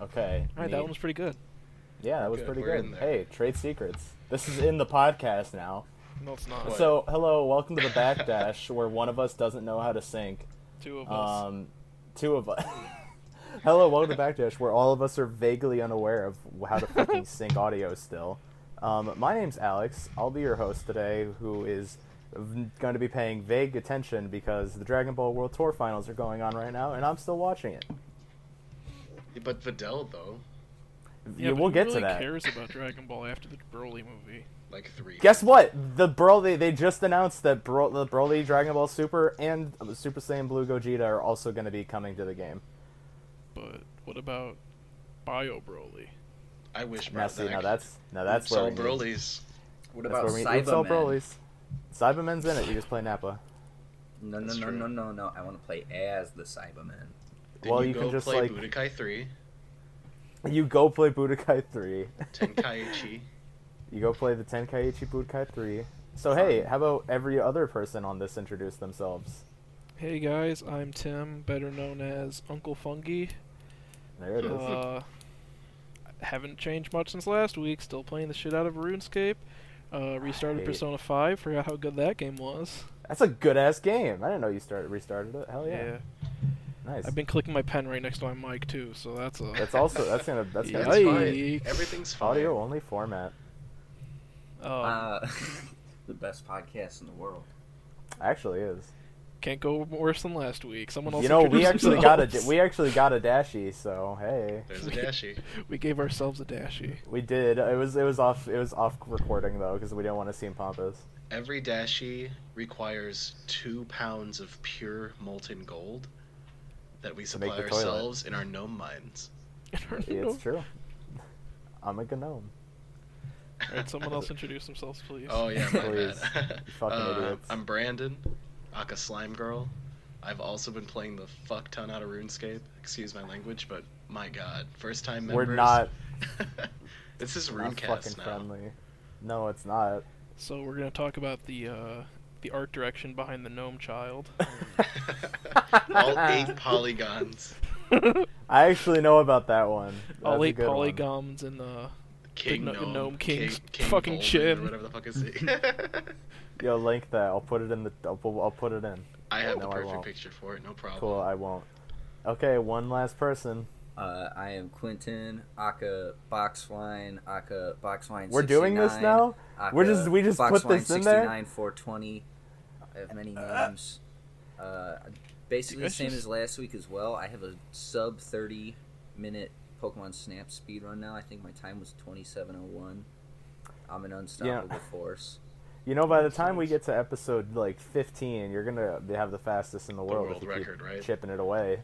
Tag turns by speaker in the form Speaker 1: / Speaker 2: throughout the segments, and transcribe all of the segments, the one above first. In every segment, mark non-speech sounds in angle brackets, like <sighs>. Speaker 1: right, that one was pretty good.
Speaker 2: Yeah, that was
Speaker 3: Good,
Speaker 2: pretty
Speaker 3: we're
Speaker 2: good.
Speaker 3: in there.
Speaker 2: Hey, trade secrets. This is in the podcast now.
Speaker 1: No, it's not.
Speaker 3: What?
Speaker 2: So, hello, welcome to the Backdash, where one of us doesn't know how to sync.
Speaker 1: Two of us.
Speaker 2: Um, two of us. <laughs> hello, welcome to Backdash, where all of us are vaguely unaware of how to
Speaker 3: <laughs>
Speaker 2: fucking sync audio still. Um, my name's Alex. I'll be your host today, who is going to be paying vague attention because the Dragon Ball World Tour finals are going on right now, and I'm still watching it.
Speaker 3: But Videl though,
Speaker 1: yeah,
Speaker 2: Yeah,
Speaker 1: but
Speaker 2: we'll
Speaker 1: who
Speaker 2: get
Speaker 1: really
Speaker 2: to that.
Speaker 1: cares about Dragon Ball after the Broly movie?
Speaker 3: like three.
Speaker 2: Guess what? The Broly they just announced that Bro- the Broly Dragon Ball Super and Super Saiyan Blue Gogeta are also going to be coming to the game.
Speaker 1: But what about Bio Broly?
Speaker 3: I wish.
Speaker 2: Now, see, now that's now that's where
Speaker 3: so
Speaker 2: we need-
Speaker 3: Broly's.
Speaker 4: What
Speaker 2: that's
Speaker 4: about
Speaker 2: where we need- oops, all
Speaker 4: Cybermen?
Speaker 2: Broly's. Cybermen's in it. You just play Nappa.
Speaker 4: No, no,
Speaker 3: That's
Speaker 4: no,
Speaker 3: true.
Speaker 4: no, no, no. I want to play as the Cyberman.
Speaker 3: Then
Speaker 2: Well,
Speaker 3: you,
Speaker 2: you
Speaker 3: go
Speaker 2: can just,
Speaker 3: play
Speaker 2: like-
Speaker 3: Budokai Three,
Speaker 2: You go play Budokai Three.
Speaker 3: Tenkaichi.
Speaker 2: <laughs> you go play the Tenkaichi Budokai Three. So hey, how about every other person on this introduce themselves?
Speaker 1: Hey guys, I'm Tim, better known as Uncle Fungi.
Speaker 2: There it is.
Speaker 1: Uh, haven't changed much since last week. Still playing the shit out of RuneScape. Uh, restarted
Speaker 2: Right.
Speaker 1: Persona 5. Forgot how good that game was.
Speaker 2: That's a good ass game. I didn't know you started restarted it. Hell Oh, yeah, nice.
Speaker 1: I've been clicking my pen right next to my mic too, so that's a.
Speaker 2: That's also that's gonna that's
Speaker 1: Yeah,
Speaker 2: gonna
Speaker 3: That's fine.
Speaker 1: Yikes.
Speaker 3: Everything's fine.
Speaker 2: audio only format.
Speaker 1: um,
Speaker 4: Uh, <laughs> the best podcast in the world.
Speaker 2: Actually, is.
Speaker 1: can't go worse than last week. Someone else.
Speaker 2: you know, we
Speaker 1: introduced <laughs>
Speaker 2: actually got a
Speaker 1: themselves.
Speaker 2: we actually got a dashy, so hey,
Speaker 3: There's a dashi.
Speaker 1: we gave ourselves a dashy.
Speaker 2: we did. It was it was off it was off recording though because we didn't want to seem
Speaker 1: <laughs>
Speaker 2: pompous.
Speaker 3: Every dashi requires two pounds of pure molten gold that we
Speaker 2: make
Speaker 3: supply
Speaker 2: the toilet.
Speaker 3: ourselves in our gnome mines.
Speaker 1: <laughs>
Speaker 2: It's true. I'm a gnome.
Speaker 1: Alright,
Speaker 3: <laughs>
Speaker 1: someone else introduce themselves, please.
Speaker 3: Oh yeah, my
Speaker 2: Please,
Speaker 3: bad.
Speaker 2: you fucking
Speaker 3: Uh,
Speaker 2: idiots.
Speaker 3: I'm Brandon, Aka Slime Girl. I've also been playing the fuck ton out of RuneScape. Excuse my language, but my god, first time
Speaker 2: We're
Speaker 3: members.
Speaker 2: not-
Speaker 3: <laughs> this is
Speaker 2: Not fucking
Speaker 3: RuneCast now.
Speaker 2: friendly. No, it's not.
Speaker 1: So we're gonna talk about the uh, the art direction behind the
Speaker 2: <laughs>
Speaker 1: gnome child.
Speaker 3: <laughs>
Speaker 1: <laughs>
Speaker 3: <laughs> All eight polygons,
Speaker 2: I actually know about that one. That's
Speaker 1: All
Speaker 2: a
Speaker 1: eight
Speaker 2: good one.
Speaker 1: polygons and the
Speaker 3: King
Speaker 1: gno-
Speaker 3: Gnome,
Speaker 1: gnome king's
Speaker 3: King, King
Speaker 1: fucking
Speaker 3: Bolden,
Speaker 1: chin.
Speaker 3: or whatever the fuck
Speaker 1: <laughs>
Speaker 3: is it.
Speaker 2: Yo, link that. I'll put it in the. I'll, pu- I'll put it in.
Speaker 3: <laughs> I have
Speaker 2: No,
Speaker 3: the
Speaker 2: I
Speaker 3: perfect
Speaker 2: won't.
Speaker 3: picture for it, no problem.
Speaker 2: Cool. I won't. Okay, one last person.
Speaker 4: Uh, I am Quentin Aka Boxwine Aka Boxwine.
Speaker 2: We're doing this
Speaker 4: 69,
Speaker 2: now.
Speaker 4: Aka
Speaker 2: We're just- we just put
Speaker 4: Boxwine
Speaker 2: this in there?
Speaker 4: 69, 420. I have many names. Uh, basically the
Speaker 1: That's
Speaker 4: same
Speaker 1: just-
Speaker 4: as last week as well. I have a sub 30 minute Pokemon Snap speed run now. I think my time was 2701. I'm an unstoppable force.
Speaker 2: You know, by the time
Speaker 1: Sounds-
Speaker 2: we get to episode like 15, you're gonna have the fastest in the
Speaker 3: The
Speaker 2: world.
Speaker 3: world
Speaker 2: if you keep
Speaker 3: record, right?
Speaker 2: Chipping it away.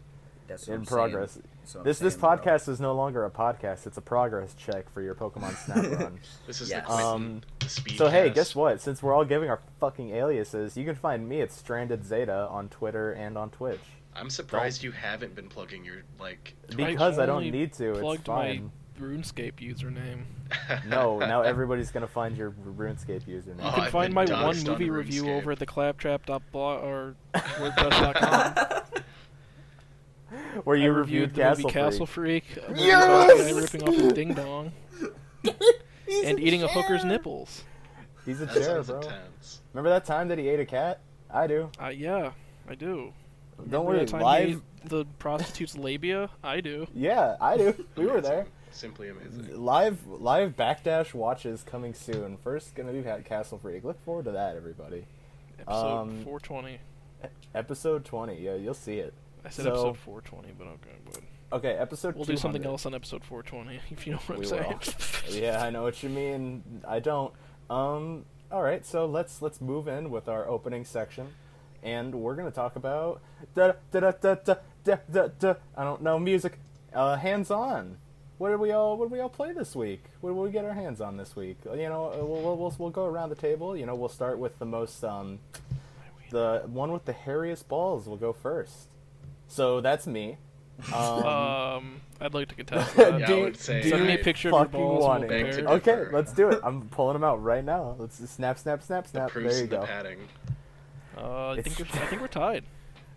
Speaker 4: That's what
Speaker 2: in
Speaker 4: I'm saying.
Speaker 2: progress.
Speaker 4: That's what I'm
Speaker 2: This this
Speaker 4: saying, bro.
Speaker 2: podcast is no longer a podcast. It's a progress check for your
Speaker 4: <laughs>
Speaker 2: Pokemon Snap run.
Speaker 3: This is
Speaker 4: Yes.
Speaker 3: the, Quentin,
Speaker 2: Um,
Speaker 3: the speed
Speaker 2: so hey,
Speaker 3: cast.
Speaker 2: guess what? Since we're all giving our fucking aliases, you can find me at Stranded Zeta on Twitter and on Twitch.
Speaker 3: I'm surprised you haven't been plugging your like. <laughs>
Speaker 2: Because I, don't
Speaker 1: only
Speaker 2: need to. It's
Speaker 1: plugged
Speaker 2: fine.
Speaker 1: my RuneScape username.
Speaker 2: No,
Speaker 3: <laughs>
Speaker 4: <laughs>
Speaker 2: now everybody's gonna find your RuneScape username.
Speaker 1: You
Speaker 3: Oh,
Speaker 1: can
Speaker 3: I've
Speaker 1: find
Speaker 3: been
Speaker 1: my one
Speaker 3: doxed on
Speaker 1: movie review
Speaker 3: RuneScape.
Speaker 1: over at the claptrap.blog
Speaker 2: <laughs>
Speaker 1: or wordpress.com
Speaker 2: Where <laughs> you
Speaker 1: I reviewed the
Speaker 2: Castle
Speaker 1: movie Castle Freak. a movie about
Speaker 2: Yes!
Speaker 1: a guy ripping
Speaker 2: <laughs>
Speaker 1: off his ding dong and eating a hooker's nipples.
Speaker 2: Freak. He's a
Speaker 3: That
Speaker 2: chair,
Speaker 3: sounds
Speaker 2: bro.
Speaker 3: intense.
Speaker 2: Remember that time that he ate a cat? I do.
Speaker 1: Uh, yeah, I do.
Speaker 2: Don't
Speaker 1: Remember
Speaker 2: worry,
Speaker 1: that time you
Speaker 2: live.
Speaker 1: ate The prostitute's labia. I do.
Speaker 2: Yeah, I do. We were
Speaker 3: Amazing.
Speaker 2: there.
Speaker 3: Simply amazing.
Speaker 2: Live live backdash watches coming soon. First gonna be at Castle Freak. Look forward to that, everybody.
Speaker 1: Episode
Speaker 2: Um,
Speaker 1: 420.
Speaker 2: Episode twenty. Yeah, you'll see it.
Speaker 1: I said
Speaker 2: so-
Speaker 1: episode 420, but okay, but
Speaker 2: Okay, episode.
Speaker 1: we'll do something
Speaker 2: 200.
Speaker 1: else on episode 420 <laughs> if you know what I'm
Speaker 2: We
Speaker 1: saying.
Speaker 2: will. <laughs>
Speaker 1: <laughs>
Speaker 2: yeah, I know what you mean. I don't. Um. All right, so let's let's move in with our opening section, and we're gonna talk about da da da da da da da. da I don't know music. Uh, hands on. What did we all What did we all play this week? What did we get our hands on this week? You know, uh, we'll we'll, we'll, we'll go around the table. You know, we'll start with the most um, the one with the hairiest balls. will go first. So that's me. Um,
Speaker 1: Um, I'd like to
Speaker 2: <laughs>
Speaker 1: contest that.
Speaker 3: Yeah,
Speaker 2: Do
Speaker 3: I
Speaker 2: you-
Speaker 3: would say.
Speaker 2: do
Speaker 1: Send me a
Speaker 3: I-
Speaker 1: picture of your
Speaker 2: fucking
Speaker 1: balls.
Speaker 2: want
Speaker 1: We'll
Speaker 2: it.
Speaker 3: Beg to
Speaker 1: compare.
Speaker 3: differ.
Speaker 2: Okay, let's do it. I'm pulling them out right now. Let's just snap, snap, snap,
Speaker 3: The
Speaker 2: snap.
Speaker 3: proofs
Speaker 2: There you
Speaker 3: and the
Speaker 2: go.
Speaker 3: padding.
Speaker 1: Uh, I
Speaker 2: It's-
Speaker 1: think we're I think we're tied.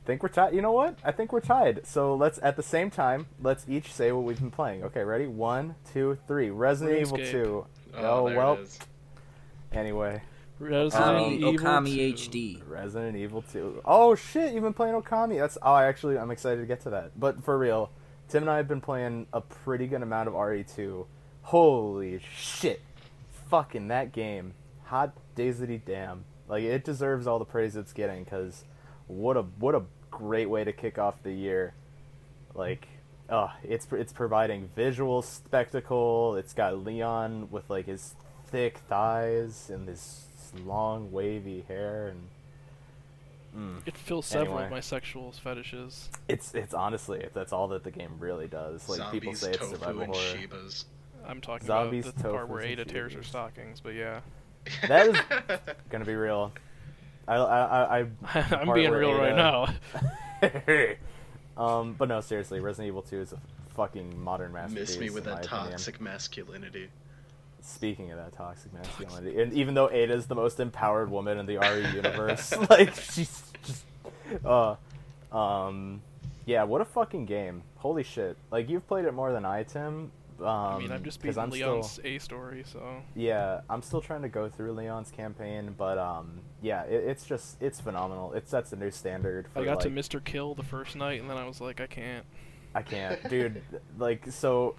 Speaker 2: Think we're tied. You know what? I think we're tied. So let's at the same time, let's each say what we've been playing. Okay, ready? One, two, three. Resident Evil
Speaker 1: RuneScape.
Speaker 2: Two.
Speaker 3: Oh, there
Speaker 2: well.
Speaker 3: it is.
Speaker 2: Anyway,
Speaker 1: Resident
Speaker 2: Um,
Speaker 4: Okami,
Speaker 1: Evil
Speaker 4: Okami
Speaker 1: 2.
Speaker 4: HD.
Speaker 2: Resident Evil Two. Oh shit! You've been playing Okami. That's oh, I actually I'm excited to get to that. But for real, Tim and I have been playing a pretty good amount of RE2. Holy shit! Fucking that game. Hot daisy damn. Like it deserves all the praise it's getting because what a what a great way to kick off the year. Like, oh, it's it's providing visual spectacle. It's got Leon with like his thick thighs and this long wavy hair and
Speaker 1: It fills several
Speaker 2: Anyway.
Speaker 1: of my sexual fetishes.
Speaker 2: It's it's honestly that's all that the game really does. Like people
Speaker 3: Zombies,
Speaker 2: say it's
Speaker 3: tofu,
Speaker 2: survival
Speaker 3: and
Speaker 2: horror.
Speaker 3: Shibas.
Speaker 1: I'm talking
Speaker 2: Zombies,
Speaker 1: about the part where
Speaker 2: tofus, and
Speaker 1: Ada tears her
Speaker 2: cheeses.
Speaker 1: stockings,
Speaker 2: <laughs>
Speaker 1: but yeah. <laughs>
Speaker 2: That
Speaker 3: <laughs>
Speaker 2: is gonna be real. I I I.
Speaker 1: <laughs>
Speaker 2: I
Speaker 1: I'm
Speaker 2: part
Speaker 1: being
Speaker 2: where
Speaker 1: real right
Speaker 2: Ada-
Speaker 1: now. <laughs>
Speaker 2: <laughs> um, but no, seriously, Resident Evil Two is a fucking modern masterpiece.
Speaker 3: Miss me with
Speaker 2: in my
Speaker 3: that
Speaker 2: opinion.
Speaker 3: toxic masculinity.
Speaker 2: Speaking of that toxic masculinity, and even though Ada's the most empowered woman in the RE
Speaker 1: <laughs>
Speaker 2: universe, like she's just, uh, um, yeah, what a fucking game! Holy shit! Like you've played it more than I, Tim. Um,
Speaker 1: I mean, I'm just
Speaker 2: 'cause
Speaker 1: beating
Speaker 2: I'm still-
Speaker 1: Leon's A story, so
Speaker 2: Yeah, I'm still trying to go through Leon's campaign, but um, yeah, it, it's just it's phenomenal. It sets a new standard. For,
Speaker 1: I got to
Speaker 2: like-
Speaker 1: Mr. Kill the first night, and then I was like, I can't.
Speaker 2: I can't, dude. Like so,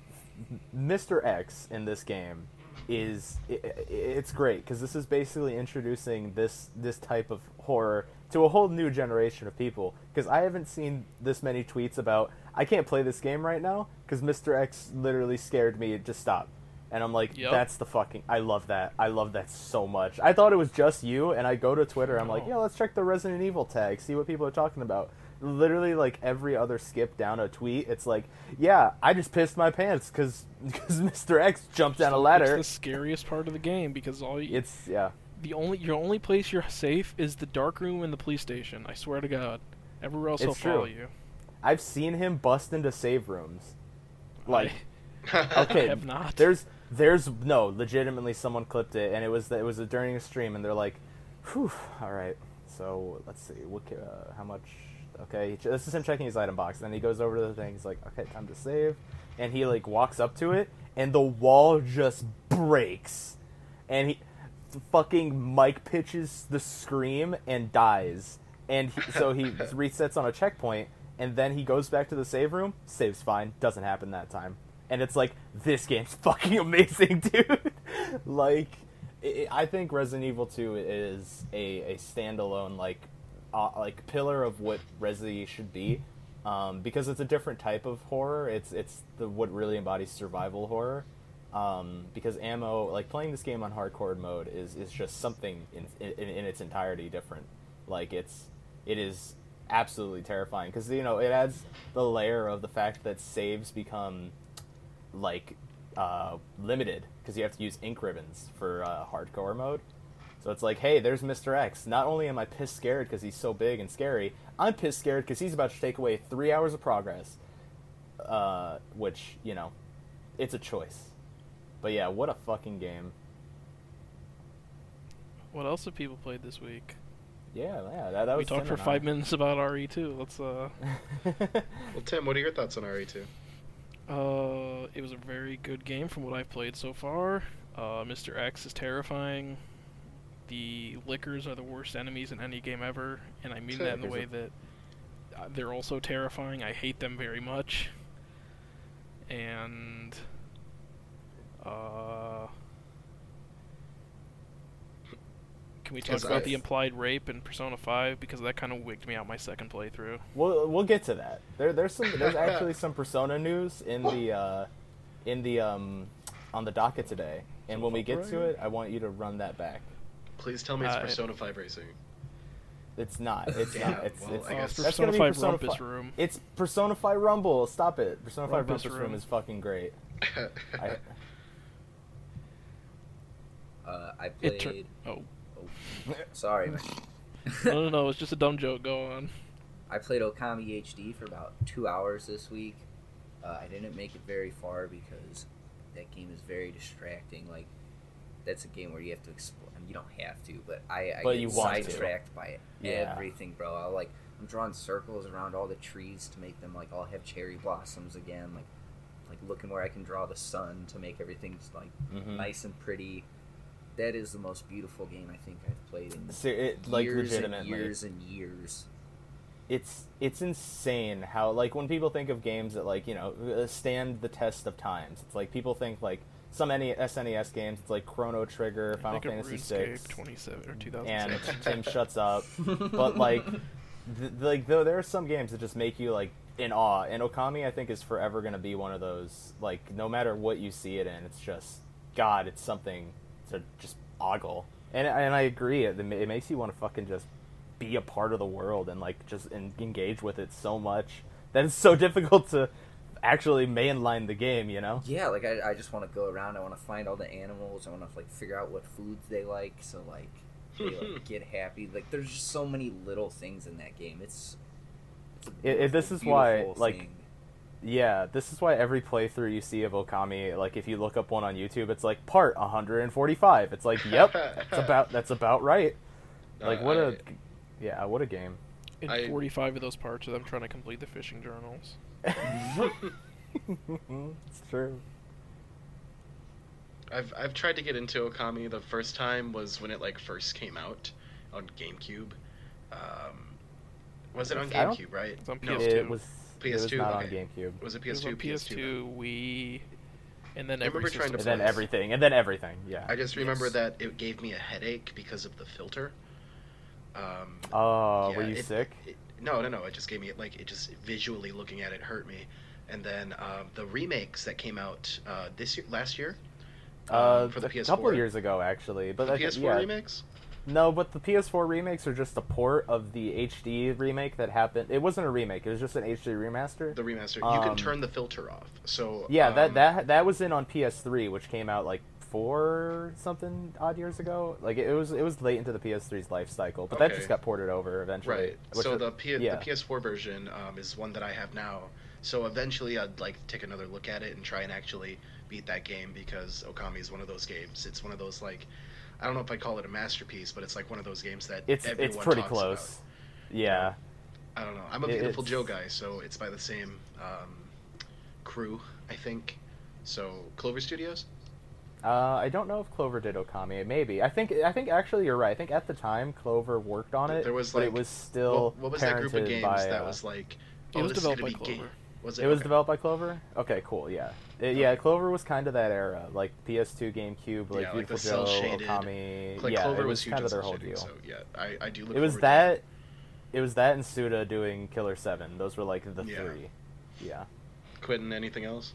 Speaker 2: Mr. X in this game is i i it's great because this is basically introducing this this type of horror to a whole new generation of people. Because I haven't seen this many tweets about I can't play this game right now because Mr. X literally scared me. Just stop. And I'm like,
Speaker 1: Yep.
Speaker 2: that's the fucking. I love that. I love that so much. I thought it was just you, and I go to Twitter. I'm like,
Speaker 1: No.
Speaker 2: yeah, let's check the Resident Evil tag, see what people are talking about. Literally, like every other skip down a tweet, it's like, yeah, I just pissed my pants <laughs> because Mr. X jumped down a ladder.
Speaker 1: It's the scariest part of the game because all you,
Speaker 2: It's yeah,
Speaker 1: the only your only place you're safe is the dark room and the police station. I swear to God, everywhere else
Speaker 2: It's
Speaker 1: will follow
Speaker 2: true.
Speaker 1: you.
Speaker 2: I've seen him bust into save rooms. Like,
Speaker 1: I
Speaker 2: <laughs> okay,
Speaker 1: have not.
Speaker 2: There's there's no legitimately someone clipped it, and it was it was during a stream, and they're like, "Whew, all right." So let's see, what ca- uh, how much? Okay, he ch- this is him checking his item box. Then he goes over to the thing. He's like, "Okay, time to save," and he like walks up to it, and the wall just breaks, and he fucking mic pitches the scream and dies, and he, so he resets on a checkpoint, and then he goes back to the save room. Saves fine, doesn't happen that time and it's like this game's <laughs> fucking amazing, dude. <laughs> like, i I I think Resident Evil Two is a, a standalone like uh, like pillar of what Resi should be, um, because it's a different type of horror. It's it's the what really embodies survival horror. Um, because ammo, like playing this game on hardcore mode, is is just something in in, in its entirety different. Like it's it is absolutely terrifying because you know it adds the layer of the fact that saves become like uh, limited because you have to use ink ribbons for uh, hardcore mode. So it's like, hey, there's Mr. X. Not only am I pissed scared because he's so big and scary, I'm pissed scared because he's about to take away three hours of progress. Uh, which you know, it's a choice. But yeah, what a fucking game.
Speaker 1: <laughs> What else have people played this week?
Speaker 2: Yeah, yeah, that, that
Speaker 1: we
Speaker 2: was.
Speaker 1: talked for five minutes about RE2. Let's uh,
Speaker 2: minutes.
Speaker 3: <laughs> well, Tim, what are your thoughts on E RE2?
Speaker 1: uh, it was a very good game from what I've played so far. Uh, Mr. X is terrifying. The lickers are the worst enemies in any game ever, and I mean that in the way
Speaker 3: Lickers
Speaker 1: that uh, they're also terrifying. I hate them very much. And uh, can we talk
Speaker 3: 'Cause
Speaker 1: about
Speaker 3: I-
Speaker 1: the implied rape in Persona 5 because that kind of wigged me out my second playthrough.
Speaker 2: <laughs> We'll we'll get to that. There there's some there's actually some persona news in the uh, in the um, on the docket today. And when we get to it, I want you to run that back.
Speaker 3: Please tell me it's
Speaker 1: Uh,
Speaker 3: Persona 5 Racing. <laughs>
Speaker 2: It's not. It's
Speaker 3: Yeah,
Speaker 2: not. It's,
Speaker 3: well,
Speaker 2: it's,
Speaker 1: Uh,
Speaker 3: I guess-
Speaker 1: it's
Speaker 2: that's
Speaker 1: Persona
Speaker 2: gonna be
Speaker 1: 5
Speaker 2: Persona
Speaker 1: Rumpus
Speaker 2: fi-
Speaker 1: Room.
Speaker 2: it's Persona 5 Rumble. Stop it. Persona 5
Speaker 1: Rumpus
Speaker 2: Rumpus Room
Speaker 1: Room.
Speaker 2: is fucking great.
Speaker 3: <laughs>
Speaker 2: I,
Speaker 4: Uh, I
Speaker 1: It
Speaker 4: played.
Speaker 1: tur- oh
Speaker 4: Sorry, man. <laughs>
Speaker 1: no no no! It's just a dumb joke. Go on.
Speaker 4: I played Okami HD for about two hours this week. Uh, I didn't make it very far because that game is very distracting. Like, that's a game where you have to explore. I mean, you don't have to, but I, I
Speaker 2: But
Speaker 4: get
Speaker 2: you want to.
Speaker 4: sidetracked by it.
Speaker 2: Yeah.
Speaker 4: Everything, bro. I like I'm drawing circles around all the trees to make them like all have cherry blossoms again. Like like looking where I can draw the sun to make everything just, like
Speaker 2: Mhm.
Speaker 4: nice and pretty. That is the most beautiful game I think I've played in
Speaker 2: Ser- it, like
Speaker 4: years and
Speaker 2: legitimately,
Speaker 4: years and years.
Speaker 2: it's it's insane how like when people think of games that like you know uh, stand the test of times. It's like people think like some E NE- SNES games. It's like Chrono Trigger, Final
Speaker 1: think of
Speaker 2: Fantasy
Speaker 1: RuneScape
Speaker 2: VI,
Speaker 1: 27 or
Speaker 2: and
Speaker 3: <laughs>
Speaker 1: 2006.
Speaker 2: Tim shuts up. But like, th- like though there are some games that just make you like in awe. And Okami, I think, is forever going to be one of those. Like no matter what you see it in, it's just God. It's something to just ogle. And and I agree. It, it makes you want to fucking just be a part of the world and like just en- engage with it so much that it's so <laughs> difficult to actually mainline the game. You know.
Speaker 4: Yeah, like I, I just want to go around. I want to find all the animals. I want to like figure out what foods they like. So like they
Speaker 2: <laughs>
Speaker 4: like get happy. Like there's just so many little things in that game. It's, it's a
Speaker 2: It- it- this
Speaker 4: beautiful,
Speaker 2: is why,
Speaker 4: beautiful
Speaker 2: like,
Speaker 4: thing.
Speaker 2: Yeah, this is why every playthrough you see of Okami, like if you look up one on YouTube, it's like part 145. It's like, yep,
Speaker 3: <laughs>
Speaker 2: that's about that's about right. Like
Speaker 3: Uh,
Speaker 2: what
Speaker 3: I-
Speaker 2: a yeah, what a game.
Speaker 1: and
Speaker 3: I-
Speaker 1: 45 of those parts are them trying to complete the fishing journals.
Speaker 2: it's true.
Speaker 3: I've I've tried to get into Okami. The first time was when it like first came out on GameCube. Um, was it on
Speaker 2: I don't-
Speaker 3: GameCube? Right?
Speaker 1: It's on
Speaker 3: No.
Speaker 1: PS2.
Speaker 2: It was it was
Speaker 3: PS2,
Speaker 2: not on
Speaker 3: okay.
Speaker 2: GameCube.
Speaker 3: Was it
Speaker 1: It was
Speaker 3: PS2?
Speaker 1: on
Speaker 3: PS2.
Speaker 1: PS2, Wii, and then
Speaker 3: I
Speaker 1: every
Speaker 3: remember trying to
Speaker 2: And then
Speaker 1: system.
Speaker 3: Plus.
Speaker 2: everything, and then everything. Yeah.
Speaker 3: I just remember
Speaker 4: Yes.
Speaker 3: that it gave me a headache because of the filter. Um,
Speaker 2: Oh,
Speaker 3: yeah,
Speaker 2: were you
Speaker 3: it-
Speaker 2: sick?
Speaker 3: it- no, no, no. It just gave me like it just visually looking at it hurt me. And then um, the remakes that came out uh, this year, last year, um,
Speaker 2: Uh,
Speaker 3: for the
Speaker 2: a
Speaker 3: PS4,
Speaker 2: couple of years ago, actually, but
Speaker 3: the
Speaker 2: I think-
Speaker 3: PS4
Speaker 2: yeah.
Speaker 3: remakes.
Speaker 2: No, but the PS4 remakes are just a port of the HD remake that happened. It wasn't a remake; it was just an HD remaster.
Speaker 3: The remaster. you
Speaker 2: Um,
Speaker 3: can turn the filter off. So
Speaker 2: Yeah,
Speaker 3: um,
Speaker 2: that that that was in on PS3, which came out like four something odd years ago. Like it was it was late into the PS3's life cycle, but that
Speaker 3: Okay.
Speaker 2: just got ported over eventually.
Speaker 3: Right.
Speaker 2: which
Speaker 3: So
Speaker 2: was-
Speaker 3: the, P-
Speaker 2: yeah.
Speaker 3: the PS4 version um, is one that I have now. So eventually, I'd like to take another look at it and try and actually beat that game because Okami is one of those games. It's one of those like, I don't know if I call it a masterpiece, but it's like one of those games that
Speaker 2: it's
Speaker 3: everyone
Speaker 2: it's pretty
Speaker 3: talks
Speaker 2: close. Yeah,
Speaker 3: About. I don't know. I'm a
Speaker 2: It-
Speaker 3: beautiful
Speaker 2: it's-
Speaker 3: Joe guy, so it's by the same um, crew, I think. So Clover Studios.
Speaker 2: uh, I don't know if Clover did Okami. Maybe I think I think actually you're right. I think at the time Clover worked on it.
Speaker 3: There was,
Speaker 2: but it
Speaker 3: like,
Speaker 2: was
Speaker 3: What-
Speaker 2: still
Speaker 3: what, was that group of
Speaker 2: parented
Speaker 3: games
Speaker 2: by,
Speaker 3: that
Speaker 2: uh,
Speaker 3: was like?
Speaker 1: It
Speaker 3: oh,
Speaker 1: was
Speaker 3: this is gonna
Speaker 1: developed by
Speaker 3: be game-
Speaker 1: Clover.
Speaker 3: Was
Speaker 2: It was
Speaker 3: Okay.
Speaker 2: developed by Clover. Okay, cool. Yeah, Uh, yeah. Clover was kind of that era, like PS2, GameCube, like
Speaker 3: Yeah, like
Speaker 2: Beautiful
Speaker 3: the
Speaker 2: Joe,
Speaker 3: cel-shaded-
Speaker 2: Okami.
Speaker 3: Like
Speaker 2: yeah,
Speaker 3: Clover
Speaker 2: it was,
Speaker 3: huge
Speaker 2: kind
Speaker 3: on
Speaker 2: of their
Speaker 3: cel
Speaker 2: whole
Speaker 3: shading,
Speaker 2: deal.
Speaker 3: So yeah, I, I do look.
Speaker 2: it was
Speaker 3: forward to
Speaker 2: that it was that and Suda doing Killer Seven. Those were like the
Speaker 3: Yeah.
Speaker 2: three. Yeah.
Speaker 3: Quentin, anything else?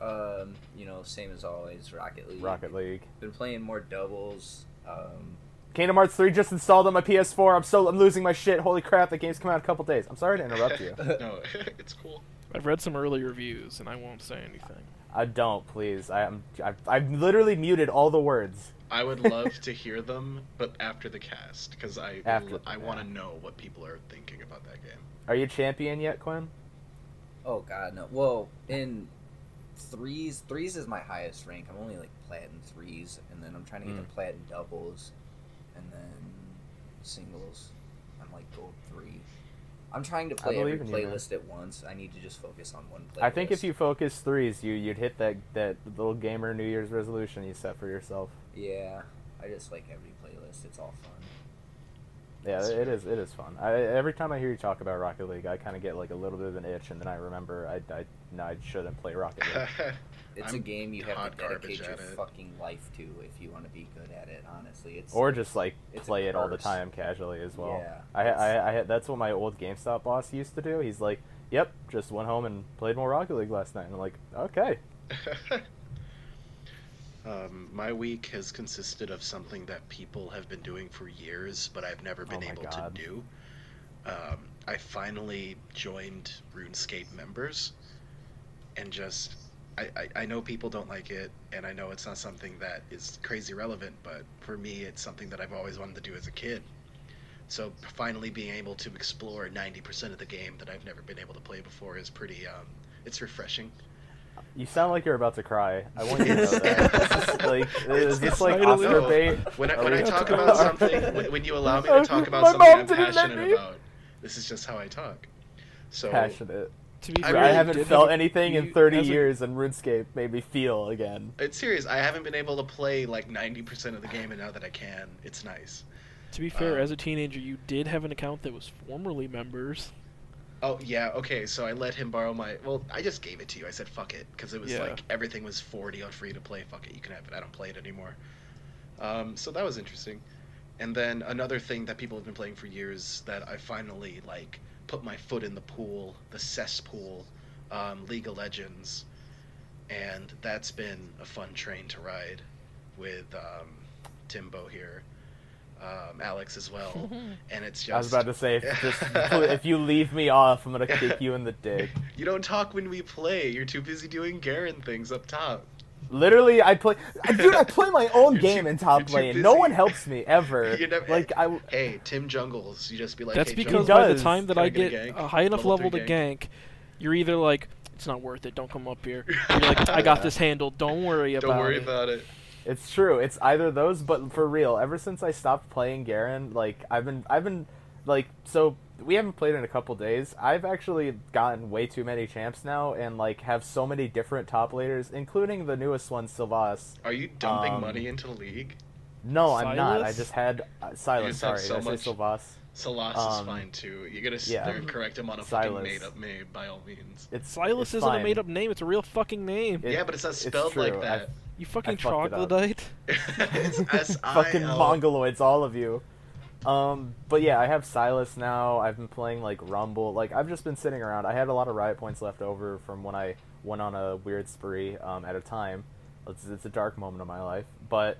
Speaker 4: um, you know, same as always, Rocket League.
Speaker 2: Rocket League.
Speaker 4: Been playing more doubles. Um,
Speaker 2: Kingdom Hearts three just installed on my PS4. I'm so I'm losing my shit. Holy crap! That game's come out in a couple days. I'm sorry to interrupt you.
Speaker 3: <laughs> no, it's cool.
Speaker 1: I've read some early reviews, and I won't say anything.
Speaker 2: I don't, please. I am. I've, I've literally muted all the words.
Speaker 3: I would love to hear them, but after the cast, because I
Speaker 2: After-
Speaker 3: I
Speaker 2: yeah.
Speaker 3: want to know what people are thinking about that game.
Speaker 2: Are you champion yet, Quinn?
Speaker 4: oh god, no. Well, in threes, threes is my highest rank. I'm only like platin threes, and then I'm trying to get
Speaker 2: Mm.
Speaker 4: to platin doubles, and then singles. I'm like gold three. I'm trying to play every
Speaker 2: believe in you, man.
Speaker 4: playlist at once. I need to just focus on one playlist.
Speaker 2: I think if you focus threes, you you'd hit that that little gamer New Year's resolution you set for yourself.
Speaker 4: Yeah, I just like every playlist. It's all fun.
Speaker 2: Yeah,
Speaker 3: That's
Speaker 2: it
Speaker 3: fair.
Speaker 2: is. It is fun. I, every time I hear you talk about Rocket League, I kind of get like a little bit of an itch, and then I remember I I, no, I shouldn't play Rocket League.
Speaker 3: <laughs>
Speaker 4: It's a
Speaker 3: I'm
Speaker 4: game you have
Speaker 3: hot
Speaker 4: to
Speaker 3: garbage
Speaker 4: dedicate your
Speaker 3: at it.
Speaker 4: fucking life to if you want to be good at it. Honestly, it's
Speaker 2: or just like
Speaker 4: It's a
Speaker 2: play it all the
Speaker 4: curse.
Speaker 2: time casually as well.
Speaker 4: Yeah,
Speaker 2: I,
Speaker 4: it's-
Speaker 2: I, I that's what my old GameStop boss used to do. He's like, "Yep, just went home and played more Rocket League last night." And I'm like, "Okay,
Speaker 3: <laughs> um, my week has consisted of something that people have been doing for years, but I've never been
Speaker 2: Oh my
Speaker 3: able
Speaker 2: God.
Speaker 3: to do. Um, I finally joined RuneScape members, and just I, I, I know people don't like it, and I know it's not something that is crazy relevant, but for me, it's something that I've always wanted to do as a kid. So finally being able to explore 90% of the game that I've never been able to play before is pretty, um, it's refreshing.
Speaker 2: you sound like you're about to cry. I want you to know that." This is, like, is this like
Speaker 1: It's- it's
Speaker 2: Oscar
Speaker 3: no.
Speaker 2: bait?
Speaker 3: When I,
Speaker 2: Are
Speaker 3: when
Speaker 2: we-
Speaker 3: <laughs> I talk about something, when, when you allow me to talk about
Speaker 2: My
Speaker 3: something
Speaker 2: mom
Speaker 3: I'm
Speaker 2: didn't let
Speaker 3: passionate
Speaker 2: me.
Speaker 3: about, This is just how I talk. So
Speaker 2: Passionate.
Speaker 1: To be
Speaker 3: I
Speaker 1: fair,
Speaker 3: really
Speaker 2: I haven't
Speaker 1: did
Speaker 2: felt
Speaker 1: have-
Speaker 2: anything in
Speaker 1: you-
Speaker 2: 30
Speaker 1: as a-
Speaker 2: years, and RuneScape made me feel again.
Speaker 3: it's serious. I haven't been able to play like 90% of the game, and now that I can, it's nice.
Speaker 1: to be fair,
Speaker 3: uh,
Speaker 1: as a teenager, you did have an account that was formerly members.
Speaker 3: Oh yeah, okay. So I let him borrow my. Well, I just gave it to you. I said fuck it because it was
Speaker 1: Yeah.
Speaker 3: like everything was forty on free to play. Fuck it, you can have it. I don't play it anymore. Um, so that was interesting. And then another thing that people have been playing for years that I finally like put my foot in the pool, the cesspool, um, League of Legends, and that's been a fun train to ride with um, Timbo here, um, Alex as well, and it's just
Speaker 2: I was about to say, if, just, if you leave me off, I'm gonna kick you in the dick.
Speaker 3: You don't talk when we play. You're too busy doing Garen things up top.
Speaker 2: Literally, I play, dude. I play my own
Speaker 3: <laughs> You're
Speaker 2: game
Speaker 3: too-
Speaker 2: in
Speaker 3: you're
Speaker 2: top
Speaker 3: too
Speaker 2: lane. No
Speaker 3: busy.
Speaker 2: one helps me ever.
Speaker 3: <laughs> You're never-
Speaker 2: like I,
Speaker 3: Hey, Tim Jungles. You just be like,
Speaker 1: That's
Speaker 3: hey,
Speaker 1: because
Speaker 2: He
Speaker 3: Jungles.
Speaker 1: by the
Speaker 2: does.
Speaker 1: time that
Speaker 3: Can
Speaker 1: I,
Speaker 3: I
Speaker 1: get,
Speaker 3: get a gank?
Speaker 1: a high enough
Speaker 3: Level
Speaker 1: level to
Speaker 3: three
Speaker 1: gank, you're either like, it's not worth it. Don't come up
Speaker 3: <laughs>
Speaker 1: here. You're like, I got this handled. Don't worry about
Speaker 3: don't worry
Speaker 1: it.
Speaker 3: about it.
Speaker 2: it's true. It's either those, but for real, ever since I stopped playing Garen, like I've been, I've been, like so we haven't played in a couple days. I've actually gotten way too many champs now, and like have so many different top laners, including the newest one, Sylvaas.
Speaker 3: Are you dumping
Speaker 2: Um,
Speaker 3: money into League?
Speaker 2: No, I'm not. I
Speaker 1: Silas?
Speaker 2: just had uh, Silas.
Speaker 3: just have
Speaker 2: Sorry,
Speaker 3: so
Speaker 2: did I
Speaker 3: much-
Speaker 2: say Sylvaas.
Speaker 3: Salas
Speaker 2: um,
Speaker 3: is fine too. You're gonna sit
Speaker 2: yeah.
Speaker 3: there and correct him on a
Speaker 2: Silas.
Speaker 3: fucking made up name by all means.
Speaker 2: It's
Speaker 1: Silas
Speaker 2: it's
Speaker 1: isn't
Speaker 2: fine.
Speaker 1: a made up name. It's a real fucking name.
Speaker 2: It-
Speaker 3: yeah, but it's not
Speaker 2: it's
Speaker 3: spelled
Speaker 2: true.
Speaker 3: like
Speaker 2: I- <laughs>
Speaker 3: that.
Speaker 1: you fucking
Speaker 2: fucked it up.
Speaker 1: troglodyte.
Speaker 3: <laughs> it's S
Speaker 2: <laughs>
Speaker 3: I
Speaker 2: fucking
Speaker 3: L.
Speaker 2: mongoloids, all of you. Um, but yeah, I have Silas now. I've been playing like Rumble. Like I've just been sitting around. I had a lot of riot points left over from when I went on a weird spree um, at a time. It's, it's a dark moment of my life, but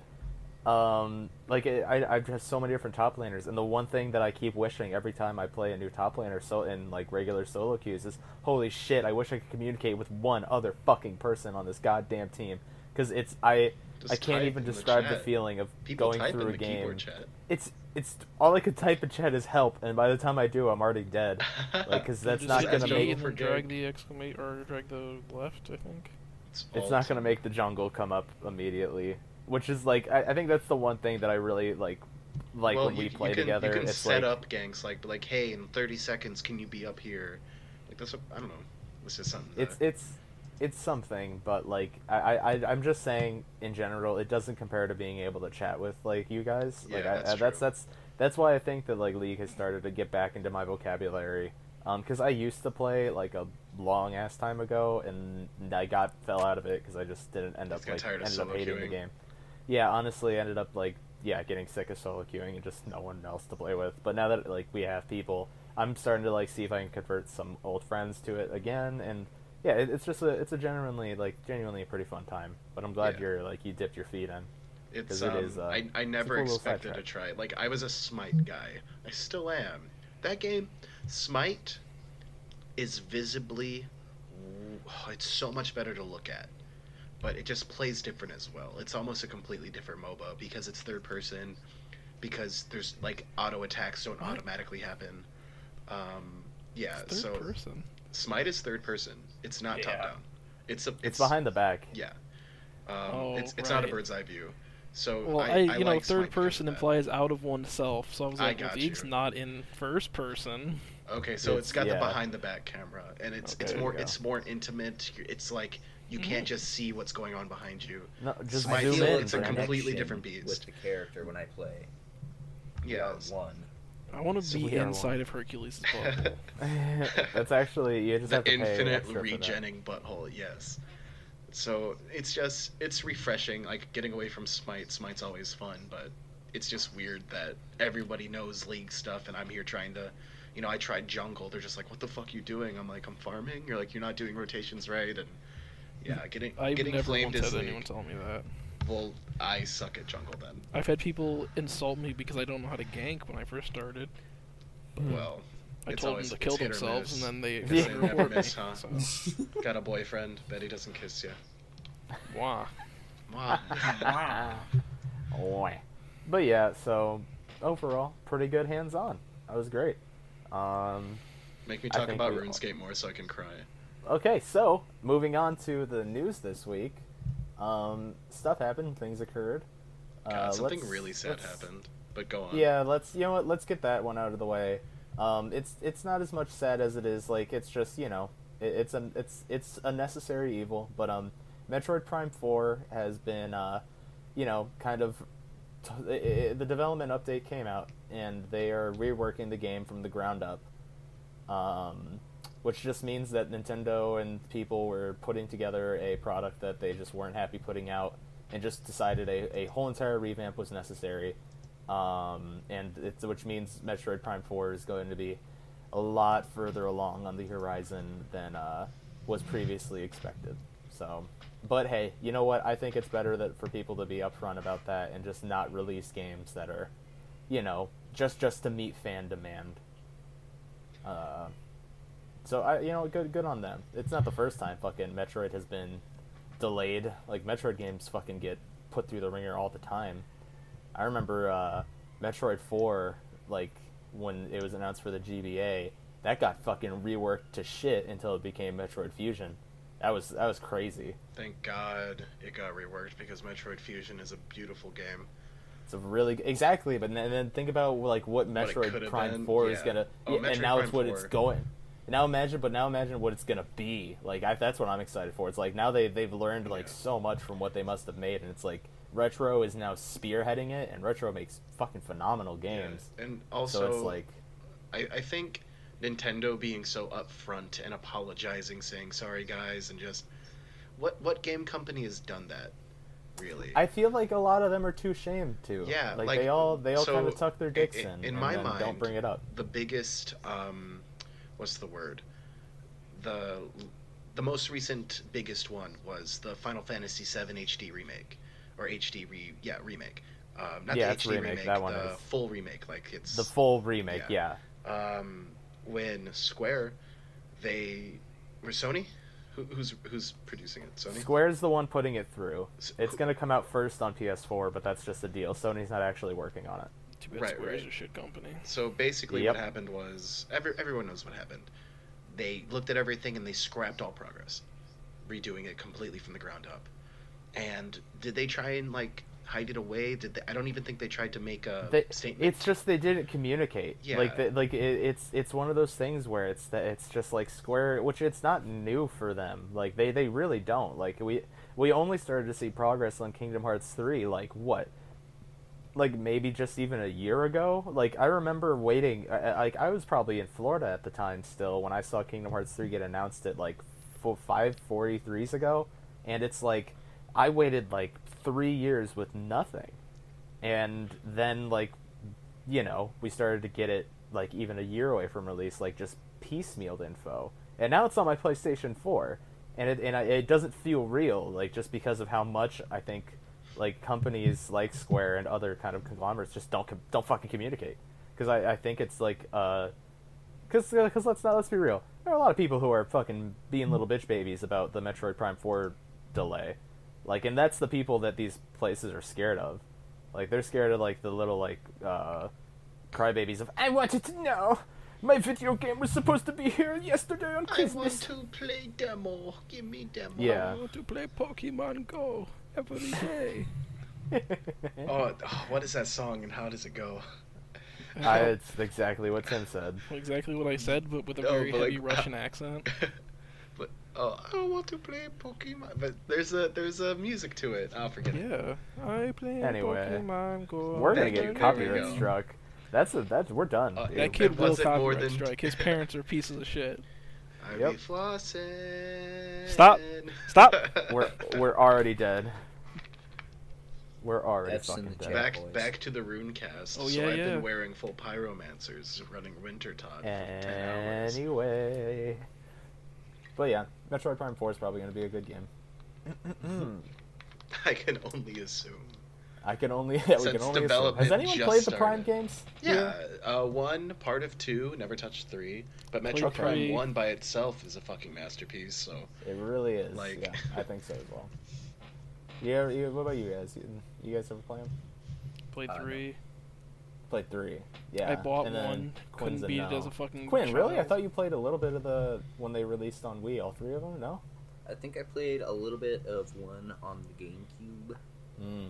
Speaker 2: um, like it, I, I've just so many different top laners, and the one thing that I keep wishing every time I play a new top laner, so in like regular solo queues, is holy shit! I wish I could communicate with one other fucking person on this goddamn team because it's I
Speaker 3: Just
Speaker 2: I can't
Speaker 3: type
Speaker 2: even
Speaker 3: in the
Speaker 2: describe the
Speaker 3: chat.
Speaker 2: feeling of
Speaker 3: People
Speaker 2: going
Speaker 3: type
Speaker 2: through
Speaker 3: in
Speaker 2: a
Speaker 3: the
Speaker 2: game.
Speaker 3: keyboard chat.
Speaker 2: It's it's all I could type in chat is help, and by the time I do, I'm already dead. Like, cause
Speaker 3: <laughs>
Speaker 2: that's
Speaker 1: You
Speaker 2: not
Speaker 1: just
Speaker 2: gonna
Speaker 1: have
Speaker 3: go
Speaker 1: to
Speaker 2: make
Speaker 3: for
Speaker 1: drag
Speaker 3: gank.
Speaker 1: the exclamation or drag the left. I think.
Speaker 2: it's
Speaker 3: all
Speaker 2: not
Speaker 3: time.
Speaker 2: gonna make the jungle come up immediately. Which is like, I, I think that's the one thing that I really like, like
Speaker 3: well,
Speaker 2: when
Speaker 3: you,
Speaker 2: we
Speaker 3: you
Speaker 2: play
Speaker 3: can,
Speaker 2: together.
Speaker 3: You can
Speaker 2: it's like,
Speaker 3: set up ganks like, like, hey, in 30 seconds, can you be up here? Like that's what, I don't know. It's just something.
Speaker 2: it's
Speaker 3: that-
Speaker 2: it's it's something but like I, I I- i'm just saying in general it doesn't compare to being able to chat with like you guys like
Speaker 3: Yeah,
Speaker 2: I,
Speaker 3: that's
Speaker 2: I, that's
Speaker 3: true.
Speaker 2: that's that's why i think that like league has started to get back into my vocabulary um because i used to play like a long ass time ago and i got fell out of it because i just didn't end
Speaker 3: Just
Speaker 2: up
Speaker 3: got
Speaker 2: like
Speaker 3: tired of
Speaker 2: ended up
Speaker 3: solo
Speaker 2: hating the
Speaker 3: queuing.
Speaker 2: game yeah honestly I ended up like yeah getting sick of solo queuing and just no one else to play with but now that like we have people i'm starting to like see if i can convert some old friends to it again and yeah it, it's just a it's a genuinely like genuinely a pretty fun time but i'm glad
Speaker 3: Yeah.
Speaker 2: you're like you dipped your feet in
Speaker 3: It's
Speaker 2: 'Cause it
Speaker 3: um,
Speaker 2: is, uh,
Speaker 3: I, I never
Speaker 2: cool little
Speaker 3: expected to try. it. Like I was a Smite guy. I still am. That game, Smite, is visibly. oh, it's so much better to look at, but it just plays different as well. It's almost a completely different MOBA because it's third person, because there's like auto attacks don't automatically happen. Um, yeah.
Speaker 1: Third
Speaker 3: So
Speaker 1: person.
Speaker 3: Smite is third person. It's not top
Speaker 5: Yeah.
Speaker 3: down. It's a. It's,
Speaker 2: it's behind the back
Speaker 3: yeah. Um,
Speaker 1: Oh,
Speaker 3: it's it's not a
Speaker 1: right.
Speaker 3: bird's eye view. So
Speaker 1: Well,
Speaker 3: I,
Speaker 1: I,
Speaker 3: I
Speaker 1: you know
Speaker 3: like Smite
Speaker 1: third
Speaker 3: because of
Speaker 1: person
Speaker 3: that.
Speaker 1: implies out of oneself, so I was
Speaker 3: I
Speaker 1: like, well,
Speaker 3: got
Speaker 1: Deek's
Speaker 3: you.
Speaker 1: not in first person.
Speaker 3: Okay, so
Speaker 2: It's-
Speaker 3: it's got
Speaker 2: yeah.
Speaker 3: the behind the back camera, and it's
Speaker 1: Okay, Mm-hmm.
Speaker 3: it's
Speaker 1: there
Speaker 3: more
Speaker 2: you go.
Speaker 3: it's more intimate. It's like you can't just see what's going on behind you.
Speaker 2: no just
Speaker 3: Smite
Speaker 2: zoom
Speaker 3: feel
Speaker 2: in
Speaker 3: it's a
Speaker 2: Brandon. <laughs>
Speaker 3: complete- completely
Speaker 4: connection
Speaker 3: different
Speaker 4: with
Speaker 3: beast.
Speaker 4: the character when I play. We
Speaker 3: Yeah.
Speaker 4: are one.
Speaker 1: I want to
Speaker 2: So
Speaker 1: be
Speaker 2: we are
Speaker 1: inside
Speaker 2: one.
Speaker 1: of
Speaker 3: <laughs>
Speaker 1: Hercules' bubble.
Speaker 2: that's actually you just
Speaker 3: the
Speaker 2: have to pay
Speaker 3: infinite
Speaker 2: extra for that.
Speaker 3: regening butthole, yes. So it's just it's refreshing, like getting away from Smite. Smite's always fun, but it's just weird that everybody knows League stuff, and I'm here trying to, you know, I tried Jungle. They're just like, "What the fuck you doing?" I'm like, "I'm farming." You're like, "You're not doing rotations right," and yeah, getting
Speaker 1: Mm. I've
Speaker 3: getting
Speaker 1: never
Speaker 3: flamed
Speaker 1: once
Speaker 3: is
Speaker 1: had
Speaker 3: League.
Speaker 1: anyone tell me that.
Speaker 3: Well, I suck at Jungle then.
Speaker 1: I've had people insult me because I don't know how to gank when I first started. Mm.
Speaker 2: Hmm. <laughs>
Speaker 3: Well,
Speaker 1: I
Speaker 3: It's
Speaker 1: told them
Speaker 3: always-
Speaker 1: to
Speaker 3: it's
Speaker 1: kill
Speaker 3: hit or
Speaker 1: themselves,
Speaker 3: miss.
Speaker 1: and then they
Speaker 3: It's
Speaker 1: they
Speaker 2: hit or
Speaker 1: report me.
Speaker 3: miss, huh?
Speaker 1: So,
Speaker 3: got a boyfriend, but he
Speaker 2: <laughs>
Speaker 3: doesn't kiss you.
Speaker 1: wah.
Speaker 3: Wow.
Speaker 2: Oy. But yeah, so overall, pretty good hands on. That was great. Um,
Speaker 3: Make me
Speaker 2: I
Speaker 3: talk
Speaker 2: think
Speaker 3: about
Speaker 2: we all-
Speaker 3: RuneScape more so I can cry.
Speaker 2: okay, so moving on to the news this week. Um, stuff happened, things occurred.
Speaker 3: God,
Speaker 2: Uh,
Speaker 3: something
Speaker 2: let's-
Speaker 3: really sad
Speaker 2: let's-
Speaker 3: happened. But go on.
Speaker 2: Yeah, let's you know what? Let's get that one out of the way. Um, it's it's not as much sad as it is like it's just you know it, it's an it's it's a necessary evil. But um, Metroid Prime Four has been uh, you know kind of t- i i the development update came out and they are reworking the game from the ground up. Um, which just means that Nintendo and people were putting together a product that they just weren't happy putting out and just decided a, a whole entire revamp was necessary. Um, and it's, which means Metroid Prime 4 is going to be a lot further along on the horizon than uh, was previously expected. So, but hey, you know what? I think it's better that for people to be upfront about that and just not release games that are, you know, just just to meet fan demand. Uh, so I, you know, good good on them. It's not the first time fucking Metroid has been delayed. Like Metroid games fucking get put through the ringer all the time. I remember uh, Metroid Four, like when it was announced for the GBA, that got fucking reworked to shit until it became Metroid Fusion. That was that was crazy.
Speaker 3: Thank God it got reworked because Metroid Fusion is a beautiful game.
Speaker 2: It's a really exactly, but then, then think about like what
Speaker 3: What it
Speaker 2: Metroid
Speaker 3: could've
Speaker 2: Prime
Speaker 3: been,
Speaker 2: Four is
Speaker 3: yeah.
Speaker 2: gonna,
Speaker 3: Oh,
Speaker 2: yeah, and
Speaker 3: Metroid
Speaker 2: now it's
Speaker 3: Prime
Speaker 2: what it's
Speaker 3: 4.
Speaker 2: going. Now imagine, but now imagine what it's gonna be. Like I, that's what I'm excited for. It's like now they they've learned like
Speaker 3: Yeah.
Speaker 2: so much from what they must have made, and it's like retro is now spearheading it, and retro makes fucking phenomenal games.
Speaker 3: Yeah. And also,
Speaker 2: so it's like
Speaker 3: I, I think Nintendo being so upfront and apologizing, saying sorry guys, and just what what game company has done that, really?
Speaker 2: I feel like a lot of them are too shamed to.
Speaker 3: Yeah,
Speaker 2: like,
Speaker 3: like,
Speaker 2: they all they all
Speaker 3: so
Speaker 2: kind of tuck their
Speaker 3: i-
Speaker 2: dicks
Speaker 3: i-
Speaker 2: in.
Speaker 3: in
Speaker 2: and
Speaker 3: my
Speaker 2: then don't
Speaker 3: mind,
Speaker 2: bring it up.
Speaker 3: the biggest um what's the word the the most recent biggest one was the final fantasy 7 hd remake or hd re yeah remake um not
Speaker 2: Yeah,
Speaker 3: the
Speaker 2: it's
Speaker 3: hd
Speaker 2: remake,
Speaker 3: remake,
Speaker 2: that one
Speaker 3: the
Speaker 2: is.
Speaker 3: full remake like it's
Speaker 2: The full remake, yeah.
Speaker 3: yeah. um when square they were sony Who, who's who's producing it sony
Speaker 2: Square's the one putting it through.
Speaker 3: e- S-
Speaker 2: It's gonna come out first on PS4, but that's just a deal. Sony's not actually working on it.
Speaker 1: Too bad
Speaker 3: Right,
Speaker 1: Square's
Speaker 3: right.
Speaker 1: a shit company.
Speaker 3: So basically,
Speaker 2: Yep.
Speaker 3: what happened was every, everyone knows what happened. They looked at everything and they scrapped all progress, redoing it completely from the ground up. And did they try and like hide it away? Did they, I don't even think they tried to make a
Speaker 2: They,
Speaker 3: statement.
Speaker 2: it's just they didn't communicate.
Speaker 3: Yeah.
Speaker 2: Like the, like it, it's it's one of those things where it's that it's just like Square, which it's not new for them. Like they they really don't. Like we we only started to see progress on Kingdom Hearts 3 like what like maybe just even a year ago. Like I remember waiting. I- I- Like I was probably in Florida at the time still when I saw Kingdom Hearts three get announced at like fo- five forty threes ago, and it's like I waited like three years with nothing, and then like you know we started to get it like even a year away from release, like just piecemealed info, and now it's on my PlayStation four, and it and I, it doesn't feel real like just because of how much I think like companies like Square and other kind of conglomerates just don't com- don't fucking communicate because I, I think it's like uh because because uh, let's not let's be real there are a lot of people who are fucking being little bitch babies about the Metroid Prime Four delay like and that's the people that these places are scared of like they're scared of like the little like uh crybabies of I wanted to know my video game was supposed to be here yesterday on
Speaker 3: I want
Speaker 2: <laughs> Christmas
Speaker 3: to play demo. Give me demo.
Speaker 2: Yeah.
Speaker 1: I want to play Pokemon Go
Speaker 3: <laughs>
Speaker 1: every day.
Speaker 3: Oh, oh, what is that song and how does it go? <laughs>
Speaker 2: I, it's exactly what Tim said
Speaker 1: <laughs> exactly what I said, but with a
Speaker 3: No,
Speaker 1: very
Speaker 3: Oh, but,
Speaker 1: heavy
Speaker 3: like, uh,
Speaker 1: Russian
Speaker 3: <laughs>
Speaker 1: accent.
Speaker 3: But oh, I want to play Pokemon. But there's a there's a music to it. I'll forget. it.
Speaker 1: Yeah, I play
Speaker 2: Anyway,
Speaker 1: Pokemon Go.
Speaker 2: We're gonna
Speaker 3: Thank you.
Speaker 2: get
Speaker 3: There we
Speaker 2: copyright
Speaker 3: go.
Speaker 2: struck. That's a that's we're done.
Speaker 3: Uh,
Speaker 2: dude.
Speaker 1: That
Speaker 3: It
Speaker 1: kid will
Speaker 3: wasn't more
Speaker 1: copyright
Speaker 3: than-
Speaker 1: strike. His parents are pieces of shit.
Speaker 3: I
Speaker 2: Yep.
Speaker 3: be flossing.
Speaker 1: Stop.
Speaker 3: <laughs>
Speaker 1: Stop.
Speaker 2: we're we're already dead. We're already
Speaker 4: That's in
Speaker 2: fucking
Speaker 4: the
Speaker 2: dead.
Speaker 4: Yeah,
Speaker 3: back
Speaker 4: boys.
Speaker 3: back to the runecast.
Speaker 1: Oh,
Speaker 3: so
Speaker 1: yeah,
Speaker 3: I've
Speaker 1: yeah.
Speaker 3: been wearing full pyromancers, running winter talk for ten hours.
Speaker 2: Anyway, but yeah, Metroid Prime Four is probably gonna be a good game.
Speaker 3: <laughs> I can only assume.
Speaker 2: I can only <laughs> yeah, we can
Speaker 3: Since
Speaker 2: only assume.
Speaker 3: development
Speaker 2: Has anyone
Speaker 3: just
Speaker 2: played the Prime
Speaker 3: started.
Speaker 2: games?
Speaker 3: Yeah, uh, one part of two, never touched three, but Metroid
Speaker 1: Played
Speaker 3: Prime
Speaker 1: three.
Speaker 3: One by itself is a fucking masterpiece. So
Speaker 2: It really is.
Speaker 3: Like-
Speaker 2: Yeah, I think so as well. Yeah, you, what about you guys? You, you guys ever play 'em?
Speaker 1: Played
Speaker 4: I don't know.
Speaker 1: three.
Speaker 2: Played three. Uh, Yeah,
Speaker 1: I bought
Speaker 2: and then
Speaker 1: one.
Speaker 2: Quinn's
Speaker 1: Couldn't
Speaker 2: a
Speaker 1: beat it
Speaker 2: no.
Speaker 1: as a fucking
Speaker 2: Quinn, really? I
Speaker 1: child.
Speaker 2: thought you played a little bit of the when they released on Wii. All three of them? No.
Speaker 4: I think I played a little bit of one on the GameCube,
Speaker 2: Mm.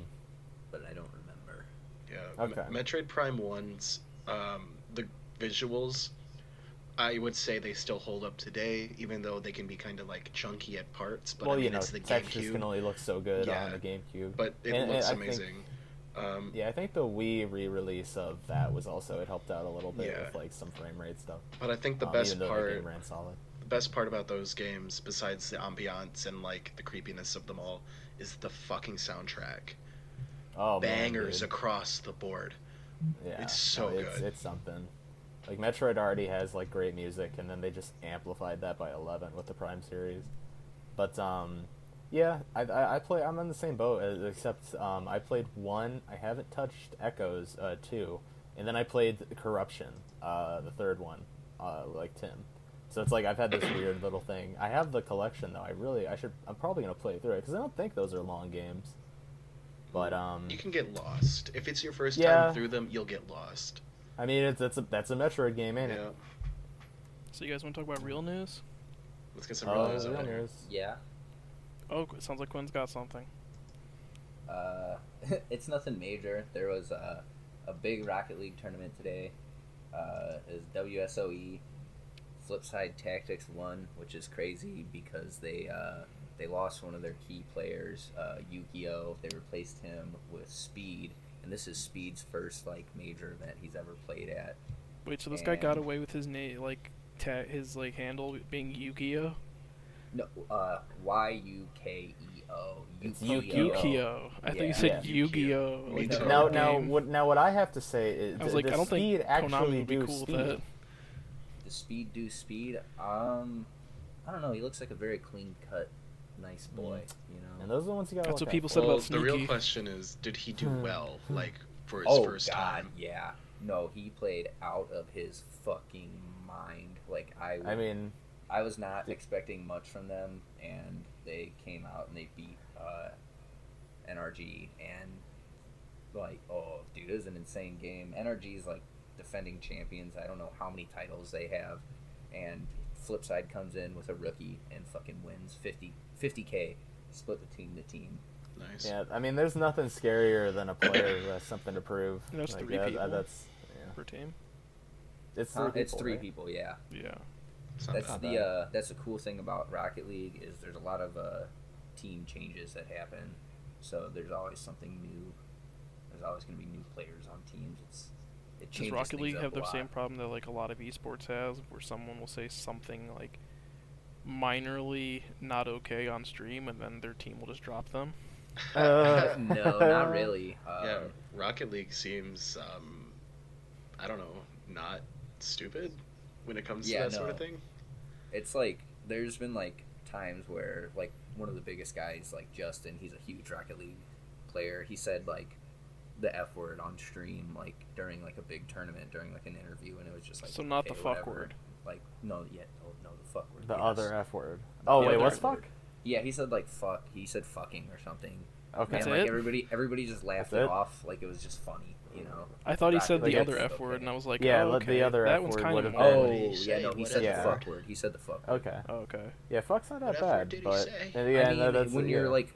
Speaker 4: but I don't remember.
Speaker 3: yeah, M-
Speaker 2: Okay.
Speaker 3: Metroid Prime One's um, the visuals, I would say they still hold up today, even though they can be kind of like chunky at parts. But
Speaker 2: well,
Speaker 3: I mean,
Speaker 2: you know,
Speaker 3: it's the
Speaker 2: textures
Speaker 3: GameCube,
Speaker 2: can only look so good
Speaker 3: Yeah.
Speaker 2: on the GameCube.
Speaker 3: but it
Speaker 2: and- and
Speaker 3: looks
Speaker 2: I think-
Speaker 3: amazing. um,
Speaker 2: yeah, I think the Wii re-release of that was also it helped out a little bit
Speaker 3: Yeah.
Speaker 2: with like some frame rate stuff.
Speaker 3: But I think the
Speaker 2: um,
Speaker 3: best
Speaker 2: even though
Speaker 3: part,
Speaker 2: the game ran solid.
Speaker 3: the best part about those games, besides the ambiance and like the creepiness of them all, is the fucking soundtrack.
Speaker 2: Oh,
Speaker 3: Bangers
Speaker 2: man, dude.
Speaker 3: across the board.
Speaker 2: yeah,
Speaker 3: it's so
Speaker 2: no, it's,
Speaker 3: good.
Speaker 2: It's something. Like Metroid already has like great music, and then they just amplified that by eleven with the Prime series. But um, yeah, I, I, I play. I'm on the same boat, uh, except um, I played one. I haven't touched Echoes uh, two, and then I played Corruption, uh, the third one, uh, like Tim. So it's like I've had this weird little thing. I have the collection though. I really, I should. I'm probably gonna play through it because I don't think those are long games. But um,
Speaker 3: Mm. You can get lost if it's your first
Speaker 2: Yeah.
Speaker 3: time through them. You'll get lost.
Speaker 2: I mean, it's that's a that's a Metroid game, ain't
Speaker 3: Yeah.
Speaker 2: it?
Speaker 1: So you guys want to talk about real news?
Speaker 3: Let's get some real
Speaker 2: Oh,
Speaker 3: news out
Speaker 2: real
Speaker 3: here.
Speaker 2: news.
Speaker 4: Yeah.
Speaker 1: Oh, it sounds like Quinn's got something.
Speaker 4: Uh, <laughs> it's nothing major. There was a, a big Rocket League tournament today. Uh, is WSOE E Flipside Tactics won, which is crazy because they uh, they lost one of their key players, uh, Yu-Gi-Oh. They replaced him with Speed, and this is Speed's first like major event he's ever played at.
Speaker 1: Wait, so this guy got
Speaker 4: And-
Speaker 1: away with his name, like ta- his like handle being Yu-Gi-Oh.
Speaker 4: No, uh, Y U K E O.
Speaker 2: It's Yu-Gi-Oh.
Speaker 1: Oh, Yu-Gi-Oh. I thought you
Speaker 4: Yeah.
Speaker 1: said
Speaker 2: Yeah.
Speaker 1: Yu-Gi-Oh.
Speaker 3: Me
Speaker 1: Like
Speaker 3: too.
Speaker 1: the
Speaker 2: Now,
Speaker 1: card
Speaker 2: now,
Speaker 1: game.
Speaker 2: what, now, what I have to say is,
Speaker 1: I
Speaker 2: th-
Speaker 1: was like,
Speaker 2: does
Speaker 1: I don't
Speaker 2: speed
Speaker 1: think
Speaker 2: actually
Speaker 1: Konami would be
Speaker 2: do
Speaker 1: cool
Speaker 2: speed.
Speaker 1: with that.
Speaker 4: The speed do speed. Um, I don't know. He looks like a very clean cut, nice boy. You know.
Speaker 2: Mm. And those are the ones you got.
Speaker 1: That's what people said
Speaker 3: well,
Speaker 1: about
Speaker 3: the real
Speaker 1: Sneaky.
Speaker 3: question is, did he do
Speaker 2: Hmm.
Speaker 3: well? Like for his
Speaker 4: oh
Speaker 3: first
Speaker 4: God,
Speaker 3: time?
Speaker 4: yeah. No, he played out of his fucking mind. Like I,
Speaker 2: I mean,
Speaker 4: I was not expecting much from them, and they came out and they beat uh, NRG and like, oh, dude, it was an insane game. NRG is like defending champions. I don't know how many titles they have, and Flipside comes in with a rookie and fucking wins 50 k split between the team.
Speaker 3: Nice.
Speaker 2: yeah, I mean, there's nothing scarier than a player who has something to prove.
Speaker 1: That's
Speaker 2: Like,
Speaker 1: three
Speaker 2: that-
Speaker 1: people.
Speaker 2: that's yeah.
Speaker 1: per team.
Speaker 2: It's three
Speaker 4: Huh?
Speaker 2: people.
Speaker 4: Uh, it's three
Speaker 2: right?
Speaker 4: people, yeah.
Speaker 1: Yeah.
Speaker 3: It's not
Speaker 4: that's
Speaker 3: bad.
Speaker 2: not
Speaker 4: the
Speaker 2: bad.
Speaker 4: uh, that's the cool thing about Rocket League is there's a lot of uh, team changes that happen, so there's always something new. There's always going to be new players on teams. It's it
Speaker 1: Does
Speaker 4: changes.
Speaker 1: Rocket
Speaker 4: things
Speaker 1: League
Speaker 4: up
Speaker 1: have
Speaker 4: a
Speaker 1: the
Speaker 4: lot. <laughs>
Speaker 1: same problem that like a lot of esports has, where someone will say something like minorly not okay on stream, and then their team will just drop them?
Speaker 2: <laughs> Uh,
Speaker 4: no, not really. Um,
Speaker 3: <laughs> yeah, Rocket League seems, um, I don't know, not stupid when it comes
Speaker 4: Yeah,
Speaker 3: to that sort
Speaker 4: no.
Speaker 3: of thing.
Speaker 4: It's like there's been like times where like one of the biggest guys like Justin, he's a huge Rocket League player. He said like the F word on stream like during like a big tournament during like an interview, and it was just like
Speaker 1: so not
Speaker 4: okay,
Speaker 1: the fuck
Speaker 4: whatever.
Speaker 1: word.
Speaker 4: like no yeah no, no the fuck word
Speaker 2: The
Speaker 4: yes.
Speaker 2: other F word. Oh
Speaker 1: The
Speaker 2: wait,
Speaker 1: other
Speaker 2: what's
Speaker 1: F
Speaker 2: fuck?
Speaker 4: word. yeah he said like fuck he said fucking or something
Speaker 2: Okay.
Speaker 1: That's
Speaker 4: and like
Speaker 1: it?
Speaker 4: everybody everybody just laughed
Speaker 2: That's
Speaker 4: it,
Speaker 2: it?
Speaker 4: off like it was just funny you know
Speaker 1: I thought he
Speaker 4: Rocket
Speaker 1: said
Speaker 2: League
Speaker 1: the other
Speaker 4: is
Speaker 1: F word,
Speaker 4: okay.
Speaker 1: and I was like,
Speaker 2: Yeah,
Speaker 1: oh,
Speaker 2: let
Speaker 1: okay,
Speaker 2: the other
Speaker 1: that
Speaker 2: F
Speaker 1: one's
Speaker 2: word
Speaker 1: kind
Speaker 2: would've
Speaker 1: of more.
Speaker 2: been-
Speaker 4: oh
Speaker 3: What did he
Speaker 4: yeah
Speaker 3: say?
Speaker 4: no he
Speaker 3: What
Speaker 4: said
Speaker 2: did he
Speaker 4: the
Speaker 2: say?
Speaker 4: fuck word he said the fuck word.
Speaker 2: Okay.
Speaker 1: Oh, okay.
Speaker 2: Yeah, fuck's not that
Speaker 3: What F word
Speaker 2: bad,
Speaker 3: did he
Speaker 2: but
Speaker 3: say?
Speaker 2: and yeah,
Speaker 4: I mean,
Speaker 2: no, that's
Speaker 4: when
Speaker 2: yeah.
Speaker 4: you're like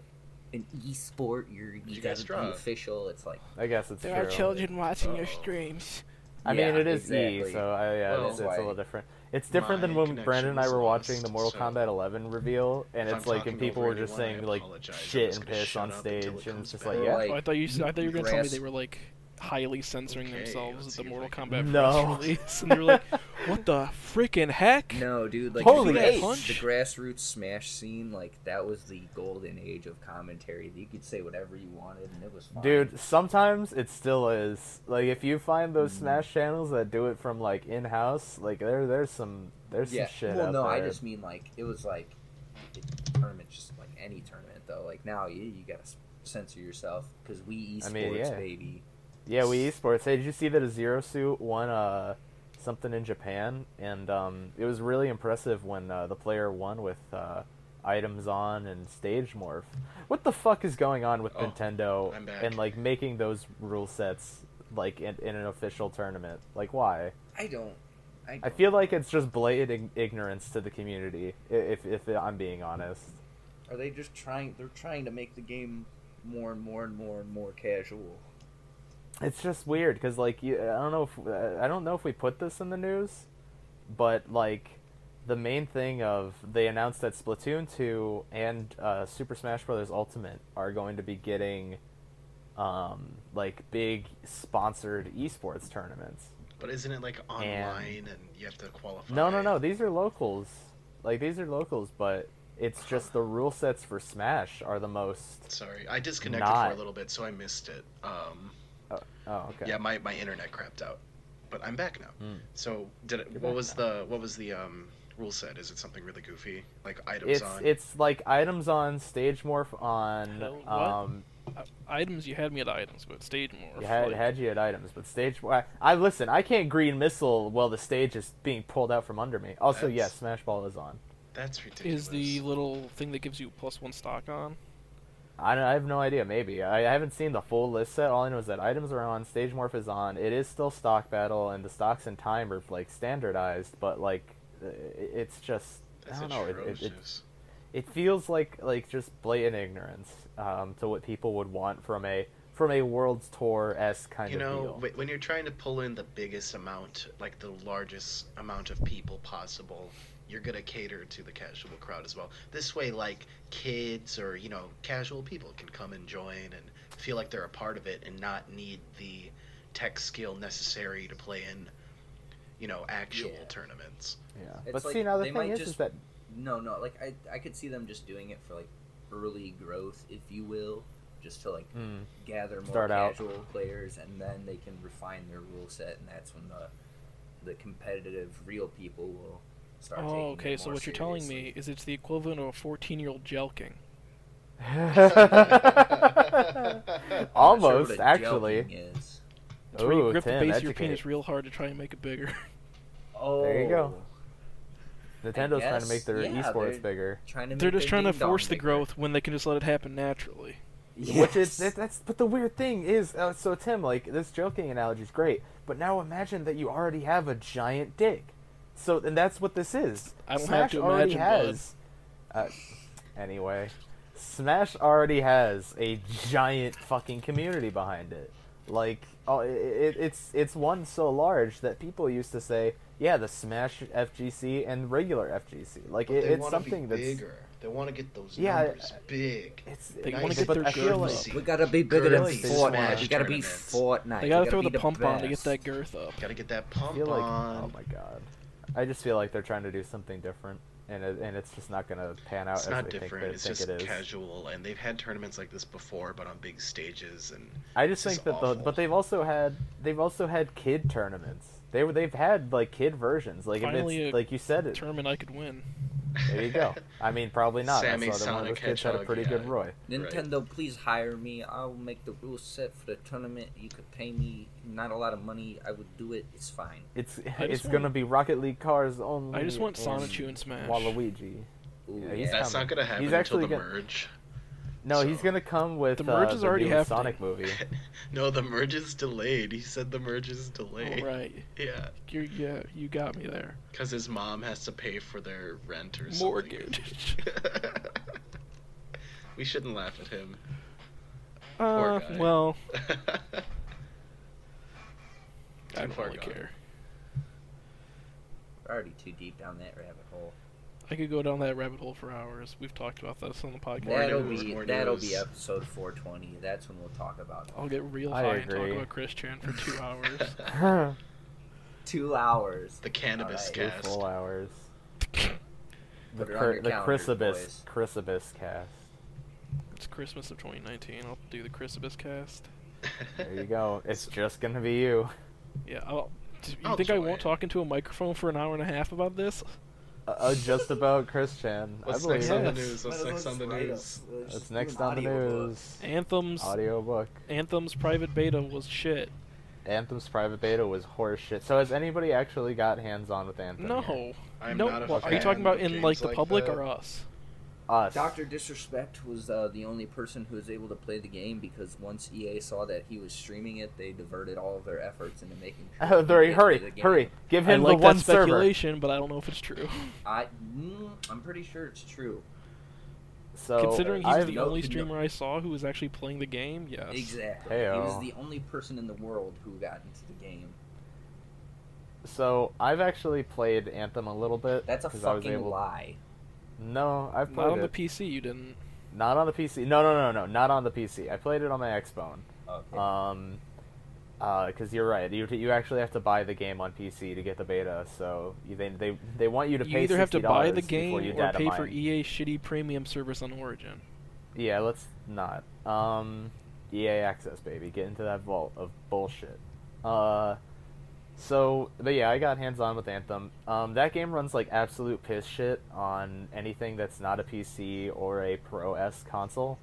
Speaker 4: an e-sport you're you,
Speaker 3: You guys
Speaker 4: guys
Speaker 3: draw.
Speaker 4: are official it's like
Speaker 2: I guess it's true.
Speaker 1: watching
Speaker 3: your
Speaker 1: streams.
Speaker 2: I mean,
Speaker 4: Yeah,
Speaker 2: it is E,
Speaker 4: exactly.
Speaker 2: so I, yeah,
Speaker 3: Well,
Speaker 2: it's, it's a little
Speaker 4: why
Speaker 2: different. It's different than
Speaker 3: my
Speaker 2: when Brandon and I
Speaker 3: connection's
Speaker 2: were watching
Speaker 3: lost,
Speaker 2: the Mortal
Speaker 3: so
Speaker 2: Kombat 11 reveal, and
Speaker 3: if
Speaker 2: it's
Speaker 3: I'm
Speaker 2: like, and
Speaker 3: talking
Speaker 2: people
Speaker 3: over
Speaker 2: were just
Speaker 3: anyone, I
Speaker 2: saying like
Speaker 3: apologize. I'm
Speaker 2: shit
Speaker 3: just
Speaker 2: and
Speaker 3: gonna
Speaker 2: piss
Speaker 3: shut
Speaker 2: on
Speaker 3: up until
Speaker 2: stage,
Speaker 3: it
Speaker 2: and
Speaker 3: comes
Speaker 2: it's just
Speaker 3: back.
Speaker 2: like,
Speaker 4: Or,
Speaker 2: yeah,
Speaker 4: like,
Speaker 1: Oh, I thought you. s- I thought you were gonna tell me
Speaker 4: Grass-
Speaker 1: they were like highly censoring
Speaker 3: Okay,
Speaker 1: themselves
Speaker 3: let's
Speaker 1: at
Speaker 3: see
Speaker 1: the
Speaker 3: if I
Speaker 1: Mortal
Speaker 3: can-
Speaker 1: Kombat
Speaker 2: No.
Speaker 1: press release, and they were like, <laughs> "What the freaking heck?"
Speaker 4: no dude like
Speaker 2: Holy
Speaker 4: the,
Speaker 2: eight.
Speaker 4: the grassroots smash scene like that was the golden age of commentary you could say whatever you wanted and it was fine.
Speaker 2: Dude, sometimes it still is. Like if you find those
Speaker 3: Mm.
Speaker 2: Smash channels that do it from like in house, like there there's some there's some shit
Speaker 4: Well,
Speaker 2: out
Speaker 4: no,
Speaker 2: there.
Speaker 4: I just mean like it was like the tournament, just like any tournament though. Like now, you you gotta s- censor yourself because we
Speaker 2: I
Speaker 4: esports
Speaker 2: mean, yeah.
Speaker 4: baby.
Speaker 2: Yeah, we esports. Hey, did you see that a Zero Suit won uh something in Japan? And um it was really impressive when uh, the player won with uh items on and stage morph. What the fuck is going on with
Speaker 3: Oh,
Speaker 2: Nintendo
Speaker 3: I'm back.
Speaker 2: and like making those rule sets like in, in an official tournament? Like why?
Speaker 4: I don't. I, don't
Speaker 2: I feel like it's just blatant ig- ignorance to the community, i- if, if I'm being honest.
Speaker 4: are they just trying? They're trying to make the game more and more and more and more casual.
Speaker 2: it's just weird because like you, I don't know if uh, I don't know if we put this in the news, but like the main thing of they announced that Splatoon two and uh, Super Smash Bros Ultimate are going to be getting um, like big sponsored esports tournaments.
Speaker 3: But isn't it like online and, you have to qualify?
Speaker 2: No, no, no. These are locals. Like these are locals, but it's just the rule sets for Smash are the most.
Speaker 3: Sorry, I disconnected
Speaker 2: Not-
Speaker 3: for a little bit, so I missed it. Um,
Speaker 2: Oh, oh okay.
Speaker 3: Yeah, my, my internet crapped out, but I'm back now.
Speaker 2: Hmm.
Speaker 3: So did it,
Speaker 2: You're
Speaker 3: what
Speaker 2: back
Speaker 3: was
Speaker 2: now.
Speaker 3: the what was the um, rule set? Is it something really goofy like items
Speaker 2: It's
Speaker 3: on?
Speaker 2: it's like items on stage morph on
Speaker 1: Hell, what?
Speaker 2: um
Speaker 1: Uh, Items, you had me at items, but stage morph.
Speaker 2: you had,
Speaker 1: like,
Speaker 2: had you at items, but stage I, I listen. I can't green missile while the stage is being pulled out from under me. Also, yes,
Speaker 3: That's-
Speaker 2: smash ball is on.
Speaker 3: That's ridiculous.
Speaker 1: is the little thing that gives you plus one stock on.
Speaker 2: I, don't- I have no idea. Maybe I, I haven't seen the full list set. All I know is that items are on, stage morph is on. It is still stock battle, and the stocks and time are like standardized, but like i- i- it's just
Speaker 3: That's
Speaker 2: I don't know. It, it,
Speaker 3: atrocious.
Speaker 2: it, it feels like like just blatant ignorance um, to what people would want from a from a world's tour esque kind
Speaker 3: you
Speaker 2: of
Speaker 3: know,
Speaker 2: deal.
Speaker 3: wh- when you're trying to pull in the biggest amount, like the largest amount of people possible, you're gonna cater to the casual crowd as well. This way, like kids or you know, casual people can come and join and feel like they're a part of it and not need the tech skill necessary to play in, you know, actual
Speaker 4: Yeah.
Speaker 3: tournaments.
Speaker 2: yeah.
Speaker 4: It's
Speaker 2: But
Speaker 4: like
Speaker 2: see, now the
Speaker 4: they
Speaker 2: thing
Speaker 4: might
Speaker 2: is, is
Speaker 4: just-
Speaker 2: that
Speaker 4: No, no, like I, I could see them just doing it for like early growth, if you will, just to like
Speaker 2: mm,
Speaker 4: gather more
Speaker 2: Start out.
Speaker 4: casual players, and then they can refine their rule set, and that's when the the competitive real people will start. taking
Speaker 1: Oh,
Speaker 4: it
Speaker 1: okay. So
Speaker 4: more
Speaker 1: what you're telling me
Speaker 4: seriously.
Speaker 1: is it's the equivalent of a 14-year-old jelking.
Speaker 4: <laughs> I'm not sure what
Speaker 2: <laughs> Almost,
Speaker 4: a
Speaker 2: actually.
Speaker 4: jelking is.
Speaker 1: It's where you
Speaker 2: Ooh,
Speaker 1: grip the
Speaker 2: Tim,
Speaker 1: base of your
Speaker 2: educate.
Speaker 1: penis real hard to try and make it bigger.
Speaker 4: Oh,
Speaker 2: you go. Nintendo's trying to
Speaker 4: guess,
Speaker 2: make their
Speaker 4: yeah,
Speaker 2: esports
Speaker 4: they're-
Speaker 2: bigger,
Speaker 4: Trying to
Speaker 1: <laughs> They're
Speaker 4: make
Speaker 1: just
Speaker 4: their
Speaker 1: trying to
Speaker 4: ding-dong
Speaker 1: force the
Speaker 4: bigger.
Speaker 1: growth when they can just let it happen naturally.
Speaker 2: which is
Speaker 4: Yes.
Speaker 2: that, that's. But the weird thing is, uh, so Tim, like this joking analogy is great, but now imagine that you already have a giant dick. So and that's what this is.
Speaker 1: I don't
Speaker 2: Smash
Speaker 1: have to
Speaker 2: already
Speaker 1: imagine, bud.
Speaker 2: has. Uh, anyway, Smash already has a giant fucking community behind it. Like, oh, i it, it's it's one so large that people used to say, yeah, the Smash FGC and regular FGC. Like, it, it's something that's
Speaker 3: bigger. They want to get those
Speaker 2: Yeah,
Speaker 3: numbers big.
Speaker 2: It's
Speaker 1: They
Speaker 2: nice,
Speaker 1: wanna get
Speaker 2: but
Speaker 1: their
Speaker 2: I feel
Speaker 1: girth
Speaker 2: like
Speaker 3: up.
Speaker 4: We gotta be bigger than
Speaker 2: Girly
Speaker 4: Fortnite.
Speaker 2: Smash
Speaker 4: We gotta be
Speaker 3: tournaments.
Speaker 4: Fortnite.
Speaker 1: They
Speaker 4: We
Speaker 1: gotta throw
Speaker 4: be
Speaker 1: the pump on to get
Speaker 4: best.
Speaker 1: that girth up.
Speaker 3: Gotta get that
Speaker 2: I
Speaker 3: pump
Speaker 2: feel like
Speaker 3: on.
Speaker 2: oh my god, I just feel like they're trying to do something different, and it, and it's just not gonna pan out
Speaker 3: It's
Speaker 2: as
Speaker 3: not
Speaker 2: they
Speaker 3: different. It's
Speaker 2: think,
Speaker 3: just
Speaker 2: they think it is.
Speaker 3: casual, and they've had tournaments like this before, but on big stages. And
Speaker 2: I just
Speaker 3: This is
Speaker 2: think that the
Speaker 3: awful.
Speaker 2: but they've also had they've also had kid tournaments. They were they've had like kid versions. Like
Speaker 1: Finally
Speaker 2: if
Speaker 1: a
Speaker 2: it's like you said it.
Speaker 1: Determine I could win.
Speaker 2: There you go. I mean, probably not.
Speaker 3: Sammy
Speaker 2: That's why the one of
Speaker 3: Sonic
Speaker 2: those kids had a
Speaker 3: Hedgehog,
Speaker 2: pretty
Speaker 3: yeah.
Speaker 2: good Roy.
Speaker 3: Right.
Speaker 4: Nintendo, please hire me. I'll make the rules set for the tournament. You could pay me not a lot of money. I would do it. It's fine.
Speaker 2: It's
Speaker 1: I just
Speaker 2: it's
Speaker 1: want-
Speaker 2: gonna be Rocket League cars only.
Speaker 1: I just want
Speaker 2: and
Speaker 1: Sonichu and Smash.
Speaker 2: Waluigi.
Speaker 4: Ooh,
Speaker 2: Yeah,
Speaker 4: yeah,
Speaker 2: he's
Speaker 3: that's
Speaker 2: coming.
Speaker 3: not gonna happen
Speaker 2: He's
Speaker 3: until
Speaker 2: actually
Speaker 3: the
Speaker 2: gonna-
Speaker 3: merge.
Speaker 2: No,
Speaker 3: So-
Speaker 2: he's gonna come with
Speaker 1: The merge
Speaker 2: uh,
Speaker 1: is already
Speaker 2: new
Speaker 1: happening.
Speaker 2: Sonic
Speaker 3: <laughs>
Speaker 2: movie. <laughs>
Speaker 3: no, the merge is delayed. He said the merge is
Speaker 1: All
Speaker 3: delayed.
Speaker 1: right,
Speaker 3: Yeah,
Speaker 1: you yeah, you got me there.
Speaker 3: because his mom has to pay for their rent or something.
Speaker 1: Mortgage.
Speaker 2: <laughs>
Speaker 1: <laughs>
Speaker 3: <laughs> we shouldn't laugh at him. <laughs>
Speaker 1: Uh,
Speaker 3: guy.
Speaker 1: well, I
Speaker 3: Too
Speaker 1: don't
Speaker 3: far
Speaker 1: really
Speaker 3: gone.
Speaker 1: care.
Speaker 4: we're already too deep down that rabbit hole.
Speaker 1: I could go down that rabbit hole for hours. We've talked about this on the podcast.
Speaker 3: More
Speaker 4: that'll
Speaker 3: news,
Speaker 4: be
Speaker 3: more
Speaker 4: that'll
Speaker 3: news.
Speaker 4: be episode 420. That's when we'll talk about it.
Speaker 1: I'll get real
Speaker 2: I
Speaker 1: high and talk
Speaker 2: agree.
Speaker 1: about Chris Chan for
Speaker 2: <laughs>
Speaker 1: two hours.
Speaker 4: two hours.
Speaker 3: the cannabis
Speaker 4: Alright.
Speaker 2: Two
Speaker 3: cast. <laughs>
Speaker 2: full hours. The,
Speaker 4: Put it on
Speaker 2: cr-
Speaker 4: your
Speaker 2: the
Speaker 4: calendar,
Speaker 2: Chrysobis
Speaker 4: boys. <laughs>
Speaker 2: Chrysobis cast.
Speaker 1: it's Christmas of 2019. I'll do the Christmas cast.
Speaker 2: There you
Speaker 4: <laughs>
Speaker 2: go. It's just gonna be you.
Speaker 1: Yeah, I'll. do You
Speaker 3: I'll
Speaker 1: think I
Speaker 3: try
Speaker 1: won't
Speaker 3: it.
Speaker 1: talk into a microphone for an hour and a half about this?
Speaker 2: Uh, uh, just about Christian. I
Speaker 3: What's
Speaker 2: believe
Speaker 3: next on the
Speaker 2: it.
Speaker 3: news? What's next on the news?
Speaker 2: That's next on the news.
Speaker 1: Anthem's
Speaker 2: Audiobook.
Speaker 1: Anthem's private beta was shit.
Speaker 2: Anthem's private beta was horse shit. So has anybody actually got hands on with Anthem? yet?
Speaker 1: No,
Speaker 3: I'm
Speaker 1: no.
Speaker 3: not a
Speaker 1: well, are you
Speaker 3: fan
Speaker 1: talking about
Speaker 3: of
Speaker 1: in
Speaker 3: games
Speaker 1: like the
Speaker 3: like
Speaker 1: public
Speaker 3: that.
Speaker 1: or us?
Speaker 2: Us.
Speaker 4: Doctor Disrespect was uh, the only person who was able to play the game because once EA saw that he was streaming it, they diverted all of their efforts into
Speaker 2: <laughs>
Speaker 4: making. sure
Speaker 2: Oh, <laughs> hurry,
Speaker 4: he didn't play
Speaker 2: hurry,
Speaker 4: the game.
Speaker 2: hurry! Give
Speaker 1: I
Speaker 2: him
Speaker 1: like
Speaker 2: the one
Speaker 1: that
Speaker 2: server.
Speaker 4: <laughs>
Speaker 1: speculation, but I don't know if it's true.
Speaker 4: I, mm, I'm pretty sure it's true.
Speaker 2: So
Speaker 1: Considering he's
Speaker 2: I've,
Speaker 1: the
Speaker 4: no-
Speaker 1: only
Speaker 4: no-
Speaker 1: streamer I saw who was actually playing the game, yes.
Speaker 4: Exactly. He
Speaker 2: Heyo.
Speaker 4: was the only person in the world who got into the game.
Speaker 2: so I've actually played Anthem a little bit.
Speaker 4: That's a
Speaker 2: 'cause I was
Speaker 4: fucking
Speaker 2: able-
Speaker 4: lie.
Speaker 2: No, I've played
Speaker 1: Not on
Speaker 2: it.
Speaker 1: the PC, you didn't.
Speaker 2: Not on the PC. No, no, no, no, not on the PC. I played it on my Xbone.
Speaker 4: Okay.
Speaker 2: Um, because you're right. You you actually have to buy the game on PC to get the beta. So you, they they they want you to
Speaker 1: You
Speaker 2: pay
Speaker 1: either have to buy the
Speaker 2: $60 before you
Speaker 1: game or
Speaker 2: data
Speaker 1: pay for
Speaker 2: mine.
Speaker 1: EA shitty premium service on Origin.
Speaker 2: Yeah, let's not. Um, EA Access, baby, get into that vault of bullshit. Uh, so, but yeah, I got hands on with Anthem. Um, that game runs like absolute piss shit on anything that's not a PC or a Pro S console.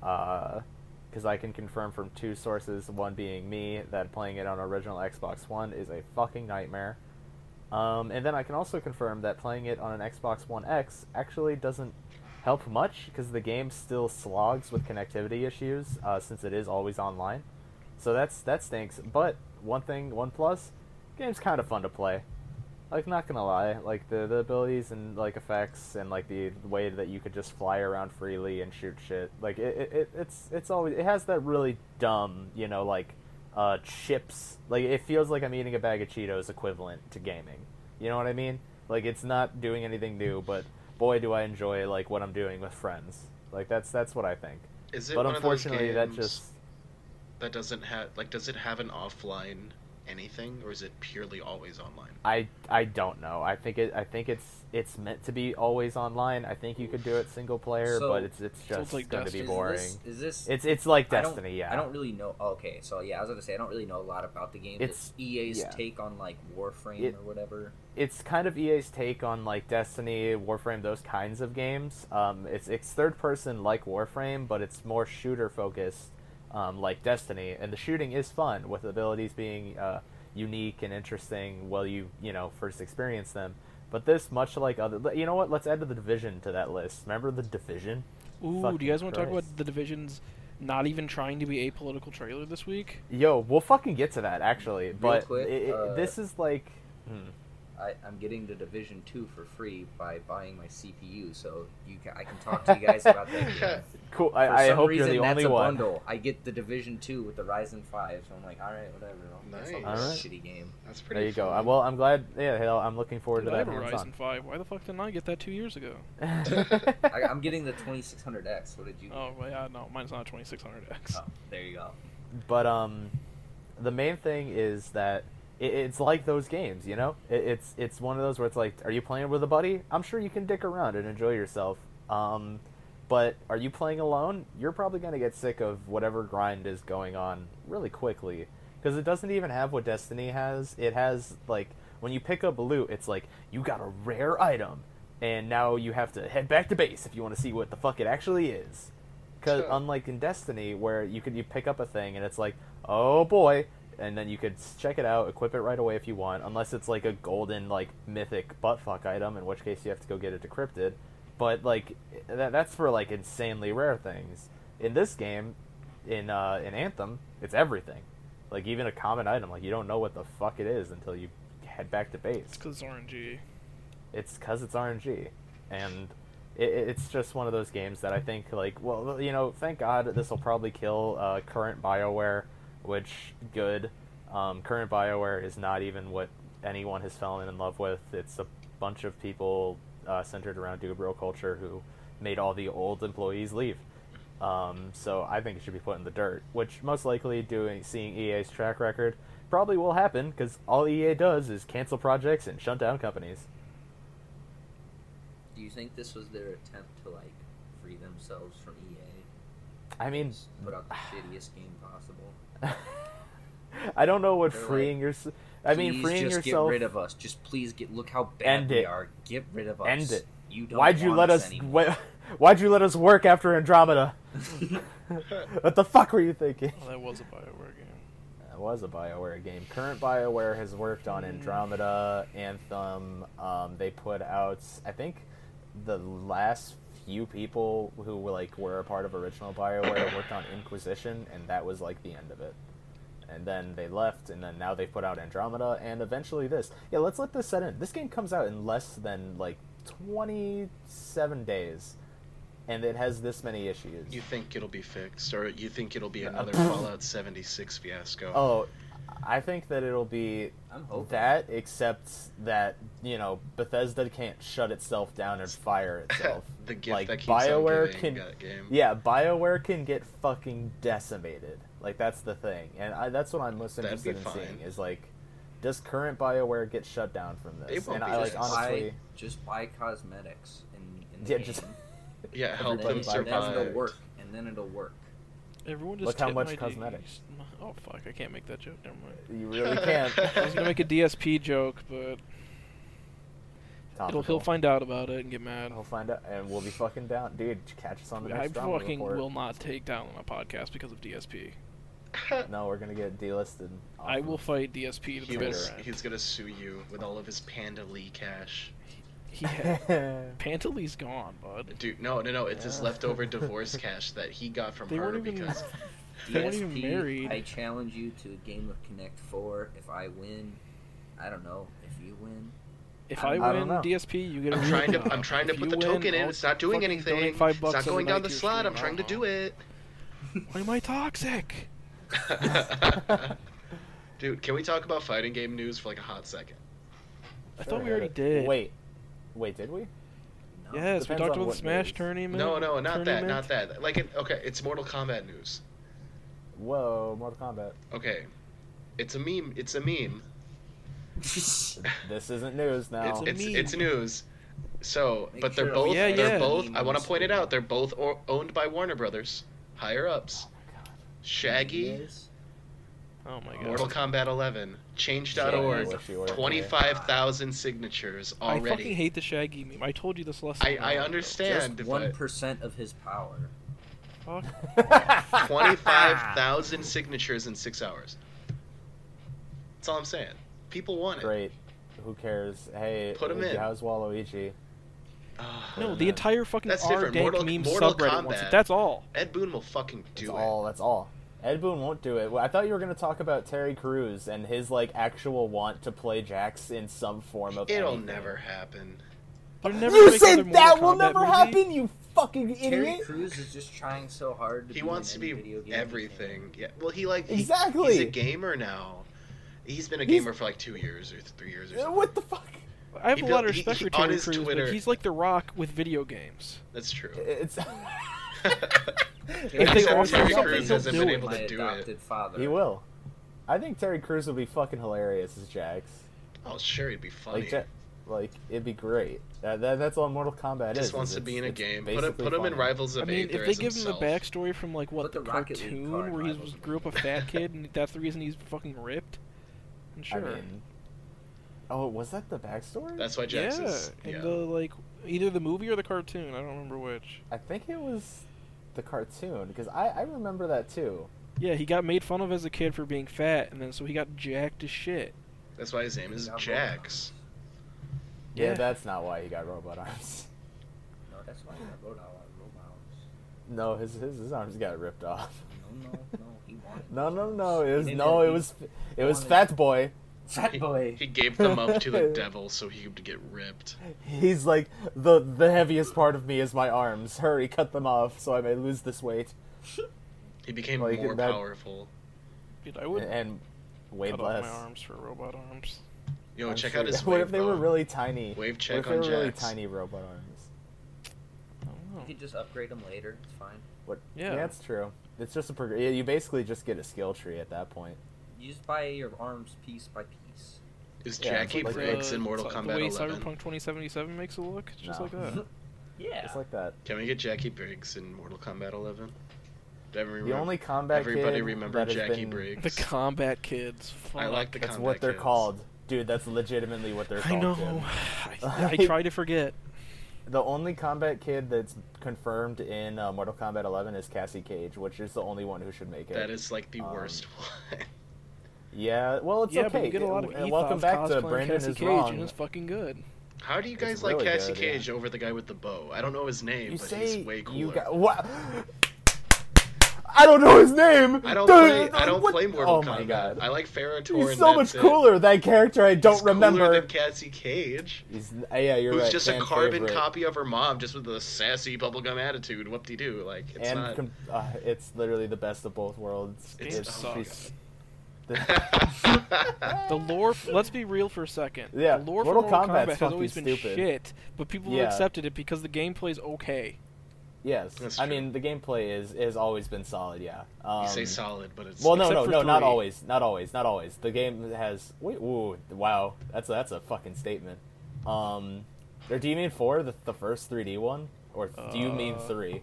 Speaker 2: Because I can confirm from two sources, one being me, that playing it on original Xbox One is a fucking nightmare. Um, and then I can also confirm that playing it on an Xbox One X actually doesn't help much because the game still slogs with connectivity issues uh, since it is always online. So that's that stinks. But one thing, one plus, game's kind of fun to play. Like not gonna lie, like the, the abilities and like effects and like the way that you could just fly around freely and shoot shit. Like it, it- it it's it's always it has that really dumb you know like uh, chips. Like it feels like I'm eating a bag of Cheetos equivalent to gaming. You know what I mean? Like it's not doing anything new, but boy, do I enjoy like what I'm doing with friends. Like that's that's what I think.
Speaker 3: Is it
Speaker 2: But
Speaker 3: one of those
Speaker 2: unfortunately,
Speaker 3: games
Speaker 2: that just
Speaker 3: that doesn't have like does it have an offline anything or is it purely always online?
Speaker 2: I I don't know. I think it I think it's it's meant to be always online. I think you could do it single player,
Speaker 4: So-
Speaker 2: but it's it's
Speaker 1: So it's
Speaker 2: just
Speaker 1: like
Speaker 2: going to
Speaker 1: Destiny.
Speaker 2: be
Speaker 4: is
Speaker 2: boring.
Speaker 4: This, is this?
Speaker 2: It's it's like
Speaker 4: I don't-
Speaker 2: Destiny, yeah.
Speaker 4: I don't really know. Okay, so yeah, I was gonna say I don't really know a lot about the game.
Speaker 2: It's-
Speaker 4: It's EA's
Speaker 2: yeah.
Speaker 4: take on like Warframe
Speaker 2: It-
Speaker 4: or whatever.
Speaker 2: it's kind of EA's take on like Destiny, Warframe, those kinds of games. Um, it's it's third person like Warframe, but it's more shooter focused, um, like Destiny. And the shooting is fun with abilities being uh, unique and interesting. While you you know first experience them. But this, much like other, you know what? Let's add to the division to that list. Remember the division?
Speaker 1: Ooh, do
Speaker 2: Fucking
Speaker 1: you guys want to talk about
Speaker 2: Christ.
Speaker 1: the division's not even trying to be apolitical trailer this week?
Speaker 2: Yo, we'll fucking get to that actually. But
Speaker 4: quick,
Speaker 2: it, it-
Speaker 4: uh,
Speaker 2: this is like, hmm,
Speaker 4: I, I'm getting the Division Two for free by buying my CPU, so you ca I can talk to you guys about that. Game.
Speaker 2: cool.
Speaker 4: For
Speaker 2: I, I
Speaker 4: some
Speaker 2: hope
Speaker 4: reason,
Speaker 2: you're the
Speaker 4: that's
Speaker 2: only
Speaker 4: a
Speaker 2: one.
Speaker 4: Bundle. I get the Division Two with the Ryzen Five, so I'm like, all right, whatever. I'll- That's a
Speaker 3: Nice.
Speaker 2: Alright.
Speaker 4: shitty game.
Speaker 3: That's pretty
Speaker 2: There you go.
Speaker 3: fun.
Speaker 2: I, well, I'm glad. Yeah, hell, I'm looking forward
Speaker 1: Dude,
Speaker 2: to
Speaker 1: I
Speaker 2: that
Speaker 1: have a
Speaker 2: hands on.
Speaker 1: Ryzen 5. Why the fuck didn't I get that two years ago?
Speaker 2: <laughs>
Speaker 4: I, I'm getting the 2600X. What did you?
Speaker 1: Oh, well, yeah, no, mine's not a 2600X.
Speaker 4: Oh, there you go.
Speaker 2: but um, the main thing is that it, it's like those games, you know. It, it's it's one of those where it's like, are you playing with a buddy? I'm sure you can dick around and enjoy yourself. Um, but are you playing alone? You're probably gonna get sick of whatever grind is going on really quickly because it doesn't even have what Destiny has. It has like when you pick up loot, it's like you got a rare item. And now you have to head back to base if you want to see what the fuck it actually is. Because
Speaker 3: Sure.
Speaker 2: unlike in Destiny, where you could you pick up a thing and it's like, oh boy, and then you could s- check it out, equip it right away if you want, unless it's like a golden like mythic buttfuck item, in which case you have to go get it decrypted. But like that, that's for like insanely rare things. In this game, in uh, in Anthem, it's everything. Like even a common item, like you don't know what the fuck it is until you head back to base
Speaker 1: It's because it's RNG.
Speaker 2: it's because it's RNG, and it, it- it's just one of those games that I think like well you know thank God this will probably kill uh, current Bioware, which good. Um, current Bioware is not even what anyone has fallen in love with. It's a bunch of people uh, centered around Dubro culture who made all the old employees leave. Um, so I think it should be put in the dirt, which most likely doing seeing EA's track record probably will happen because all EA does is cancel projects and shut down companies.
Speaker 4: Do you think this was their attempt to like free themselves from EA?
Speaker 2: I mean, <laughs>
Speaker 4: Just
Speaker 2: <sighs>
Speaker 4: put out the shittiest game possible.
Speaker 2: I don't know what
Speaker 4: They're
Speaker 2: freeing your. I mean,
Speaker 4: Please
Speaker 2: freeing
Speaker 4: just
Speaker 2: yourself.
Speaker 4: Get rid of us. Just please get. Look how bad
Speaker 2: End
Speaker 4: we
Speaker 2: it.
Speaker 4: are. Get rid of us.
Speaker 2: End it.
Speaker 4: You don't.
Speaker 2: Why'd you
Speaker 4: want
Speaker 2: let us?
Speaker 4: anymore.
Speaker 2: Why, <laughs> why'd you let us work after Andromeda? what the fuck were you
Speaker 1: <laughs>
Speaker 2: thinking?
Speaker 1: Oh, that was a Bioware game.
Speaker 2: That was a BioWare game. Current BioWare has worked on Andromeda, Anthem. Um, they put out, I think, the last few people who were like were a part of original BioWare worked on Inquisition, and that was like the end of it. And then they left, and then now they've put out Andromeda, and eventually this. Yeah, let's let this set in. This game comes out in less than like 27 days. and it has this many issues.
Speaker 3: You think it'll be fixed, or you think it'll be
Speaker 2: Yeah. <laughs>
Speaker 3: another Fallout 76 fiasco?
Speaker 2: Oh, I think that it'll be
Speaker 4: I'm hoping.
Speaker 2: that, except that you know Bethesda can't shut itself down and
Speaker 3: <laughs>
Speaker 2: fire itself.
Speaker 3: <laughs> the gift
Speaker 2: like
Speaker 3: that keeps
Speaker 2: Bioware
Speaker 3: on giving
Speaker 2: can,
Speaker 3: that game.
Speaker 2: yeah, Bioware can get fucking decimated. Like that's the thing, and I, that's what I'm most
Speaker 3: That'd be
Speaker 2: interested in seeing
Speaker 3: fine.
Speaker 2: is like, does current Bioware get shut down from this?
Speaker 3: They won't
Speaker 2: and I
Speaker 3: be
Speaker 2: like
Speaker 3: just-
Speaker 2: honestly,
Speaker 4: buy, just buy cosmetics in, in
Speaker 2: <laughs>
Speaker 4: the
Speaker 2: yeah,
Speaker 4: game.
Speaker 2: just
Speaker 3: yeah,
Speaker 4: and
Speaker 3: help
Speaker 4: then,
Speaker 3: them
Speaker 2: Everybody
Speaker 4: and then it'll
Speaker 3: survive.
Speaker 4: work, and then it'll work.
Speaker 1: Everyone just
Speaker 2: Look how
Speaker 1: tip
Speaker 2: much
Speaker 1: my
Speaker 2: cosmetics.
Speaker 1: Ds. My- Oh fuck! I can't make that joke. Never
Speaker 2: <laughs>
Speaker 1: mind.
Speaker 2: you really
Speaker 3: <laughs>
Speaker 2: can't.
Speaker 1: I was gonna make a DSP joke, but it'll, he'll
Speaker 2: Topical.
Speaker 1: find out about it and get mad.
Speaker 2: He'll find out, and we'll be fucking down, dude. Catch us on the
Speaker 1: I
Speaker 2: next drama
Speaker 1: fucking
Speaker 2: report.
Speaker 1: will not take down my podcast because of DSP.
Speaker 2: No, we're gonna get delisted.
Speaker 1: I
Speaker 2: off
Speaker 1: will
Speaker 2: of-
Speaker 1: fight DSP to the
Speaker 3: He
Speaker 1: bitter
Speaker 3: was,
Speaker 1: end.
Speaker 3: he's gonna sue you with all of his Panda Lee cash.
Speaker 1: He
Speaker 2: <laughs>
Speaker 1: had, Pantalee's gone, bud.
Speaker 3: Dude, no, no, no. It's his
Speaker 2: Yeah. <laughs>
Speaker 3: leftover divorce cash that he got from
Speaker 1: They
Speaker 3: her
Speaker 1: weren't even.
Speaker 3: because <laughs>
Speaker 1: They weren't even
Speaker 4: DSP,
Speaker 1: married.
Speaker 4: I challenge you to a game of Connect Four. If I win, I don't know. If you win,
Speaker 1: If
Speaker 4: I
Speaker 1: I,
Speaker 2: don't
Speaker 1: win
Speaker 2: know.
Speaker 1: DSP, you get. a
Speaker 3: I'm
Speaker 1: real
Speaker 3: trying to
Speaker 1: job. <laughs>
Speaker 3: I'm trying to
Speaker 1: If
Speaker 3: put
Speaker 1: you
Speaker 3: the
Speaker 1: win,
Speaker 3: token in.
Speaker 1: I'll
Speaker 3: It's not doing
Speaker 1: fucking
Speaker 3: anything.
Speaker 1: donate Five
Speaker 3: It's
Speaker 1: bucks
Speaker 3: not
Speaker 1: every
Speaker 3: going
Speaker 1: night
Speaker 3: down the
Speaker 1: to your
Speaker 3: slot. I'm
Speaker 1: stream.
Speaker 3: trying to do it.
Speaker 1: Why am I toxic? <laughs>
Speaker 3: Dude, can we talk about fighting game news for like a hot second?
Speaker 1: I
Speaker 2: Sure,
Speaker 1: thought we
Speaker 2: hit
Speaker 1: already
Speaker 2: it.
Speaker 1: did.
Speaker 2: Wait, wait, did we?
Speaker 4: no. <laughs>
Speaker 1: Yes,
Speaker 2: Depends
Speaker 1: we talked
Speaker 2: on
Speaker 1: about the
Speaker 2: what
Speaker 1: Smash
Speaker 2: news.
Speaker 1: tournament.
Speaker 3: No, no, not that,
Speaker 1: tournament.
Speaker 3: not that. Like, it, okay, it's Mortal Kombat news.
Speaker 2: Whoa, Mortal Kombat.
Speaker 3: Okay, it's a meme. It's a meme.
Speaker 2: This isn't news now.
Speaker 3: It's
Speaker 1: Oh.
Speaker 3: it's,
Speaker 1: Meme.
Speaker 3: it's news. So,
Speaker 4: Make
Speaker 3: but they're
Speaker 4: sure-
Speaker 3: both
Speaker 1: Yeah,
Speaker 3: they're
Speaker 1: yeah.
Speaker 3: both. I want to
Speaker 4: Memes.
Speaker 3: point it out. They're both o- owned by Warner Brothers, higher ups. Shaggy,
Speaker 4: Yes.
Speaker 1: Oh my god.
Speaker 3: Mortal Kombat 11,
Speaker 2: Shaggy,
Speaker 3: Change.org,
Speaker 2: wish you were here. <laughs>
Speaker 3: 25,000 signatures already.
Speaker 1: I fucking hate the Shaggy meme. I told you this last
Speaker 3: I,
Speaker 1: time.
Speaker 3: I
Speaker 1: ago.
Speaker 3: understand,
Speaker 4: just one
Speaker 3: but
Speaker 4: percent of his power.
Speaker 1: Fuck.
Speaker 3: twenty-five thousand signatures in six hours. That's all I'm saying. People want it.
Speaker 2: Great. Who cares? Hey,
Speaker 3: Put 'em in.
Speaker 2: How's Waluigi?
Speaker 3: Ah,
Speaker 1: No,
Speaker 2: Wait a
Speaker 1: the
Speaker 2: minute.
Speaker 1: entire fucking
Speaker 3: That's
Speaker 1: R
Speaker 3: different.
Speaker 1: dank
Speaker 3: Mortal-
Speaker 1: meme
Speaker 3: Mortal
Speaker 1: subreddit wants
Speaker 3: Kombat.
Speaker 1: it. That's all.
Speaker 3: Ed Boone will fucking do
Speaker 2: that's
Speaker 3: it.
Speaker 2: all. That's all. Ed Boon won't do it. Well, I thought you were going to talk about Terry Crews and his like actual want to play Jax in some form of.
Speaker 3: It'll
Speaker 2: anything.
Speaker 3: never happen.
Speaker 1: They're never
Speaker 2: you
Speaker 1: making
Speaker 2: said
Speaker 1: another
Speaker 2: that
Speaker 1: Mortal
Speaker 2: will
Speaker 1: Kombat
Speaker 2: never
Speaker 1: movie.
Speaker 2: happen, you fucking
Speaker 4: Terry
Speaker 2: idiot.
Speaker 4: Crews is just trying so hard to.
Speaker 3: He
Speaker 4: be
Speaker 3: wants to
Speaker 4: in
Speaker 3: be
Speaker 4: any video game he
Speaker 3: everything. Yeah. Well, he like he-
Speaker 2: Exactly.
Speaker 3: he's a gamer now. He's been a
Speaker 2: He's-
Speaker 3: gamer for like two years or th- three years or
Speaker 2: Uh,
Speaker 3: something.
Speaker 2: What the fuck?
Speaker 1: I have
Speaker 3: He
Speaker 1: a
Speaker 3: built-
Speaker 1: lot of
Speaker 3: he-
Speaker 1: respect
Speaker 3: he-
Speaker 1: for
Speaker 3: on
Speaker 1: Terry
Speaker 3: his
Speaker 1: Crews,
Speaker 3: Twitter-
Speaker 1: but he's like The Rock with video games.
Speaker 3: That's true.
Speaker 1: <laughs>
Speaker 3: <laughs>
Speaker 2: It's.
Speaker 1: If they
Speaker 3: Except
Speaker 1: offer
Speaker 3: Terry
Speaker 1: something,
Speaker 3: Crews
Speaker 1: he'll
Speaker 3: hasn't
Speaker 1: do
Speaker 3: been
Speaker 1: it.
Speaker 3: able
Speaker 4: My
Speaker 3: to do
Speaker 4: adopted
Speaker 3: it.
Speaker 4: father.
Speaker 2: he will. I think Terry Crews would be fucking hilarious as Jax.
Speaker 3: Oh, sure, he'd be funny.
Speaker 2: Like, Ja- like it'd be great. That, that, that's all Mortal Kombat is.
Speaker 3: just
Speaker 2: is
Speaker 3: wants to
Speaker 2: it's-
Speaker 3: be in a
Speaker 2: it's
Speaker 3: game. Put him,
Speaker 2: basically
Speaker 3: put him in
Speaker 2: funny.
Speaker 3: Rivals of
Speaker 1: I mean,
Speaker 3: Eight.
Speaker 1: if
Speaker 3: there
Speaker 1: they
Speaker 3: as
Speaker 1: give him the
Speaker 3: himself.
Speaker 1: backstory from like what
Speaker 4: Put
Speaker 1: the,
Speaker 4: the Rocket League
Speaker 1: cartoon
Speaker 4: card
Speaker 1: where he
Speaker 4: rivals
Speaker 1: was
Speaker 4: in
Speaker 1: grew up a
Speaker 3: there.
Speaker 1: fat kid and that's the reason he's fucking ripped. And
Speaker 2: I
Speaker 1: sure.
Speaker 2: mean, oh, was that the backstory?
Speaker 3: That's why
Speaker 1: yeah,
Speaker 3: Jax is.
Speaker 1: in
Speaker 3: Yeah.
Speaker 1: the like either the movie or the cartoon, I don't remember which.
Speaker 2: I think it was the cartoon because I, I remember that too.
Speaker 1: Yeah, he got made fun of as a kid for being fat, and then so he got jacked as shit.
Speaker 3: That's why his name is
Speaker 4: Yeah,
Speaker 3: Jax.
Speaker 2: Yeah,
Speaker 1: Yeah.
Speaker 2: that's not why he got robot arms. <laughs>
Speaker 4: No, that's why I wrote out robots.
Speaker 2: No, his his, his arms got ripped off. <laughs>
Speaker 4: No,
Speaker 2: No, no,
Speaker 4: no, no. He wanted. robots.
Speaker 2: no.
Speaker 4: He
Speaker 2: It was
Speaker 4: didn't
Speaker 2: no.
Speaker 4: have-
Speaker 2: It
Speaker 4: he-
Speaker 2: was it was
Speaker 4: wanted-
Speaker 2: Fat Boy.
Speaker 4: Fat
Speaker 3: He-
Speaker 4: boy.
Speaker 3: He gave them up
Speaker 2: <laughs>
Speaker 3: to the devil so he could get ripped.
Speaker 2: He's like the the heaviest part of me is my arms. Hurry, cut them off so I may lose this weight
Speaker 3: He became
Speaker 2: Like,
Speaker 3: more
Speaker 2: that-
Speaker 3: powerful.
Speaker 1: Dude, I would
Speaker 2: and weigh
Speaker 1: cut
Speaker 2: less.
Speaker 1: off my arms for robot arms.
Speaker 3: Yo,
Speaker 2: I'm
Speaker 3: check
Speaker 2: sure-
Speaker 3: out
Speaker 2: <laughs>
Speaker 3: his.
Speaker 2: What
Speaker 3: wave,
Speaker 2: if they were
Speaker 3: though.
Speaker 2: really tiny?
Speaker 3: Wave
Speaker 2: what
Speaker 3: check
Speaker 2: if they
Speaker 3: on
Speaker 2: were really
Speaker 3: Jax.
Speaker 2: tiny robot arms?
Speaker 1: I don't know.
Speaker 4: You could just upgrade him later. It's fine.
Speaker 2: What?
Speaker 1: Yeah.
Speaker 2: that's true. It's just a prog- yeah, You basically just get a skill tree at that point.
Speaker 4: You just buy your arms piece by piece.
Speaker 3: Is
Speaker 2: Yeah,
Speaker 3: Jackie
Speaker 2: like uh,
Speaker 3: Briggs
Speaker 1: the-
Speaker 3: in Mortal
Speaker 1: it's like
Speaker 3: Kombat
Speaker 1: the way
Speaker 3: 11?
Speaker 1: Cyberpunk 2077 makes it look, it's just
Speaker 2: No.
Speaker 1: like that.
Speaker 4: yeah.
Speaker 2: It's like that.
Speaker 3: Can we get Jackie Briggs in Mortal Kombat 11?
Speaker 2: The only combat
Speaker 3: everybody
Speaker 2: kid
Speaker 3: remember
Speaker 2: that has
Speaker 3: Jackie
Speaker 2: been-
Speaker 3: Briggs.
Speaker 1: the <laughs> combat kids. Fuck.
Speaker 3: I like the
Speaker 2: That's
Speaker 3: combat
Speaker 2: what they're
Speaker 3: kids.
Speaker 2: called, dude. That's legitimately what they're
Speaker 1: I
Speaker 2: called.
Speaker 1: know.
Speaker 2: kid.
Speaker 1: I, I try to forget.
Speaker 2: The only combat kid that's confirmed in uh, Mortal Kombat 11 is Cassie Cage, which is the only one who should make it.
Speaker 3: That is like the
Speaker 2: Um,
Speaker 3: worst <laughs> one.
Speaker 2: Yeah, well, <laughs> it's
Speaker 1: yeah,
Speaker 2: okay.
Speaker 1: but you get a lot of
Speaker 2: And
Speaker 1: ethos
Speaker 2: welcome back to
Speaker 1: cosplaying
Speaker 2: Brandon
Speaker 1: Cassie
Speaker 2: is
Speaker 1: Cage,
Speaker 2: wrong.
Speaker 1: and it's fucking good.
Speaker 3: How do you
Speaker 2: It's
Speaker 3: guys like
Speaker 2: really
Speaker 3: Cassie
Speaker 2: good, yeah.
Speaker 3: Cage over the guy with the bow? I don't know his name,
Speaker 2: You
Speaker 3: but
Speaker 2: say
Speaker 3: he's way cooler.
Speaker 2: you got what? I don't know his name.
Speaker 3: I don't
Speaker 2: Duh,
Speaker 3: play. I don't
Speaker 2: what-
Speaker 3: play Mortal
Speaker 2: oh
Speaker 3: Kombat.
Speaker 2: my god,
Speaker 3: I like Farah Torin.
Speaker 2: he's so much
Speaker 3: that's it.
Speaker 2: cooler. That character I don't
Speaker 3: He's cooler
Speaker 2: remember.
Speaker 3: than Cassie Cage,
Speaker 2: He's, uh, yeah, you're
Speaker 3: who's
Speaker 2: right.
Speaker 3: just a
Speaker 2: fan
Speaker 3: carbon
Speaker 2: favorite.
Speaker 3: copy of her mom, just with a sassy bubblegum attitude. Whoop de doo. Like it's
Speaker 2: and
Speaker 3: not. <laughs>
Speaker 2: com- uh, it's literally the best of both worlds.
Speaker 3: It's- oh my <laughs>
Speaker 2: she's-
Speaker 1: The lore, let's be real for a second.
Speaker 2: Yeah,
Speaker 1: the lore
Speaker 2: Mortal
Speaker 1: for Mortal
Speaker 2: Kombat's
Speaker 1: Kombat has
Speaker 2: fucking
Speaker 1: always been
Speaker 2: stupid.
Speaker 1: shit, but people
Speaker 2: Yeah.
Speaker 1: have accepted it because the gameplay's okay.
Speaker 2: <laughs> yes,
Speaker 3: That's
Speaker 2: I
Speaker 3: true.
Speaker 2: mean the gameplay is has always been solid. Yeah. Um,
Speaker 3: you say solid, but it's
Speaker 2: Well, no,
Speaker 1: Except
Speaker 2: no,
Speaker 1: for
Speaker 2: no, not
Speaker 1: three.
Speaker 2: always, not always, not always. The game has. Wait, ooh, wow, that's a, that's a fucking statement. Um, or do you mean four, the, the first 3D one, or do you mean
Speaker 1: Uh,
Speaker 2: three?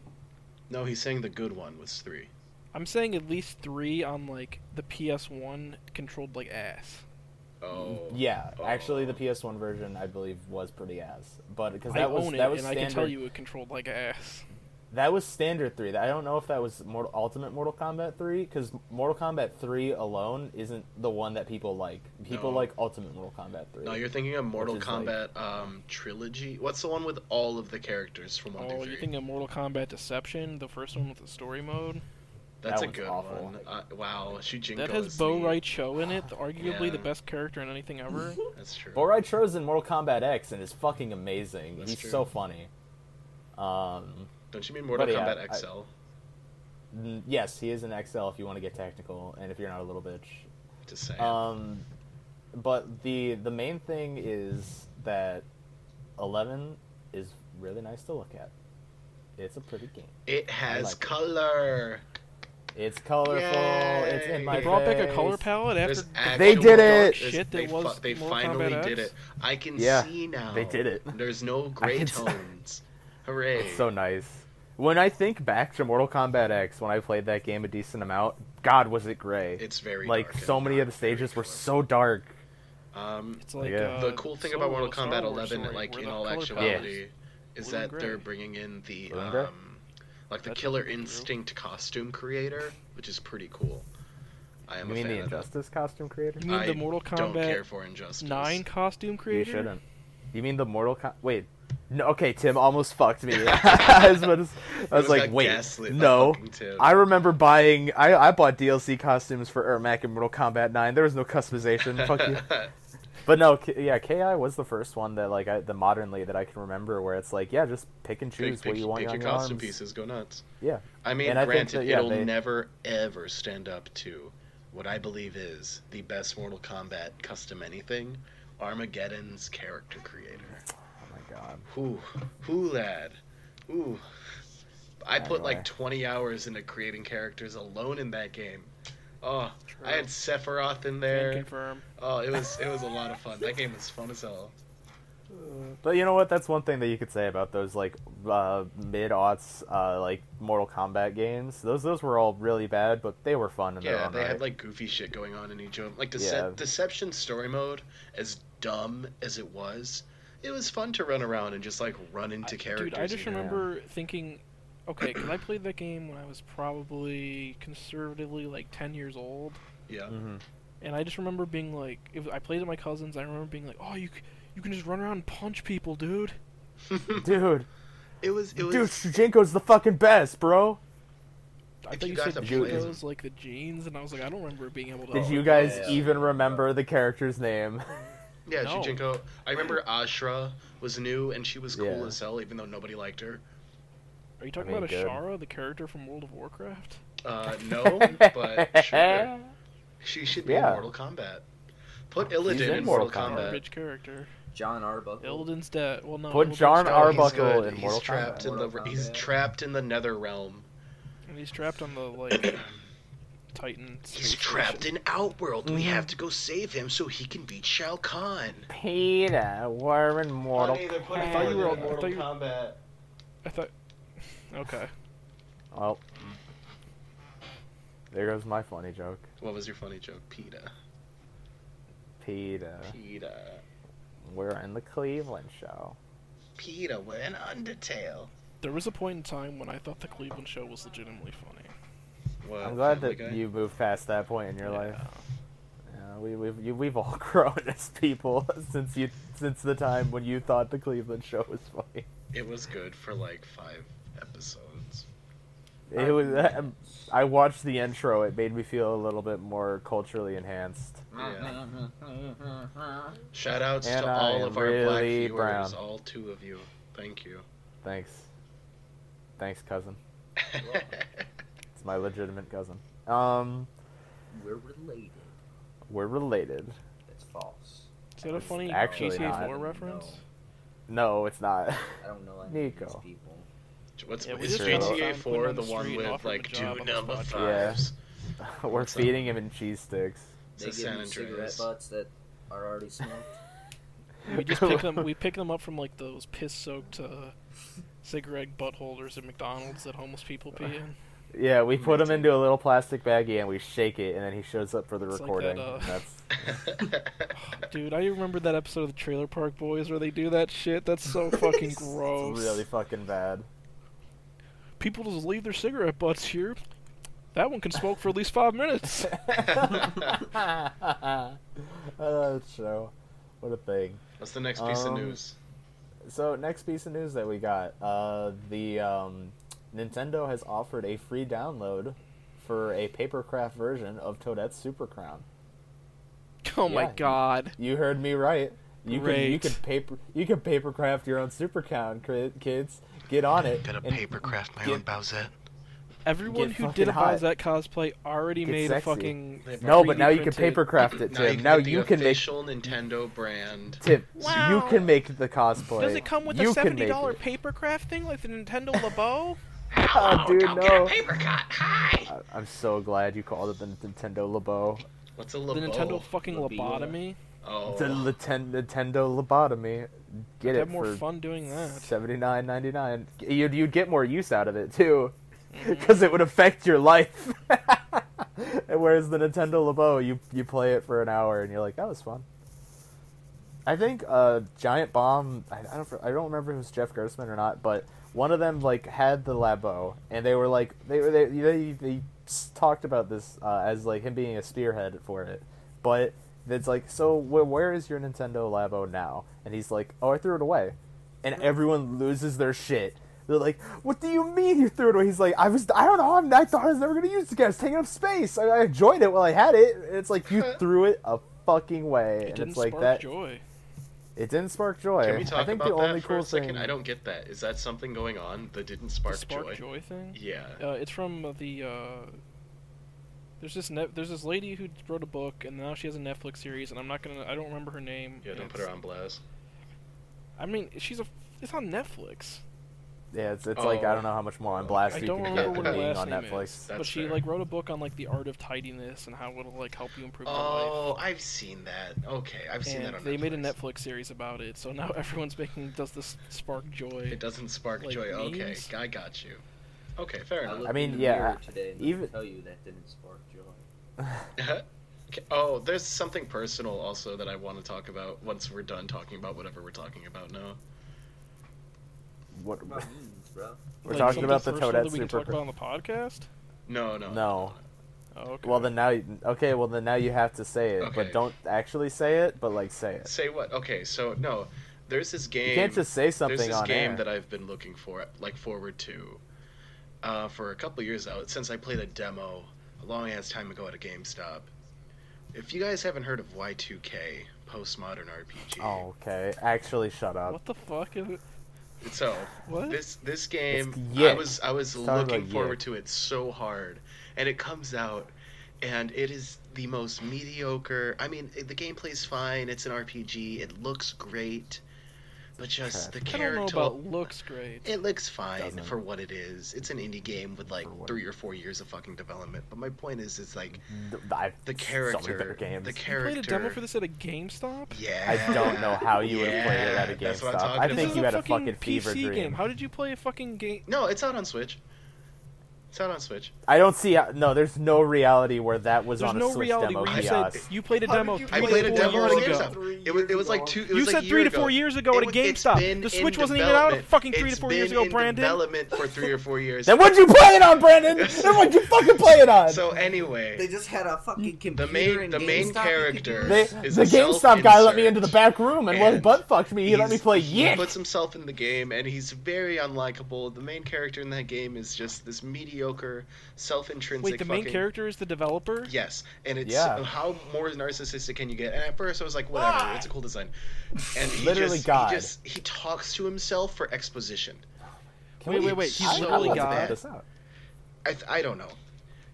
Speaker 3: no. He's saying the good one was three.
Speaker 1: I'm saying at least three on like the PS1 controlled like ass.
Speaker 3: Oh
Speaker 2: Yeah, actually, the
Speaker 3: oh.
Speaker 2: PS1 version I believe was pretty ass, but because
Speaker 1: I
Speaker 2: that was
Speaker 1: own it,
Speaker 2: that was
Speaker 1: and
Speaker 2: standard.
Speaker 1: I can tell you it controlled like ass.
Speaker 2: That was standard three. I don't know if that was Mortal, Ultimate Mortal Kombat three because Mortal Kombat three alone isn't the one that people like. People
Speaker 3: No.
Speaker 2: like Ultimate Mortal Kombat three.
Speaker 3: No, you're thinking of Mortal
Speaker 2: is, like-
Speaker 3: Kombat um, trilogy. What's the one with all of the characters from one
Speaker 1: Oh,
Speaker 3: through
Speaker 1: you're
Speaker 3: three?
Speaker 1: thinking of Mortal Kombat Deception, the first one with the story mode?
Speaker 3: That's
Speaker 2: That
Speaker 3: a
Speaker 2: one's
Speaker 3: good
Speaker 2: awful.
Speaker 3: one. Uh, wow, Shujinko.
Speaker 1: that has
Speaker 3: is
Speaker 1: Bo
Speaker 3: the-
Speaker 1: Right Cho in it, arguably the
Speaker 3: Yeah.
Speaker 1: best character in
Speaker 2: <laughs>
Speaker 1: anything ever.
Speaker 3: That's true.
Speaker 2: Borai Cho's in Mortal Kombat X and is fucking amazing.
Speaker 3: That's
Speaker 2: He's
Speaker 3: true.
Speaker 2: so funny. Um,
Speaker 3: Don't you mean Mortal
Speaker 2: But yeah,
Speaker 3: Kombat
Speaker 2: I-
Speaker 3: XL?
Speaker 2: n- yes, he is an XL if you want to get technical, and if you're not a little bitch,
Speaker 3: Just saying.
Speaker 2: Um, but the the main thing is that eleven is really nice to look at. It's a pretty game.
Speaker 3: it has
Speaker 2: like it.
Speaker 3: color.
Speaker 2: It's colorful. It's in
Speaker 3: Yay.
Speaker 2: my
Speaker 1: they brought back a
Speaker 2: face.
Speaker 1: color palette after
Speaker 3: There's
Speaker 1: the
Speaker 2: They
Speaker 3: actual
Speaker 2: did
Speaker 3: dark
Speaker 2: it!
Speaker 1: shit
Speaker 3: They,
Speaker 1: that was
Speaker 3: fu- they
Speaker 1: Mortal Kombat
Speaker 3: finally
Speaker 1: X.
Speaker 3: did it. I can
Speaker 2: Yeah,
Speaker 3: see now.
Speaker 2: they did it. <laughs>
Speaker 3: There's no gray
Speaker 2: can s-
Speaker 3: tones. Hooray!
Speaker 2: <laughs> It's so nice. When I think back to Mortal Kombat X, when I played that game a decent amount, God, was it gray?
Speaker 3: It's very
Speaker 2: like
Speaker 3: dark and
Speaker 2: so many
Speaker 3: not
Speaker 2: of the
Speaker 3: very
Speaker 2: stages were
Speaker 3: colorful.
Speaker 2: so dark.
Speaker 3: Um,
Speaker 1: It's like
Speaker 2: Yeah.
Speaker 1: uh,
Speaker 3: the cool thing
Speaker 1: Solo,
Speaker 3: about Mortal
Speaker 1: a Star
Speaker 3: Kombat
Speaker 1: Wars
Speaker 3: 11,
Speaker 1: story
Speaker 3: like
Speaker 1: where
Speaker 3: in
Speaker 1: the
Speaker 3: all
Speaker 1: color
Speaker 3: actuality,
Speaker 1: palette
Speaker 3: is
Speaker 1: blue
Speaker 3: that
Speaker 1: and
Speaker 3: they're
Speaker 1: gray.
Speaker 3: bringing in the
Speaker 2: Blue and gray?
Speaker 3: um, like the
Speaker 1: That's
Speaker 3: Killer
Speaker 1: pretty cool.
Speaker 3: Instinct costume creator, which is pretty cool. I am
Speaker 2: You
Speaker 3: a
Speaker 2: mean
Speaker 3: fan
Speaker 2: the
Speaker 3: of that.
Speaker 2: Injustice costume creator?
Speaker 1: You mean
Speaker 3: I
Speaker 1: the Mortal
Speaker 3: Don't care
Speaker 1: Kombat
Speaker 3: for Injustice.
Speaker 1: 9 costume
Speaker 2: You
Speaker 1: creator?
Speaker 2: shouldn't. You mean the Mortal Com- Wait. No, okay, Tim almost fucked
Speaker 3: <laughs>
Speaker 2: me. <laughs> I was, about to s- I was
Speaker 3: Those
Speaker 2: like,
Speaker 3: got
Speaker 2: wait,
Speaker 3: gaslit by
Speaker 2: no.
Speaker 3: fucking Tim.
Speaker 2: I remember buying. I, I bought DLC costumes for Ermac in Mortal Kombat 9. There was no customization. Fuck
Speaker 3: <laughs>
Speaker 2: you. But no, K- yeah, Ki was the first one that like I, the modernly that I can remember where it's like, yeah, just pick and
Speaker 3: pick,
Speaker 2: choose
Speaker 3: pick,
Speaker 2: what you want
Speaker 3: pick
Speaker 2: on
Speaker 3: your
Speaker 2: your
Speaker 3: costume
Speaker 2: arms.
Speaker 3: pieces. Go nuts.
Speaker 2: Yeah,
Speaker 3: I mean,
Speaker 2: And I think
Speaker 3: granted,
Speaker 2: that, yeah,
Speaker 3: it'll
Speaker 2: they-
Speaker 3: never ever stand up to what I believe is the best Mortal Kombat custom anything, Armageddon's character creator.
Speaker 2: oh my god.
Speaker 3: Who, who lad, ooh. I put
Speaker 2: Anyway.
Speaker 3: like 20 hours into creating characters alone in that game. Oh,
Speaker 1: True.
Speaker 3: I had Sephiroth in
Speaker 1: Can
Speaker 3: there.
Speaker 1: confirm.
Speaker 3: Oh, it was it was a lot of fun. That game was fun as hell.
Speaker 2: But you know what? That's one thing that you could say about those like uh, mid aughts uh, like Mortal Kombat games. Those those were all really bad, but they were fun in their
Speaker 3: Yeah,
Speaker 2: own
Speaker 3: they
Speaker 2: right.
Speaker 3: had like goofy shit going on in each of them. Like Dece-
Speaker 2: Yeah.
Speaker 3: Deception story mode, as dumb as it was, it was fun to run around and just like run into characters.
Speaker 1: Dude, I just
Speaker 3: you know?
Speaker 1: remember thinking, okay, because I played that game when I was probably conservatively like 10 years old, <laughs>
Speaker 3: Yeah. <laughs>
Speaker 2: Mhm.
Speaker 1: and I just remember being like, if I played it with my cousins, I remember being like, oh, you c- you can just run around and punch people, dude.
Speaker 2: Dude,
Speaker 3: It was. It was.
Speaker 2: dude, Shujinko's the fucking best, bro.
Speaker 1: I
Speaker 3: If
Speaker 1: thought
Speaker 3: you
Speaker 1: you,
Speaker 3: got
Speaker 1: said
Speaker 3: the
Speaker 2: Jew-
Speaker 1: Jugos, like the jeans, and I was like, I don't remember being able to.
Speaker 2: Did
Speaker 4: Oh,
Speaker 2: you guys
Speaker 4: yeah.
Speaker 2: even remember the character's name? <laughs>
Speaker 3: yeah,
Speaker 1: No.
Speaker 3: Shujinko. I remember Ashra was new and she was cool
Speaker 2: Yeah.
Speaker 3: as hell, even though nobody liked her.
Speaker 1: Are you talking
Speaker 2: I mean,
Speaker 1: about
Speaker 2: good.
Speaker 1: Ashara, the character from World of Warcraft?
Speaker 3: Uh,
Speaker 2: <laughs>
Speaker 3: no, but
Speaker 2: Eh,
Speaker 3: sure. She should be
Speaker 2: Yeah.
Speaker 3: in Mortal Kombat. Put Illidan
Speaker 2: in
Speaker 3: in,
Speaker 2: Mortal
Speaker 3: Mortal
Speaker 2: Kombat.
Speaker 3: Kombat.
Speaker 1: Garbage character.
Speaker 4: John Arbuckle.
Speaker 1: Illidan's dead. Well, no.
Speaker 2: Put
Speaker 1: Illidan's
Speaker 2: Jon
Speaker 1: dead.
Speaker 3: No, he's
Speaker 2: Arbuckle
Speaker 3: good.
Speaker 2: in
Speaker 3: he's
Speaker 2: Mortal
Speaker 3: trapped
Speaker 4: Kombat.
Speaker 3: in the.
Speaker 4: Mortal
Speaker 3: He's
Speaker 4: Kombat.
Speaker 3: trapped in the Nether realm.
Speaker 1: And he's trapped on the
Speaker 3: <coughs>
Speaker 1: like Titan.
Speaker 3: He's
Speaker 1: space
Speaker 3: trapped
Speaker 1: station.
Speaker 3: in Outworld. We have
Speaker 2: Mm-hmm.
Speaker 3: to go save him so he can beat Shao Kahn.
Speaker 2: Peter, we're in Mortal.
Speaker 1: I thought you were- I thought you-
Speaker 3: Kombat.
Speaker 1: I thought. <laughs> Okay.
Speaker 2: Oh, there goes my funny joke.
Speaker 3: What was your funny joke? PETA.
Speaker 2: Peter,
Speaker 3: PETA.
Speaker 2: we're in the Cleveland show.
Speaker 3: PETA, we're in Undertale.
Speaker 1: There was a point in time when I thought the Cleveland show was legitimately funny.
Speaker 3: What,
Speaker 2: I'm glad
Speaker 3: Uh, Family
Speaker 2: that
Speaker 3: Guy?
Speaker 2: you moved past that point in your
Speaker 1: Yeah.
Speaker 2: life. Yeah, we, we've you, we've all <laughs> grown as people <laughs> since you since the time when you thought the Cleveland show was funny.
Speaker 3: It was good for like five episodes.
Speaker 2: It was. um, I watched the intro. It made me feel a little bit more culturally enhanced.
Speaker 1: Mm-hmm.
Speaker 3: Yeah. Shout outs
Speaker 2: And
Speaker 3: to all
Speaker 2: I'm
Speaker 3: of our black
Speaker 2: really
Speaker 3: viewers,
Speaker 2: brown.
Speaker 3: all two of you. Thank
Speaker 2: <laughs>
Speaker 3: you.
Speaker 2: Thanks, thanks, cousin. It's my legitimate cousin. Um,
Speaker 4: <laughs> We're related.
Speaker 2: we're related.
Speaker 4: That's false.
Speaker 1: Is that a
Speaker 2: It's
Speaker 1: funny
Speaker 2: actually
Speaker 1: GTA
Speaker 2: not.
Speaker 1: 4 reference?
Speaker 2: No, it's not. <laughs>
Speaker 4: I don't know any of these
Speaker 2: Nico.
Speaker 4: people.
Speaker 3: What's
Speaker 1: Yeah, we
Speaker 3: is
Speaker 2: just found-
Speaker 3: GTA
Speaker 1: found Quinn
Speaker 3: 4
Speaker 1: on
Speaker 3: the
Speaker 1: the
Speaker 3: one
Speaker 1: street and
Speaker 3: with
Speaker 1: offered him a
Speaker 3: like
Speaker 1: job
Speaker 3: two
Speaker 1: on
Speaker 3: number
Speaker 1: this podcast.
Speaker 2: Yeah.
Speaker 3: fives?
Speaker 2: we're
Speaker 3: What's up?
Speaker 2: feeding him in cheese sticks.
Speaker 4: They
Speaker 3: So
Speaker 4: give
Speaker 3: San
Speaker 4: me cigarette
Speaker 3: Andreas.
Speaker 4: butts that are already smoked.
Speaker 1: We just pick them. We pick them up from like those piss-soaked uh, cigarette butt holders at McDonald's that homeless people
Speaker 2: <laughs>
Speaker 1: pee in.
Speaker 2: <laughs> Yeah, we put him
Speaker 3: Amazing.
Speaker 2: into a little plastic baggie and we shake it, and then he shows up for the
Speaker 1: It's like that,
Speaker 2: recording.
Speaker 1: uh,
Speaker 2: and that's
Speaker 3: <laughs>
Speaker 2: <laughs>
Speaker 1: Dude, I remember that episode of the Trailer Park Boys where they do that shit. That's
Speaker 2: <laughs>
Speaker 1: so fucking
Speaker 4: It's
Speaker 1: <laughs> gross.
Speaker 2: it's really fucking bad.
Speaker 1: People just leave their cigarette butts here. That one can smoke for at least
Speaker 2: <laughs>
Speaker 1: five minutes. <laughs>
Speaker 2: I love that show. What a thing.
Speaker 3: What's the next piece
Speaker 2: Um,
Speaker 3: of news?
Speaker 2: So next piece of news that we got, uh, the um, Nintendo has offered a free download for a papercraft version of Toadette's Super Crown.
Speaker 1: Oh my
Speaker 2: Yeah.
Speaker 1: god.
Speaker 2: You heard me right. You can you
Speaker 1: Great.
Speaker 2: can paper you can papercraft your own Super Crown, cri- kids. Get on it.
Speaker 3: Gonna
Speaker 2: and
Speaker 3: papercraft my
Speaker 2: get-
Speaker 3: own Bowsette.
Speaker 1: Everyone
Speaker 2: Get
Speaker 1: who
Speaker 2: fucking
Speaker 1: did a
Speaker 2: hot.
Speaker 1: Bowsette cosplay already
Speaker 2: Get
Speaker 1: made a
Speaker 2: sexy.
Speaker 1: fucking.
Speaker 2: No, but now you can
Speaker 1: 3D printed-
Speaker 2: papercraft it,
Speaker 3: Now you
Speaker 2: Tim.
Speaker 3: can
Speaker 2: Now
Speaker 3: get the
Speaker 2: you can make
Speaker 3: official Nintendo brand.
Speaker 2: Tim. You
Speaker 1: Wow.
Speaker 2: can make the cosplay.
Speaker 1: Does it come with
Speaker 2: You
Speaker 1: a
Speaker 2: can make
Speaker 1: seventy dollar
Speaker 2: it.
Speaker 1: paper craft thing like
Speaker 2: <laughs>
Speaker 1: the Nintendo LeBeau?
Speaker 2: Oh, dude, no.
Speaker 3: paper cut. Hi.
Speaker 2: I- I'm so glad you called it the Nintendo LeBeau.
Speaker 3: What's a
Speaker 1: the
Speaker 3: little
Speaker 1: Nintendo fucking
Speaker 4: LeBeau.
Speaker 1: lobotomy.
Speaker 3: Oh,
Speaker 2: It's a Liten- Nintendo lobotomy. Get
Speaker 1: I'd
Speaker 2: it
Speaker 1: have more
Speaker 2: for
Speaker 1: fun doing that.
Speaker 2: seventy nine ninety nine. You'd you'd get more use out of it too, because it would affect your life. <laughs> and whereas the Nintendo LeBeau, you you play it for an hour and you're like, that was fun. I think uh, Giant Bomb. I, I don't. I don't remember if it was Jeff Gersman or not, but one of them like had the Labo, and they were like they were they they, they s- talked about this uh, as like him being a spearhead for it, but it's like so wh- where is your Nintendo Labo now? And he's like, oh, I threw it away, and everyone loses their shit. They're like, "What do you mean you threw it away?" He's like, "I was, I don't know. I'm, I thought I was never gonna use it again. It's taking up space. I, I enjoyed it while I had it. And it's like you threw it a fucking way,
Speaker 1: It
Speaker 2: and
Speaker 1: didn't
Speaker 2: it's like
Speaker 1: spark
Speaker 2: that.
Speaker 1: joy.
Speaker 2: It didn't spark joy.
Speaker 3: Can we talk
Speaker 2: I think
Speaker 3: about
Speaker 2: the
Speaker 3: that
Speaker 2: only
Speaker 3: for
Speaker 2: cool
Speaker 3: a second?
Speaker 2: thing.
Speaker 3: I don't get that. Is that something going on that didn't
Speaker 1: The
Speaker 3: spark,
Speaker 1: spark joy,
Speaker 3: joy?
Speaker 1: thing.
Speaker 3: Yeah.
Speaker 1: Uh, it's from the. Uh, there's this ne- there's this lady who wrote a book and now she has a Netflix series and I'm not gonna I don't remember her name.
Speaker 3: yeah,
Speaker 1: and
Speaker 3: don't put
Speaker 1: it's-
Speaker 3: her on blast.
Speaker 1: I mean, she's a it's on Netflix.
Speaker 2: Yeah, it's, it's like I don't know how much more on blast
Speaker 1: Oh. I
Speaker 2: you
Speaker 1: don't
Speaker 2: can get
Speaker 1: remember what
Speaker 2: from
Speaker 1: her
Speaker 2: being
Speaker 1: last
Speaker 2: on
Speaker 1: name
Speaker 2: Netflix.
Speaker 1: is. but
Speaker 3: That's
Speaker 1: she
Speaker 3: fair.
Speaker 1: like wrote a book on like the art of tidiness and how it'll like help you improve your life.
Speaker 3: Oh, I've seen that. Okay, I've seen
Speaker 1: and
Speaker 3: that on
Speaker 1: they
Speaker 3: Netflix.
Speaker 1: made a Netflix series about it, so now <laughs> everyone's making does this spark joy.
Speaker 3: It doesn't spark
Speaker 1: like,
Speaker 3: joy. Okay,
Speaker 1: memes.
Speaker 3: I got you. Okay, fair
Speaker 4: I,
Speaker 3: enough.
Speaker 4: looked
Speaker 2: I mean,
Speaker 4: in the
Speaker 2: yeah,
Speaker 4: mirror Today and
Speaker 2: even-
Speaker 4: even tell you that didn't spark joy.
Speaker 3: Okay, oh, there's something personal also that I want to talk about once we're done talking about whatever we're talking about now.
Speaker 2: What
Speaker 4: What about memes, bro?
Speaker 2: we're
Speaker 1: Like,
Speaker 2: talking about the
Speaker 1: something personal that
Speaker 2: Toadette
Speaker 1: we can
Speaker 2: Super.
Speaker 1: talk about on the podcast.
Speaker 3: No, no.
Speaker 2: No.
Speaker 1: Oh, okay.
Speaker 2: Well then now, you- okay. Well then now you have to say it,
Speaker 3: Okay.
Speaker 2: but don't actually say it. But like say it.
Speaker 3: Say what? Okay, so no, there's this game.
Speaker 2: You can't just say something
Speaker 3: There's this
Speaker 2: on
Speaker 3: game
Speaker 2: air.
Speaker 3: that I've been looking for, like forward to, uh, for a couple years now. Since I played a demo a long ass time ago at a GameStop. If you guys haven't heard of Y2K, postmodern RPG.
Speaker 2: oh, okay. Actually, shut up.
Speaker 1: what the fuck is it?
Speaker 3: So
Speaker 1: What?
Speaker 3: this this game,
Speaker 2: It's
Speaker 3: I
Speaker 2: Yik.
Speaker 3: was I was
Speaker 2: It's talking
Speaker 3: looking
Speaker 2: about
Speaker 3: forward
Speaker 2: Yik.
Speaker 3: to it so hard, and it comes out, and it is the most mediocre. I mean, it- the gameplay's fine. It's an RPG. It looks great, but just
Speaker 1: I
Speaker 3: the
Speaker 1: don't know
Speaker 3: character.
Speaker 1: about looks great.
Speaker 3: It looks fine
Speaker 2: Doesn't.
Speaker 3: for what it is. It's an indie game with like
Speaker 2: For what-
Speaker 3: three or four years of fucking development. But my point is, it's like
Speaker 2: Th- I've so
Speaker 3: the
Speaker 2: many
Speaker 3: character.
Speaker 2: better games.
Speaker 3: The
Speaker 1: You
Speaker 3: character.
Speaker 1: played a demo for this at a GameStop?
Speaker 3: Yeah.
Speaker 2: I don't know how you would have played it at a
Speaker 3: Yeah, that's what I'm
Speaker 2: GameStop.
Speaker 3: talking
Speaker 2: I
Speaker 3: about.
Speaker 1: This
Speaker 2: think
Speaker 1: is
Speaker 2: you
Speaker 1: a
Speaker 2: had a
Speaker 1: fucking
Speaker 2: fucking fever
Speaker 1: PC
Speaker 2: dream.
Speaker 1: game. How did you play a fucking game?
Speaker 3: No, it's out on Switch. It's out on Switch.
Speaker 2: I don't see. How, no, there's no reality where that was
Speaker 1: There's
Speaker 2: on a
Speaker 1: no
Speaker 2: Switch
Speaker 1: reality
Speaker 2: demo
Speaker 1: where you
Speaker 2: kiosk.
Speaker 1: said you played a
Speaker 4: How
Speaker 1: demo.
Speaker 4: did you
Speaker 1: three
Speaker 3: I
Speaker 1: to
Speaker 4: Like
Speaker 3: played a
Speaker 1: four
Speaker 3: demo at
Speaker 1: years
Speaker 3: a
Speaker 1: ago.
Speaker 4: ago.
Speaker 3: GameStop. It was, it was like two. It
Speaker 1: You
Speaker 3: was like
Speaker 1: said
Speaker 3: a
Speaker 1: three
Speaker 3: year
Speaker 1: to four
Speaker 3: ago.
Speaker 1: years ago at a
Speaker 3: It was- it's
Speaker 1: GameStop.
Speaker 3: been
Speaker 1: The
Speaker 3: in
Speaker 1: Switch wasn't even out
Speaker 3: development.
Speaker 1: fucking three to
Speaker 3: It's
Speaker 1: four years
Speaker 3: been
Speaker 1: ago,
Speaker 3: in
Speaker 1: Brandon.
Speaker 3: Development for three or four years.
Speaker 2: Then what'd you play it on, Brandon?
Speaker 3: <laughs>
Speaker 2: then what'd you fucking play it on?
Speaker 3: So anyway,
Speaker 4: They just had a fucking computer.
Speaker 3: the main
Speaker 4: in
Speaker 3: the main
Speaker 4: GameStop.
Speaker 3: character
Speaker 2: They-
Speaker 4: <laughs>
Speaker 3: is
Speaker 2: the
Speaker 3: a
Speaker 2: GameStop guy let me into the
Speaker 3: self-insert.
Speaker 2: back room and, well,
Speaker 3: and
Speaker 2: butt fucked me. He let me
Speaker 3: He's-
Speaker 2: play
Speaker 3: he
Speaker 2: Yik.
Speaker 3: puts himself in the game, and he's very unlikable. The main character in that game is just this mediocre, self-intrinsic.
Speaker 1: Wait, the main
Speaker 3: fucking-
Speaker 1: character is the developer?
Speaker 3: Yes, and it's
Speaker 2: Yeah.
Speaker 3: how more narcissistic can you get? And at first, I was like, whatever, it's a cool design. And he
Speaker 2: Literally
Speaker 3: just,
Speaker 2: God.
Speaker 3: He just he talks to himself for exposition.
Speaker 2: Can
Speaker 1: Wait,
Speaker 2: we-
Speaker 1: wait, wait, he's
Speaker 2: I- I
Speaker 1: literally
Speaker 2: want to
Speaker 1: God.
Speaker 2: find this out.
Speaker 3: I I don't know.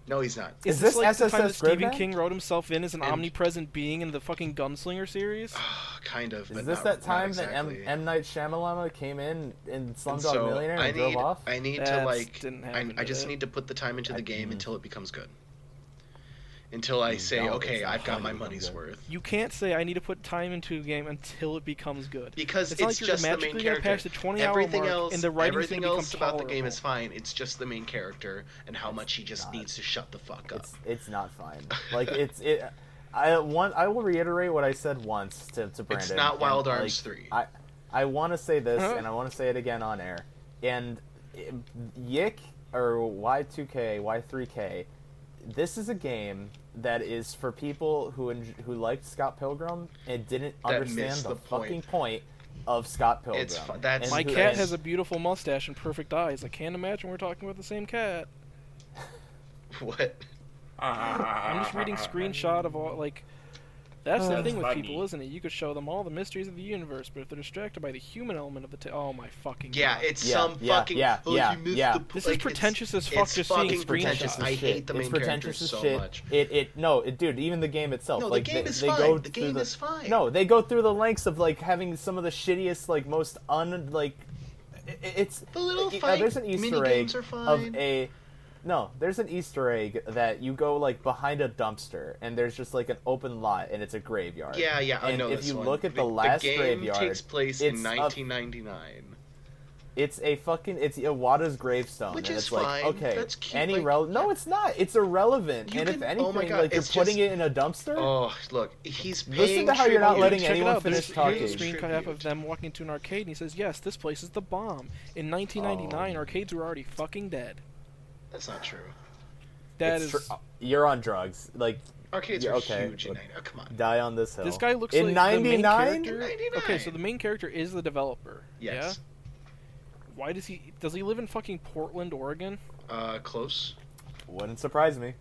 Speaker 3: No, he's not.
Speaker 1: Is,
Speaker 2: Is
Speaker 1: this,
Speaker 2: this
Speaker 1: like the time that
Speaker 2: SSS
Speaker 1: Stephen
Speaker 2: Gridman?
Speaker 1: King wrote himself in as an
Speaker 3: And-
Speaker 1: omnipresent being in the fucking Gunslinger series?
Speaker 3: <sighs> kind of.
Speaker 2: Is
Speaker 3: but
Speaker 2: this
Speaker 3: not-
Speaker 2: that
Speaker 3: not
Speaker 2: time
Speaker 3: exactly.
Speaker 2: that M, M Night Shyamalan came in in Slumdog
Speaker 3: And so
Speaker 2: Millionaire and
Speaker 3: I
Speaker 2: drove
Speaker 3: need,
Speaker 2: off?
Speaker 3: I need to
Speaker 1: That's-
Speaker 3: like.
Speaker 1: didn't
Speaker 3: I,
Speaker 1: happen,
Speaker 3: I
Speaker 1: did
Speaker 3: just
Speaker 1: it?
Speaker 3: need to put the time into the
Speaker 2: I-
Speaker 3: game
Speaker 2: mm.
Speaker 3: until it becomes good. Until I
Speaker 2: Mm,
Speaker 3: say,
Speaker 2: no,
Speaker 3: okay,
Speaker 2: it's
Speaker 3: I've got
Speaker 2: not
Speaker 3: my
Speaker 2: gonna become
Speaker 3: money's
Speaker 2: good.
Speaker 3: worth.
Speaker 1: You can't say I need to put time into a game until it becomes good.
Speaker 3: Because
Speaker 1: It's
Speaker 3: it's,
Speaker 1: not like you're
Speaker 3: just the main
Speaker 1: magically gonna
Speaker 3: character.
Speaker 1: pass the 20-hour
Speaker 3: everything
Speaker 1: mark,
Speaker 3: else,
Speaker 1: and the writing's gonna
Speaker 3: everything
Speaker 1: become
Speaker 3: else about the game
Speaker 1: tolerable.
Speaker 3: is fine. It's just the main character and how much he just
Speaker 2: not.
Speaker 3: needs to shut the fuck up.
Speaker 2: It's it's not
Speaker 3: <laughs>
Speaker 2: fine. Like it's it. I want. I will reiterate what I said once to to Brandon.
Speaker 3: not
Speaker 2: and,
Speaker 3: Wild
Speaker 2: like,
Speaker 3: Arms 3.
Speaker 2: I I want to say this,
Speaker 3: Uh-huh.
Speaker 1: Huh?
Speaker 2: and I want to say it again on air. And it- Yik or Y two K Y three K. This is a game that is for people who en- who liked Scott Pilgrim and didn't
Speaker 3: That
Speaker 2: understand
Speaker 3: missed
Speaker 2: the,
Speaker 3: the point.
Speaker 2: fucking point of Scott Pilgrim.
Speaker 3: It's fu- that's-
Speaker 2: And
Speaker 1: My
Speaker 2: who-
Speaker 1: cat
Speaker 2: and-
Speaker 1: has a beautiful mustache and perfect eyes. I can't imagine we're talking about the same cat.
Speaker 3: <laughs> What?
Speaker 1: I'm just
Speaker 3: <laughs>
Speaker 1: reading
Speaker 4: <laughs>
Speaker 1: screenshot of all like. That's the
Speaker 5: That's
Speaker 1: thing with
Speaker 5: funny.
Speaker 1: people, isn't it? You could show them all the mysteries of the universe, but if they're distracted by the human element of the, ta- oh my fucking
Speaker 3: Yeah,
Speaker 1: god.
Speaker 3: it's
Speaker 2: Yeah,
Speaker 3: some
Speaker 2: yeah,
Speaker 3: fucking.
Speaker 2: yeah,
Speaker 3: oh,
Speaker 2: yeah,
Speaker 3: you missed
Speaker 2: yeah.
Speaker 3: The, p-
Speaker 1: This is
Speaker 3: like, it's-
Speaker 1: pretentious as fuck
Speaker 3: it's
Speaker 1: just seeing
Speaker 3: fucking pretentious.
Speaker 1: screenshots.
Speaker 3: I hate the
Speaker 2: It's
Speaker 3: main character
Speaker 2: pretentious as
Speaker 3: so
Speaker 2: shit.
Speaker 3: much.
Speaker 2: It it no, it, dude. Even the game itself,
Speaker 3: No, the
Speaker 2: like
Speaker 3: game
Speaker 2: they,
Speaker 3: is
Speaker 2: they
Speaker 3: fine.
Speaker 2: go
Speaker 3: The
Speaker 2: through
Speaker 3: game is fine.
Speaker 2: No, they go through the lengths of like having some of the shittiest, like most un like i- i- it's
Speaker 3: The little
Speaker 2: uh,
Speaker 3: fight
Speaker 2: there's an Easter egg
Speaker 3: minigames are
Speaker 2: of
Speaker 3: fine.
Speaker 2: a no, there's an Easter egg that you go like behind a dumpster and there's just like an open lot and it's a graveyard.
Speaker 3: Yeah, yeah, I
Speaker 2: And
Speaker 3: know
Speaker 2: if
Speaker 3: this
Speaker 2: you
Speaker 3: one.
Speaker 2: look at the last
Speaker 3: game
Speaker 2: graveyard,
Speaker 3: takes place in
Speaker 2: it's a-
Speaker 3: 1999.
Speaker 2: It's a fucking it's Iwata's gravestone,
Speaker 3: Which
Speaker 2: and
Speaker 3: is
Speaker 2: it's like
Speaker 3: fine.
Speaker 2: okay,
Speaker 3: That's cute,
Speaker 2: any
Speaker 3: like-
Speaker 2: rel- no, it's not. It's irrelevant,
Speaker 3: You
Speaker 2: and if
Speaker 3: can-
Speaker 2: anything,
Speaker 3: oh my God,
Speaker 2: like you're
Speaker 3: it's
Speaker 2: putting
Speaker 3: just-
Speaker 2: it in a dumpster.
Speaker 3: Oh, look, he's paying.
Speaker 2: Listen to how you're not
Speaker 3: tribute.
Speaker 2: letting
Speaker 1: Check it
Speaker 2: anyone
Speaker 1: out. There's-
Speaker 2: finish
Speaker 1: Here's a
Speaker 2: talking.
Speaker 1: screen cap of them walking into an arcade, and he says, "Yes, this place is the bomb." In 1999,
Speaker 2: Oh.
Speaker 1: arcades were already fucking dead.
Speaker 3: That's not true.
Speaker 1: That
Speaker 2: It's
Speaker 1: is.
Speaker 2: tr- oh, you're on drugs. Like
Speaker 3: Arcades
Speaker 2: Yeah,
Speaker 3: were
Speaker 2: okay,
Speaker 3: huge in
Speaker 2: look.
Speaker 3: 90. Oh, come on.
Speaker 2: die on this hill.
Speaker 1: this guy looks
Speaker 2: in
Speaker 1: like the main
Speaker 2: '99.
Speaker 1: character.
Speaker 3: 99.
Speaker 1: Okay, so the main character is the developer.
Speaker 3: Yes.
Speaker 1: Yeah. Why does he? Does he live in fucking Portland, Oregon?
Speaker 3: Uh, close.
Speaker 2: Wouldn't surprise me.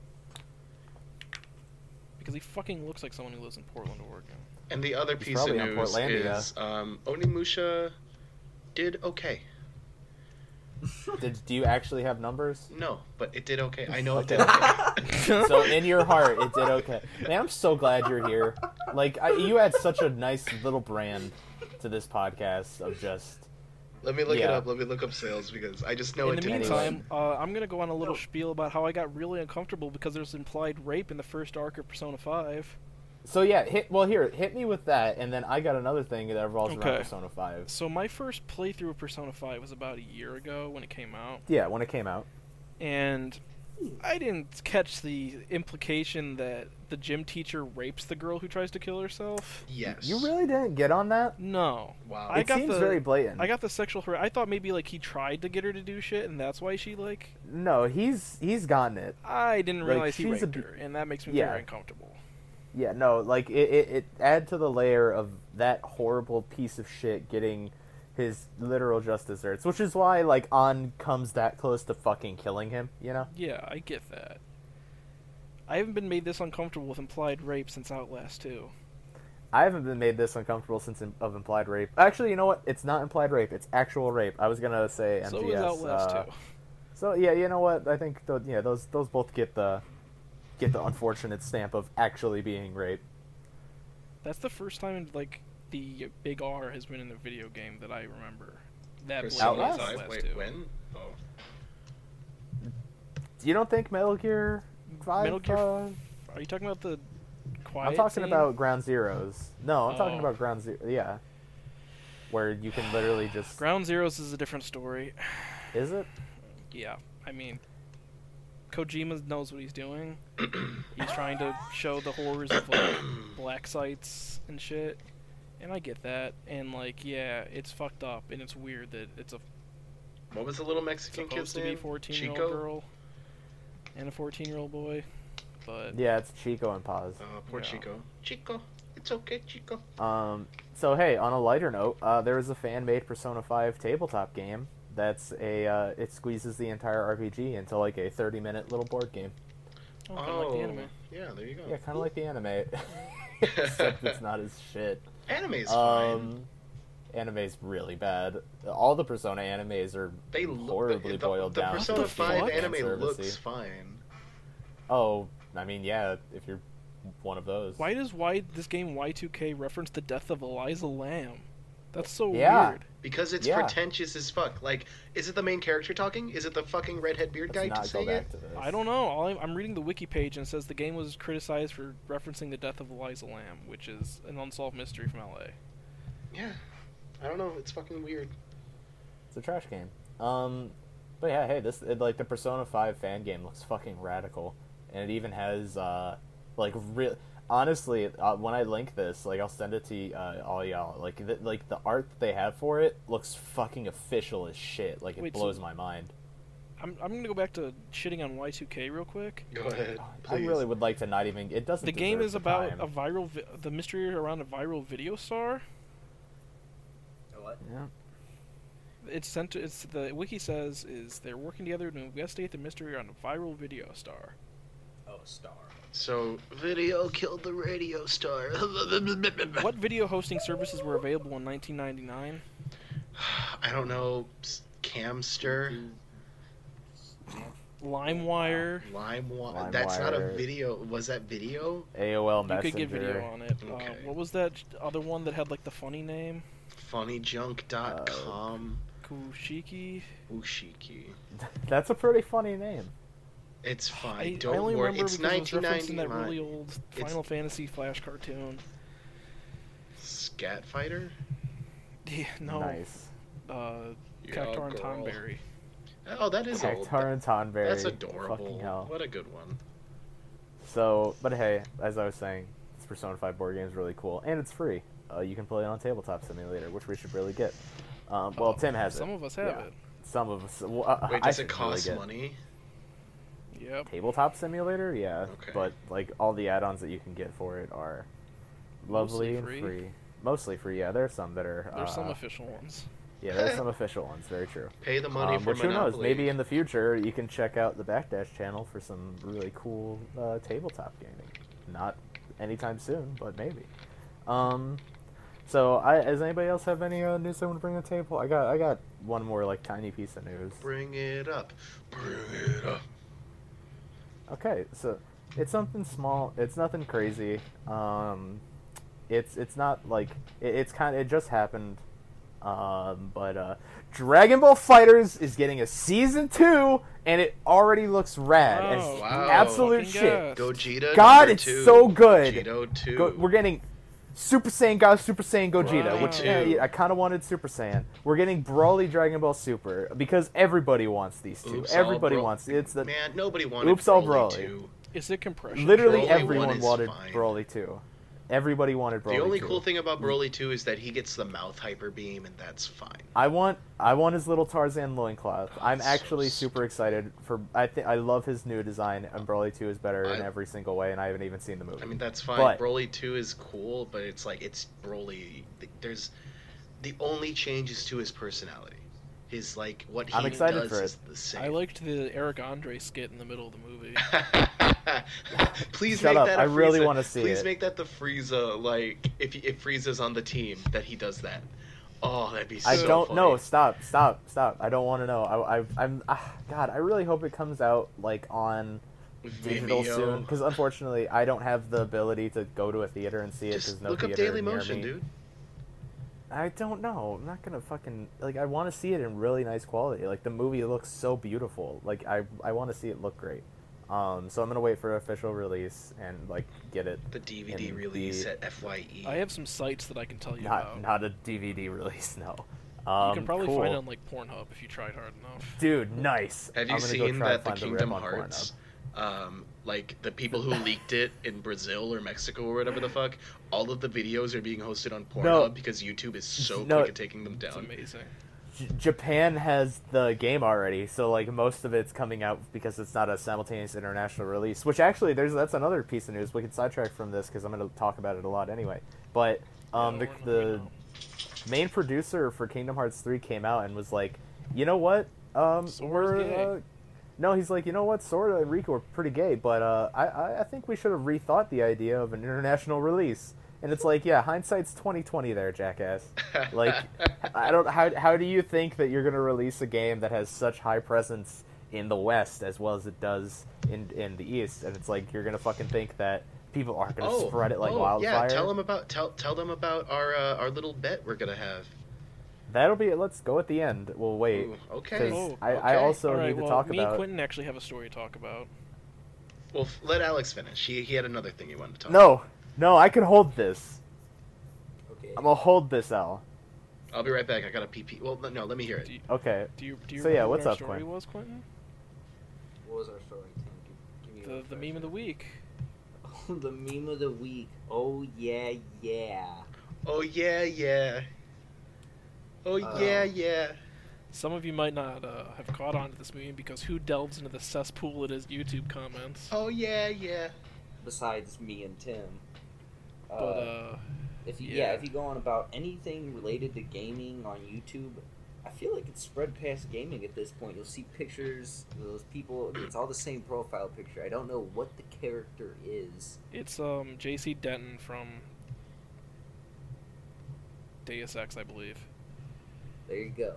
Speaker 1: Because he fucking looks like someone who lives in Portland,
Speaker 2: <laughs>
Speaker 1: Oregon.
Speaker 3: And the other
Speaker 2: He's
Speaker 3: piece of
Speaker 2: probably on
Speaker 3: news
Speaker 2: Portlandia.
Speaker 3: is um, Onimusha did okay.
Speaker 2: Did do you actually have numbers?
Speaker 3: No, but it did okay. I know it did
Speaker 2: Okay.
Speaker 3: okay.
Speaker 2: <laughs> So in your heart, it did okay. Man, I'm so glad you're here. Like I, you add such a nice little brand to this podcast of just
Speaker 3: Let me look it
Speaker 2: Yeah.
Speaker 3: up. Let me look up sales because I just know
Speaker 1: in
Speaker 3: it
Speaker 1: the
Speaker 3: did
Speaker 1: meantime, uh, I'm gonna go on a little
Speaker 5: No.
Speaker 1: spiel about how I got really uncomfortable because there's implied rape in the first arc of Persona 5.
Speaker 2: So yeah, hit well here. Hit me with that, and then I got another thing that revolves
Speaker 1: Okay.
Speaker 2: around Persona Five.
Speaker 1: So my first playthrough of Persona 5 was about a year ago when it came out,
Speaker 2: Yeah, when it came out.
Speaker 1: and I didn't catch the implication that the gym teacher rapes the girl who tries to kill herself.
Speaker 3: Yes.
Speaker 2: You really didn't get on that.
Speaker 1: No.
Speaker 3: Wow.
Speaker 1: I
Speaker 2: it
Speaker 1: got
Speaker 2: seems
Speaker 1: the-
Speaker 2: very blatant.
Speaker 1: I got the sexual har- I thought maybe like he tried to get her to do shit and that's why she like
Speaker 2: No, he's he's gotten it.
Speaker 1: I didn't
Speaker 2: Like,
Speaker 1: realize he
Speaker 2: she's a
Speaker 1: raped
Speaker 2: b-
Speaker 1: her and that makes me
Speaker 2: Yeah.
Speaker 1: very uncomfortable.
Speaker 2: Yeah, no, like it, it, it add to the layer of that horrible piece of shit getting his literal just desserts, which is why like An comes that close to fucking killing him. You know?
Speaker 1: Yeah, I get that. I haven't been made this uncomfortable with implied rape since Outlast 2.
Speaker 2: I haven't been made this uncomfortable since im- of implied rape. Actually, you know what? It's not implied rape. It's actual rape. I was gonna say MGS.
Speaker 1: so was Outlast
Speaker 2: uh,
Speaker 1: 2.
Speaker 2: So yeah, you know what? I think th yeah those those both get the get the unfortunate stamp of actually being rape.
Speaker 1: That's the first time like the big R has been in a video game that I remember. That
Speaker 3: Persona
Speaker 1: blatantly is
Speaker 2: Outlast?
Speaker 3: five?
Speaker 1: Outlast
Speaker 3: Wait,
Speaker 1: 2.
Speaker 3: when? Oh.
Speaker 2: You don't think Metal Gear Five?
Speaker 1: Metal Gear
Speaker 2: uh,
Speaker 1: Are you talking about the quiet
Speaker 2: I'm talking
Speaker 1: scene?
Speaker 2: about Ground Zeroes. No, I'm
Speaker 1: Oh.
Speaker 2: talking about Ground Zero. Yeah, where you can literally just
Speaker 1: Ground Zeroes is a different story. <laughs>
Speaker 2: is it?
Speaker 1: Yeah, I mean, Kojima knows what he's
Speaker 3: <coughs>
Speaker 1: doing. he's trying to show the horrors of like <coughs> black sites and shit, and I get that. And like, yeah, it's fucked up, and it's weird that it's a
Speaker 3: What was the little Mexican
Speaker 1: supposed
Speaker 3: kid's
Speaker 1: to be
Speaker 3: name?
Speaker 1: 14 year old
Speaker 3: Chico.
Speaker 1: girl and a 14 year old boy, but
Speaker 2: Yeah, it's Chico and Paz.
Speaker 3: Oh, poor
Speaker 1: Yeah.
Speaker 3: Chico. Chico, it's okay, Chico.
Speaker 2: Um, so hey, on a lighter note, uh, there was a fan-made Persona Five tabletop game That's a uh, it squeezes the entire RPG into like a 30 minute little board game.
Speaker 1: Oh, kinda like the anime.
Speaker 3: yeah, there you go.
Speaker 2: Yeah, kind
Speaker 3: <laughs>
Speaker 2: of like the anime, <laughs> except it's not as
Speaker 3: <laughs>
Speaker 2: shit.
Speaker 3: Anime is fine.
Speaker 2: Um, anime's really bad. All the Persona animes are
Speaker 3: They look
Speaker 2: horribly
Speaker 3: the,
Speaker 2: boiled
Speaker 3: the
Speaker 2: down. to
Speaker 3: Persona
Speaker 1: What the
Speaker 3: Five
Speaker 1: fuck?
Speaker 3: anime
Speaker 2: fanservice-y.
Speaker 3: looks fine.
Speaker 2: Oh, I mean, yeah, if you're one of those.
Speaker 1: Why does why this game Y2K reference the death of Eliza Lamb? That's so
Speaker 2: Yeah.
Speaker 1: weird.
Speaker 3: Because it's
Speaker 2: Yeah.
Speaker 3: pretentious as fuck. Like, is it the main character talking? Is it the fucking redhead beard
Speaker 2: Let's
Speaker 3: guy
Speaker 2: not go
Speaker 3: saying
Speaker 2: back
Speaker 3: it?
Speaker 2: to this.
Speaker 1: I don't know. All I'm, I'm reading the wiki page and it says the game was criticized for referencing the death of Eliza Lamb, which is an unsolved mystery from LA.
Speaker 3: Yeah, I don't know. It's fucking weird.
Speaker 2: It's a trash game. Um, but yeah, hey, this it, like the Persona Five fan game looks fucking radical, and it even has uh, like real. Honestly, uh, when I link this, like I'll send it to uh, all y'all. Like, th- like the art that they have for it looks fucking official as shit. Like it
Speaker 1: Wait, so-
Speaker 2: blows my mind.
Speaker 1: I'm, I'm gonna go back to shitting on Y2K real quick.
Speaker 3: Go ahead,
Speaker 2: I
Speaker 3: please.
Speaker 2: really would like to not even. It doesn't.
Speaker 1: The game
Speaker 2: deserve
Speaker 1: is about
Speaker 2: time.
Speaker 1: a viral, vi- the mystery around a viral video star.
Speaker 4: A What?
Speaker 1: It's sent. To, it's the wiki says is they're working together to investigate the mystery around a viral video star.
Speaker 4: Oh, star.
Speaker 3: So, video killed the radio star. <laughs>
Speaker 1: What video hosting services were available in 1999?
Speaker 3: I don't know. s- Camster,
Speaker 1: LimeWire.
Speaker 3: LimeWire. That's not a
Speaker 2: LimeWire.
Speaker 3: video. Was that video?
Speaker 2: AOL
Speaker 1: You
Speaker 2: Messenger.
Speaker 1: could get video on it. Uh,
Speaker 3: Okay.
Speaker 1: what was that other one that had like the funny name?
Speaker 3: Funnyjunk.com.
Speaker 1: Kushiki.
Speaker 3: Ushiki.
Speaker 2: <laughs> That's a pretty funny name.
Speaker 3: It's fine.
Speaker 1: I,
Speaker 3: don't
Speaker 1: I only
Speaker 3: worry.
Speaker 1: remember
Speaker 3: It's
Speaker 1: because it was referenced in that
Speaker 3: 1999.
Speaker 1: really old Final Fantasy Flash cartoon. <laughs>
Speaker 3: Scat Fighter.
Speaker 1: Yeah, no.
Speaker 2: Nice.
Speaker 1: Uh,
Speaker 3: Yeah,
Speaker 1: Cactar and
Speaker 3: girl.
Speaker 1: Tomberry.
Speaker 3: Oh, that is old.
Speaker 2: Cactar and Tonberry.
Speaker 3: That's
Speaker 2: Fucking
Speaker 3: adorable.
Speaker 2: hell.
Speaker 3: What a good one.
Speaker 2: So, but hey, as I was saying, this Persona 5 board game is really cool, and it's free. Uh, you can play it on Tabletop Simulator, which we should really get. Um, well,
Speaker 1: Oh,
Speaker 2: Tim has
Speaker 1: Some
Speaker 2: it.
Speaker 1: of us have
Speaker 2: Yeah. Some of us. Well, uh,
Speaker 3: Wait,
Speaker 2: I
Speaker 3: does
Speaker 2: should
Speaker 3: it cost
Speaker 2: really get
Speaker 3: money?
Speaker 1: it. Yep.
Speaker 2: Tabletop Simulator, yeah.
Speaker 3: Okay.
Speaker 2: But like all the add-ons that you can get for it are lovely
Speaker 1: Mostly
Speaker 2: and
Speaker 1: free.
Speaker 2: free. Mostly free, yeah. There are some that are.
Speaker 1: There's some
Speaker 2: uh,
Speaker 1: official ones.
Speaker 2: yeah,
Speaker 3: <laughs>
Speaker 2: there's some official ones. Very true.
Speaker 3: Pay the money
Speaker 2: um,
Speaker 3: for
Speaker 2: which who knows?
Speaker 3: Monopoly.
Speaker 2: Maybe in the future you can check out the Backdash channel for some really cool uh, tabletop gaming. Not anytime soon, but maybe. Um, so, I, does anybody else have any uh, news they want to bring to the table? I got, I got one more like tiny piece of news.
Speaker 3: Bring it up. Bring it up.
Speaker 2: Okay, so it's something small. It's nothing crazy. Um, it's it's not like it, it's kind. It just happened. Um, but uh, Dragon Ball Fighters is getting a season two, and it already looks rad. and
Speaker 1: Oh,
Speaker 2: it's
Speaker 3: Wow.
Speaker 2: absolute
Speaker 1: fucking
Speaker 2: shit.
Speaker 3: Gogeta.
Speaker 2: God,
Speaker 3: number
Speaker 2: it's
Speaker 3: two.
Speaker 2: so good.
Speaker 3: Gogeta two.
Speaker 2: Go, we're getting Super Saiyan God, Super Saiyan Gogeta,
Speaker 1: Wow.
Speaker 2: which
Speaker 3: Me
Speaker 2: eh,
Speaker 3: too.
Speaker 2: I kind of wanted Super Saiyan. We're getting Brawly Dragon Ball Super because everybody wants these two.
Speaker 3: Oops, all
Speaker 2: everybody
Speaker 3: Bro-
Speaker 2: wants it's the
Speaker 3: Man, nobody wanted
Speaker 2: Oops, all
Speaker 3: Broly
Speaker 2: Broly.
Speaker 3: two.
Speaker 1: Is it compression?
Speaker 2: Literally
Speaker 3: Broly one
Speaker 2: everyone
Speaker 3: is
Speaker 2: wanted
Speaker 3: fine.
Speaker 2: Broly 2. Everybody wanted Broly
Speaker 3: The only
Speaker 2: 2.
Speaker 3: cool thing
Speaker 2: Mm.
Speaker 3: about Broly two is that he gets the mouth hyper beam, and that's fine.
Speaker 2: I want I want his little Tarzan loincloth.
Speaker 3: Oh,
Speaker 2: I'm
Speaker 3: so
Speaker 2: actually
Speaker 3: stupid.
Speaker 2: super excited for I think I love his new design and Broly 2 is better in
Speaker 3: I-
Speaker 2: every single way and I haven't even seen the movie.
Speaker 3: I mean, that's fine.
Speaker 2: But-
Speaker 3: Broly 2 is cool, but it's like, it's Broly. There's. The only change is to his personality. His, like, what he
Speaker 2: I'm excited
Speaker 3: does
Speaker 2: for
Speaker 3: is
Speaker 2: it.
Speaker 3: the same.
Speaker 1: I
Speaker 3: <laughs>
Speaker 2: <laughs>
Speaker 1: liked the Eric Andre skit in the middle of the movie.
Speaker 3: Please
Speaker 2: Shut
Speaker 3: make
Speaker 2: up,
Speaker 3: that a
Speaker 2: I really
Speaker 3: Frieza-
Speaker 2: wanna see
Speaker 3: Please
Speaker 2: it.
Speaker 3: make that the Frieza, like, if, if Frieza's on the team, that he does that. Oh, that'd be so
Speaker 2: I don't
Speaker 3: funny.
Speaker 2: know. Stop, stop, stop. I don't want to know. I, I I'm ah, god, I really hope it comes out like on digital
Speaker 3: Vimeo.
Speaker 2: soon cuz unfortunately I don't have the ability to go to a theater and see it
Speaker 3: Just
Speaker 2: cuz no
Speaker 3: look up
Speaker 2: theater
Speaker 3: Daily
Speaker 2: near
Speaker 3: Motion,
Speaker 2: me.
Speaker 3: dude.
Speaker 2: I don't know. I'm not gonna fucking like. I want to see it in really nice quality. Like the movie looks so beautiful. Like I, I want to see it look great. Um, so I'm gonna wait for official release and like get it.
Speaker 3: The DVD
Speaker 2: And
Speaker 3: release
Speaker 2: the-
Speaker 3: at E. FYE.
Speaker 1: I have some sites that I can tell you
Speaker 2: Not
Speaker 1: about.
Speaker 2: not a DVD <laughs> release. No.
Speaker 1: you
Speaker 2: Um,
Speaker 1: can probably
Speaker 2: cool.
Speaker 1: find it on like Pornhub if you tried hard enough.
Speaker 2: Dude, nice.
Speaker 3: Have you
Speaker 2: I'm gonna go
Speaker 3: seen
Speaker 2: try and
Speaker 3: that the
Speaker 2: find
Speaker 3: Kingdom
Speaker 2: rip on
Speaker 3: Hearts,
Speaker 2: Pornhub.
Speaker 3: um, like the people who leaked it in Brazil or Mexico or whatever the fuck, all of the videos are being hosted on Pornhub
Speaker 2: No.
Speaker 3: because YouTube is so
Speaker 2: No.
Speaker 3: quick at taking them
Speaker 1: It's
Speaker 3: down.
Speaker 1: amazing.
Speaker 2: J- Japan has the game already, so like most of it's coming out because it's not a simultaneous international release. Which actually, there's that's another piece of news. We can sidetrack from this because I'm going to talk about it a lot anyway. But um,
Speaker 1: Yeah,
Speaker 2: the,
Speaker 1: we're not-
Speaker 2: the
Speaker 1: we know.
Speaker 2: main producer for Kingdom Hearts 3 came out and was like, you know what? Um,
Speaker 1: Sora's
Speaker 2: we're,
Speaker 1: gay.
Speaker 2: uh, no, he's like, you know what? Sora and Riku are pretty gay, but uh, I, I, I think we should have rethought the idea of an international release. And it's like, yeah, hindsight's twenty twenty there, jackass.
Speaker 3: <laughs>
Speaker 2: Like, I don't. How, how do you think that you're gonna release a game that has such high presence in the West as well as it does in in the East? And it's like you're gonna fucking think that people aren't gonna
Speaker 3: oh,
Speaker 2: spread it like
Speaker 3: oh,
Speaker 2: wildfire.
Speaker 3: Yeah, tell them about tell tell them about our uh, our little bet we're gonna have.
Speaker 2: That'll be. it. Let's go at the end. We'll wait.
Speaker 3: Ooh,
Speaker 2: 'Cause
Speaker 3: okay.
Speaker 1: Oh,
Speaker 2: I, I
Speaker 3: okay.
Speaker 2: also
Speaker 1: All right,
Speaker 2: need to
Speaker 1: well,
Speaker 2: talk
Speaker 1: me
Speaker 2: about.
Speaker 1: and Quentin actually have a story to talk about.
Speaker 3: Well, f- let Alex finish. He he had another thing he wanted to talk. about.
Speaker 2: No, no, I can hold this.
Speaker 4: Okay.
Speaker 2: I'm gonna hold this, Al.
Speaker 3: I'll be right back. I got a PP. Well, no, let me hear it.
Speaker 1: Do you,
Speaker 2: Okay.
Speaker 1: do you, do you
Speaker 2: So, yeah,
Speaker 1: remember what
Speaker 2: what's
Speaker 1: our
Speaker 2: up,
Speaker 1: story
Speaker 2: Quentin?
Speaker 1: was, Quentin?
Speaker 4: What was our story? Tim? Give, give me
Speaker 1: The,
Speaker 4: one
Speaker 1: the
Speaker 4: first.
Speaker 1: meme of the week.
Speaker 4: Oh, <laughs> the meme of the week. Oh yeah, yeah.
Speaker 3: Oh yeah, yeah. Oh
Speaker 2: Uh,
Speaker 4: Um,
Speaker 3: yeah, yeah.
Speaker 1: Some of you might not uh, have caught on to this meme because who delves into the cesspool it is YouTube comments?
Speaker 3: Oh yeah, yeah.
Speaker 4: Besides me and Tim. Uh,
Speaker 1: but uh,
Speaker 4: if you, yeah.
Speaker 1: yeah.
Speaker 4: if you go on about anything related to gaming on YouTube, I feel like it's spread past gaming at this point. You'll see pictures of those people. It's all the same profile picture. I don't know what the character is.
Speaker 1: it's um J.C. Denton from Deus Ex, I believe.
Speaker 4: There you go.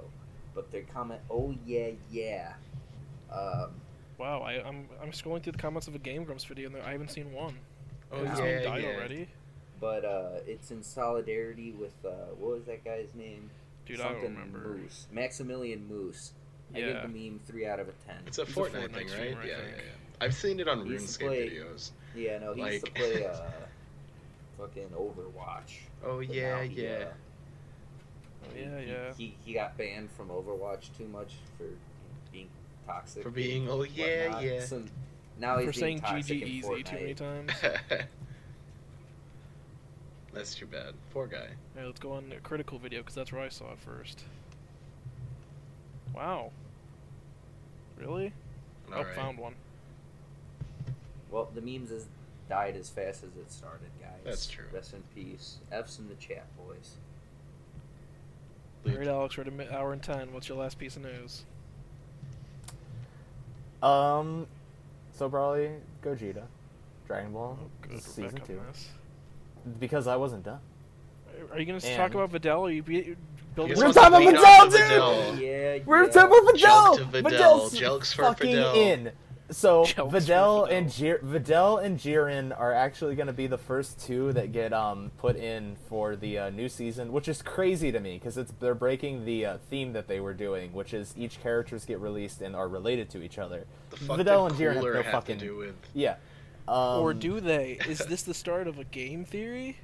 Speaker 4: But they comment, "Oh yeah, yeah." Um,
Speaker 1: Wow, I, I'm I'm scrolling through the comments of a Game Grumps video and there, I haven't seen one.
Speaker 3: Oh
Speaker 1: Has this
Speaker 3: yeah,
Speaker 1: meme died
Speaker 3: yeah.
Speaker 1: already?
Speaker 4: but uh, it's in solidarity with uh, what was that guy's name?
Speaker 1: Dude, I
Speaker 4: Something
Speaker 1: don't remember.
Speaker 4: Moose. Maximilian Moose. I
Speaker 1: Yeah.
Speaker 4: give the meme three out of a ten.
Speaker 3: It's a
Speaker 1: It's a
Speaker 3: Fortnite, thing,
Speaker 1: Fortnite
Speaker 3: right?
Speaker 1: streamer, I
Speaker 3: yeah, yeah,
Speaker 1: think.
Speaker 3: yeah. I've seen it on
Speaker 4: He used to
Speaker 3: RuneScape
Speaker 4: play-
Speaker 3: videos.
Speaker 4: yeah, no, he used to
Speaker 3: like- <laughs>
Speaker 4: play uh, fucking Overwatch.
Speaker 3: Oh
Speaker 4: but
Speaker 3: yeah,
Speaker 4: now he,
Speaker 3: yeah.
Speaker 4: uh,
Speaker 1: Oh,
Speaker 4: he-
Speaker 1: yeah,
Speaker 4: he-
Speaker 1: yeah.
Speaker 4: He, he got banned from Overwatch too much for being toxic.
Speaker 3: For being oh
Speaker 4: and
Speaker 3: yeah,
Speaker 4: whatnot.
Speaker 3: yeah.
Speaker 4: So now he's
Speaker 1: For saying
Speaker 4: being
Speaker 1: GG
Speaker 4: toxic in
Speaker 1: easy too many
Speaker 4: Fortnite. <laughs>
Speaker 1: times.
Speaker 3: <laughs> That's too bad. Poor guy.
Speaker 1: Alright, let's go on to a critical video because that's where I saw it first. Wow. Really? oh,
Speaker 3: Alright.
Speaker 1: found one.
Speaker 4: Well, the memes has died as fast as it started, guys.
Speaker 3: That's true.
Speaker 4: Rest in peace. F's in the chat, boys.
Speaker 3: Luke.
Speaker 1: Alright, Alex, we're at a mi- hour and ten. What's your last piece of news?
Speaker 2: Um, so probably Gogeta, Dragon Ball
Speaker 1: Oh, good. We're
Speaker 2: season
Speaker 1: back
Speaker 2: two,
Speaker 1: on this.
Speaker 2: because I wasn't done.
Speaker 1: Are- Are you going to talk
Speaker 2: And-
Speaker 1: about Videl? Are you be- building
Speaker 3: Yes,
Speaker 2: We're
Speaker 1: up
Speaker 3: what's
Speaker 2: talking
Speaker 1: to
Speaker 2: about
Speaker 1: Videl?
Speaker 3: lead
Speaker 2: Videl,
Speaker 3: up to
Speaker 2: dude!
Speaker 3: Videl?
Speaker 4: Yeah,
Speaker 2: We're
Speaker 4: yeah.
Speaker 2: talking about Videl.
Speaker 3: Joke to Videl.
Speaker 2: Videl's
Speaker 3: Jokes for
Speaker 2: fucking
Speaker 3: Videl.
Speaker 2: in. So
Speaker 1: Jokes for
Speaker 2: Videl
Speaker 1: Videl.
Speaker 2: and Jir- Videl and Jiren are actually going to be the first two that get um, put in for the uh, new season, which is crazy to me because it's they're breaking the uh, theme that they were doing, which is each characters get released and are related to each other.
Speaker 3: The fuck
Speaker 2: Videl
Speaker 3: did
Speaker 2: and Jiren have
Speaker 3: Cooler
Speaker 2: no
Speaker 3: have
Speaker 2: fucking-
Speaker 3: to do with
Speaker 2: Yeah. Um,
Speaker 1: or do they? Is this the start of a
Speaker 2: <laughs>
Speaker 1: game theory?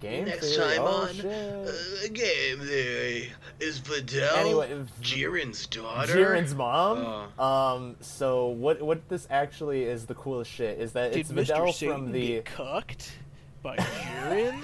Speaker 2: game
Speaker 3: Next
Speaker 2: theory?
Speaker 3: time
Speaker 2: Oh,
Speaker 3: on,
Speaker 2: shit.
Speaker 3: uh, game theory is Videl
Speaker 2: Anyway, if-
Speaker 3: Jiren's daughter. <laughs>
Speaker 2: Jiren's mom.
Speaker 3: Oh.
Speaker 2: Um. So what? What this actually is the coolest shit is that
Speaker 1: Did
Speaker 2: it's
Speaker 1: Mr.
Speaker 2: Videl
Speaker 1: Satan
Speaker 2: from
Speaker 1: be
Speaker 2: the
Speaker 1: cucked
Speaker 2: <laughs>
Speaker 1: by Jiren?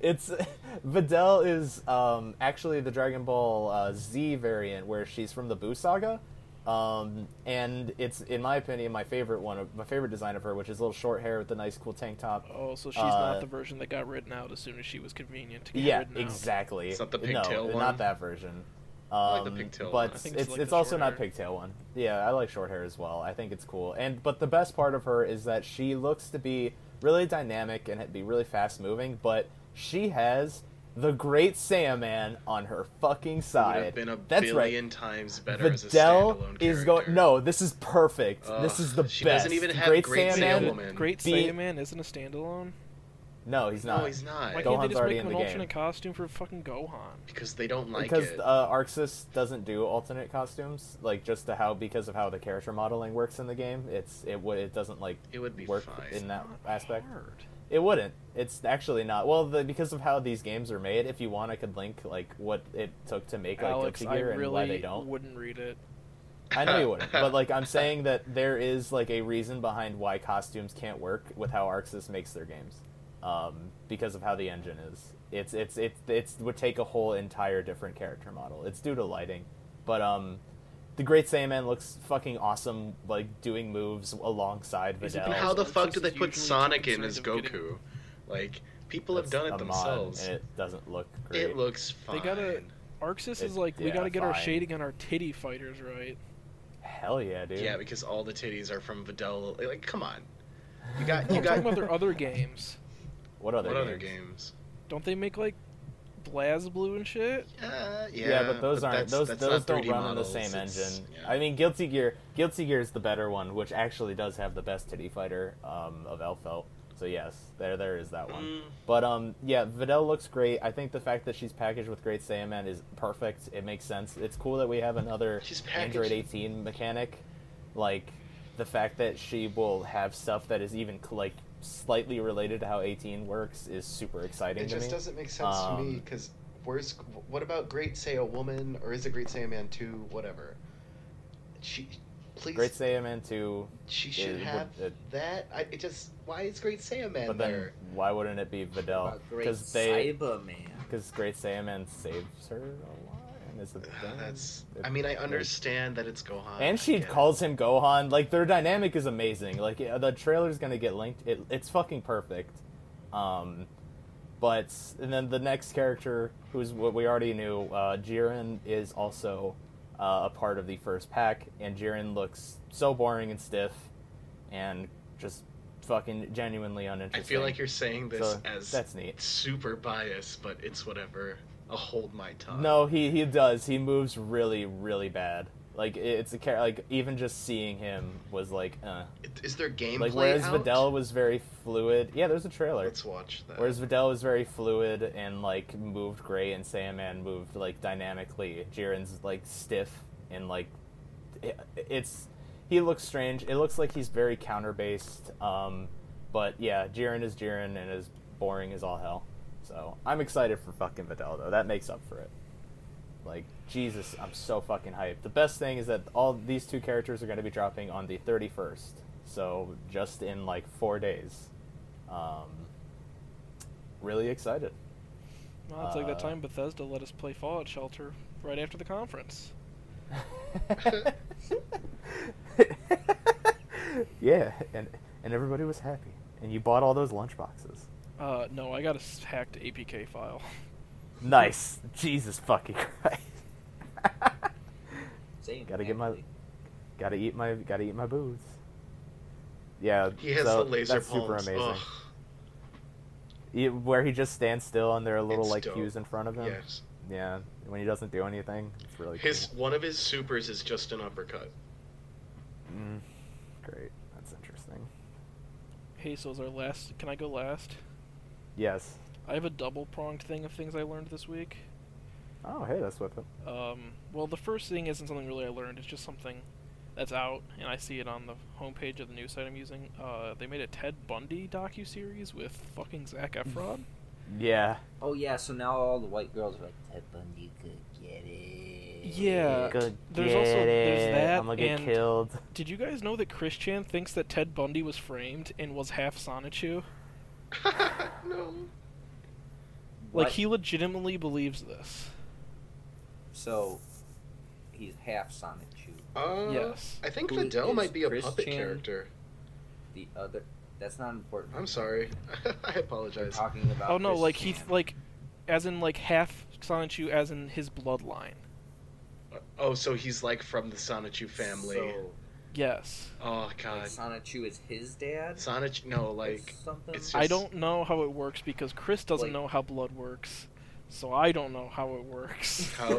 Speaker 2: it's <laughs> Videl is um actually the Dragon Ball uh, Z variant where she's from the Buu saga. Um, and it's in my opinion my favorite one, of my favorite design of her, which is little short hair with the nice cool tank top.
Speaker 1: oh, so she's
Speaker 2: Uh,
Speaker 1: not the version that got written out as soon as she was convenient to get
Speaker 2: yeah,
Speaker 1: written out.
Speaker 2: exactly.
Speaker 3: It's not the
Speaker 2: no,
Speaker 3: pigtail one?
Speaker 2: Not that version. Um,
Speaker 3: like the pigtail one.
Speaker 2: but
Speaker 1: I think it's
Speaker 2: it's it's,
Speaker 1: like the
Speaker 2: also
Speaker 1: short
Speaker 2: not
Speaker 1: hair.
Speaker 2: pigtail one. Yeah, I like short hair as well. I think it's cool. And but the best part of her is that she looks to be really dynamic and be really fast moving. But she has the Great Sandman on her fucking
Speaker 3: would
Speaker 2: side.
Speaker 3: have been a
Speaker 2: That's
Speaker 3: billion
Speaker 2: right.
Speaker 3: times better as a
Speaker 2: Videl
Speaker 3: standalone
Speaker 2: is
Speaker 3: character.
Speaker 2: going. No, this is perfect.
Speaker 3: Ugh,
Speaker 2: this is the
Speaker 3: she
Speaker 2: best.
Speaker 3: doesn't even have Great
Speaker 1: Dude,
Speaker 3: Sandman. Woman.
Speaker 1: Great
Speaker 2: Be-
Speaker 1: Sandman isn't a standalone.
Speaker 2: No, he's not.
Speaker 3: No, he's not.
Speaker 1: Why can't they
Speaker 2: Gohan's
Speaker 1: just
Speaker 2: already
Speaker 1: make him
Speaker 2: in
Speaker 1: an
Speaker 2: the game.
Speaker 1: alternate costume for fucking Gohan?
Speaker 3: Because they don't like
Speaker 2: because
Speaker 3: it.
Speaker 2: uh, Arxis doesn't do alternate costumes, like just to how because of how the character modeling works in the game, it's it would it doesn't like
Speaker 3: It would be
Speaker 2: work
Speaker 3: fine.
Speaker 2: in that
Speaker 1: Not
Speaker 2: aspect.
Speaker 1: hard.
Speaker 2: It wouldn't. It's actually not. Well, the, because of how these games are made, if you want, I could link like what it took to make like
Speaker 1: Alex,
Speaker 2: the
Speaker 1: I
Speaker 2: figure
Speaker 1: really
Speaker 2: and why they don't.
Speaker 1: wouldn't read it.
Speaker 2: I know you
Speaker 3: <laughs>
Speaker 2: wouldn't, but like I'm saying that there is like a reason behind why costumes can't work with how Arxis makes their games, um, because of how the engine is. It's it's it's it's would take a whole entire different character model. It's due to lighting, but um, the Great Saiyaman looks fucking awesome, like doing moves alongside
Speaker 1: Is it
Speaker 2: Videl.
Speaker 1: because
Speaker 3: How the
Speaker 1: Arxis
Speaker 3: fuck did they
Speaker 1: is
Speaker 3: put
Speaker 1: usually
Speaker 3: Sonic
Speaker 1: too
Speaker 3: in as
Speaker 1: concerned of
Speaker 3: Goku?
Speaker 1: getting-
Speaker 3: Like, people
Speaker 2: It's
Speaker 3: have done
Speaker 2: a
Speaker 3: it
Speaker 2: mod,
Speaker 3: themselves.
Speaker 2: and it doesn't look great.
Speaker 3: It looks fine.
Speaker 1: They gotta- Arxis is
Speaker 2: It-
Speaker 1: like, we
Speaker 2: yeah,
Speaker 1: gotta get our
Speaker 2: fine.
Speaker 1: shading on our titty fighters right.
Speaker 2: Hell yeah, dude.
Speaker 3: Yeah, because all the titties are from Videl. Like, come on.
Speaker 1: <laughs>
Speaker 3: You got
Speaker 1: No,
Speaker 3: you
Speaker 1: I'm talking
Speaker 3: got
Speaker 1: about their other games.
Speaker 2: what other
Speaker 3: what
Speaker 2: games?
Speaker 3: other games?
Speaker 1: Don't they make like BlazBlue and shit?
Speaker 3: Uh, yeah,
Speaker 2: Yeah, but those aren't
Speaker 3: that's-
Speaker 2: those
Speaker 3: that's
Speaker 2: those
Speaker 3: not
Speaker 2: don't
Speaker 3: 3D
Speaker 2: run on the
Speaker 3: models,
Speaker 2: same
Speaker 3: it's-
Speaker 2: engine.
Speaker 3: yeah.
Speaker 2: I mean, Guilty Gear Guilty Gear is the better one, which actually does have the best titty fighter um, of Elfelt. So yes, there there is that one.
Speaker 3: Mm,
Speaker 2: But um, yeah, Videl looks great. I think the fact that she's packaged with Great Saiyaman is perfect. It makes sense. It's cool that we have another
Speaker 3: She's packaged-
Speaker 2: Android 18 mechanic. Like the fact that she will have stuff that is even like slightly related to how 18 works is super exciting
Speaker 3: it
Speaker 2: to
Speaker 3: just
Speaker 2: me.
Speaker 3: doesn't make sense to me
Speaker 2: Um,
Speaker 3: because where's what about Great Say a Woman or is it Great Say a Man Two? Whatever. She, please,
Speaker 2: Great Saiyaman 2
Speaker 3: she should
Speaker 2: it
Speaker 3: have
Speaker 2: would-
Speaker 3: that. I, it just why is Great Say a Man
Speaker 2: But then,
Speaker 3: there?
Speaker 2: why wouldn't it be Videl?
Speaker 4: About Great
Speaker 2: Because they,
Speaker 4: Cyberman.
Speaker 2: because Great Saiyaman saves her a lot, and is the
Speaker 3: Ugh,
Speaker 2: thing.
Speaker 3: That's.
Speaker 2: It-
Speaker 3: I mean, I
Speaker 2: like-
Speaker 3: understand that it's Gohan.
Speaker 2: And
Speaker 3: I
Speaker 2: she
Speaker 3: get it.
Speaker 2: calls him Gohan. Like their dynamic is amazing. Like yeah, the trailer's gonna get linked. It, it's fucking perfect. Um, but and then the next character, who's what we already knew, uh, Jiren is also uh, a part of the first pack, and Jiren looks so boring and stiff, and just fucking genuinely
Speaker 3: I
Speaker 2: uninteresting.
Speaker 3: feel like you're saying this
Speaker 2: So,
Speaker 3: as
Speaker 2: that's neat.
Speaker 3: super biased, but it's whatever. I'll hold my tongue.
Speaker 2: No, he he does. He moves really really bad. Like it- it's a char- like even just seeing him was like uh.
Speaker 3: It- Is there gameplay
Speaker 2: Like whereas
Speaker 3: out?
Speaker 2: Videl was very fluid. Yeah, there's a trailer.
Speaker 3: Let's watch that.
Speaker 2: Whereas Videl was very fluid and like moved great, and Sandman moved like dynamically. Jiren's like stiff and like it, it's he looks strange. It looks like he's very counter based. Um, but yeah, Jiren is Jiren and is boring as all hell. So I'm excited for fucking Videl though. That makes up for it. Like Jesus, I'm so fucking hyped. The best thing is that all these two characters are going to be dropping on the 31st. So just in like four days. Um, really excited.
Speaker 1: Well, it's like that
Speaker 2: Uh,
Speaker 1: time Bethesda let us play Fallout Shelter right after the conference.
Speaker 2: yeah, and and everybody was happy, and you bought all those lunch boxes.
Speaker 1: Uh, no, I got a s- hacked APK file. <laughs>
Speaker 2: Nice, Jesus fucking Christ. <laughs>
Speaker 4: Same,
Speaker 2: Gotta get my-
Speaker 4: actually.
Speaker 2: gotta eat my gotta eat my booze. Yeah,
Speaker 3: he has
Speaker 2: so
Speaker 3: the laser
Speaker 2: that's super
Speaker 3: palms.
Speaker 2: amazing.
Speaker 3: Ugh,
Speaker 2: He- where he just stands still and there are little
Speaker 3: It's
Speaker 2: like
Speaker 3: dope.
Speaker 2: cues in front of him.
Speaker 3: yes.
Speaker 2: Yeah, when he doesn't do anything, it's really
Speaker 3: His one of his supers is just an uppercut.
Speaker 2: cool. Mm, great, that's interesting.
Speaker 1: Hey, so is our last? Can I go last?
Speaker 2: Yes.
Speaker 1: I have a double pronged thing of things I learned this week.
Speaker 2: Oh, hey, that's with him.
Speaker 1: Um, well, the first thing isn't something really I learned. It's just something that's out, and I see it on the homepage of the news site I'm using. Uh, they made a Ted Bundy docu series with fucking Zach Efron.
Speaker 2: Yeah.
Speaker 4: Oh yeah, so now all the white girls are like Ted Bundy could get it.
Speaker 1: Yeah.
Speaker 2: Good.
Speaker 1: Uh, There's also- there's that
Speaker 2: I'm gonna get
Speaker 1: and-
Speaker 2: killed. <laughs>
Speaker 1: Did you guys know that Chris Chan thinks that Ted Bundy was framed and was half Sonichu?
Speaker 3: no.
Speaker 1: Like
Speaker 4: What?
Speaker 1: he legitimately believes this.
Speaker 4: So he's half Sonic Chew.
Speaker 3: Uh,
Speaker 1: Yes.
Speaker 3: I think
Speaker 4: Who
Speaker 3: Videl
Speaker 4: is
Speaker 3: might be a
Speaker 4: Chris
Speaker 3: puppet
Speaker 4: Chan?
Speaker 3: character.
Speaker 4: The other that's not important.
Speaker 3: I'm sorry. <laughs> I
Speaker 4: We're
Speaker 3: apologize.
Speaker 4: talking about
Speaker 1: Oh no,
Speaker 4: Chris
Speaker 1: like he
Speaker 4: Chan.
Speaker 1: like as in like half Sonichu as in his bloodline.
Speaker 3: Oh, so he's like from the Sonichu family.
Speaker 4: So,
Speaker 1: Yes.
Speaker 3: Oh
Speaker 4: like
Speaker 3: god.
Speaker 4: Sonic Chew is his dad?
Speaker 3: Sonichu no,
Speaker 4: or
Speaker 3: like
Speaker 4: something?
Speaker 3: it's
Speaker 1: I
Speaker 3: just-
Speaker 1: don't know how it works because Chris doesn't
Speaker 4: Like-
Speaker 1: know how blood works. So I don't know how it works.
Speaker 3: how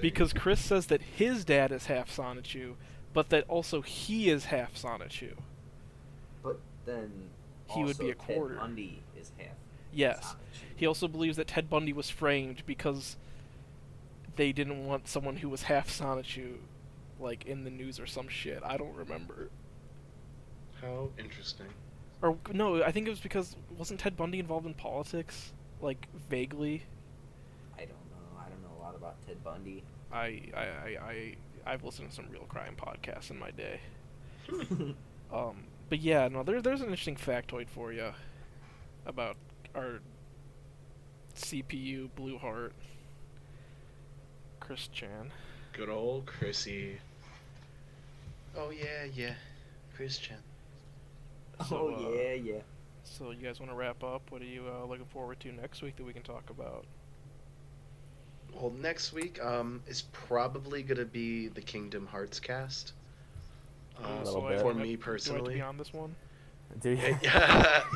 Speaker 1: <laughs> because Chris says that his dad is half Sonichu, but that also he is half Sonichu.
Speaker 4: But then
Speaker 1: He would be
Speaker 4: also
Speaker 1: a quarter.
Speaker 4: Ted Bundy is half.
Speaker 1: Yes.
Speaker 4: Sonic Chew.
Speaker 1: He also believes that Ted Bundy was framed because they didn't want someone who was half Sonichu like in the news or some shit. I don't remember.
Speaker 3: How interesting.
Speaker 1: Or no, I think it was because wasn't Ted Bundy involved in politics like vaguely?
Speaker 4: I don't know. I don't know a lot about Ted Bundy.
Speaker 1: I I I, I I've listened to some real crime podcasts in my day.
Speaker 4: Oh,
Speaker 1: Um, but yeah, no, there, there's an interesting factoid for you about our CPU Blue Heart, Chris Chan.
Speaker 3: Good old Chrissy. Oh yeah, yeah. Christian.
Speaker 1: So,
Speaker 4: oh
Speaker 1: uh,
Speaker 4: yeah, yeah.
Speaker 1: So you guys want to wrap up? What are you uh, looking forward to next week that we can talk about?
Speaker 3: Well, next week um, is probably going to be the Kingdom Hearts cast.
Speaker 1: Uh,
Speaker 3: Um,
Speaker 2: little
Speaker 1: so I-
Speaker 2: bit.
Speaker 3: for
Speaker 1: do I-
Speaker 3: me
Speaker 1: Do I have to
Speaker 3: <laughs> personally,
Speaker 1: be on this one?
Speaker 2: Do you?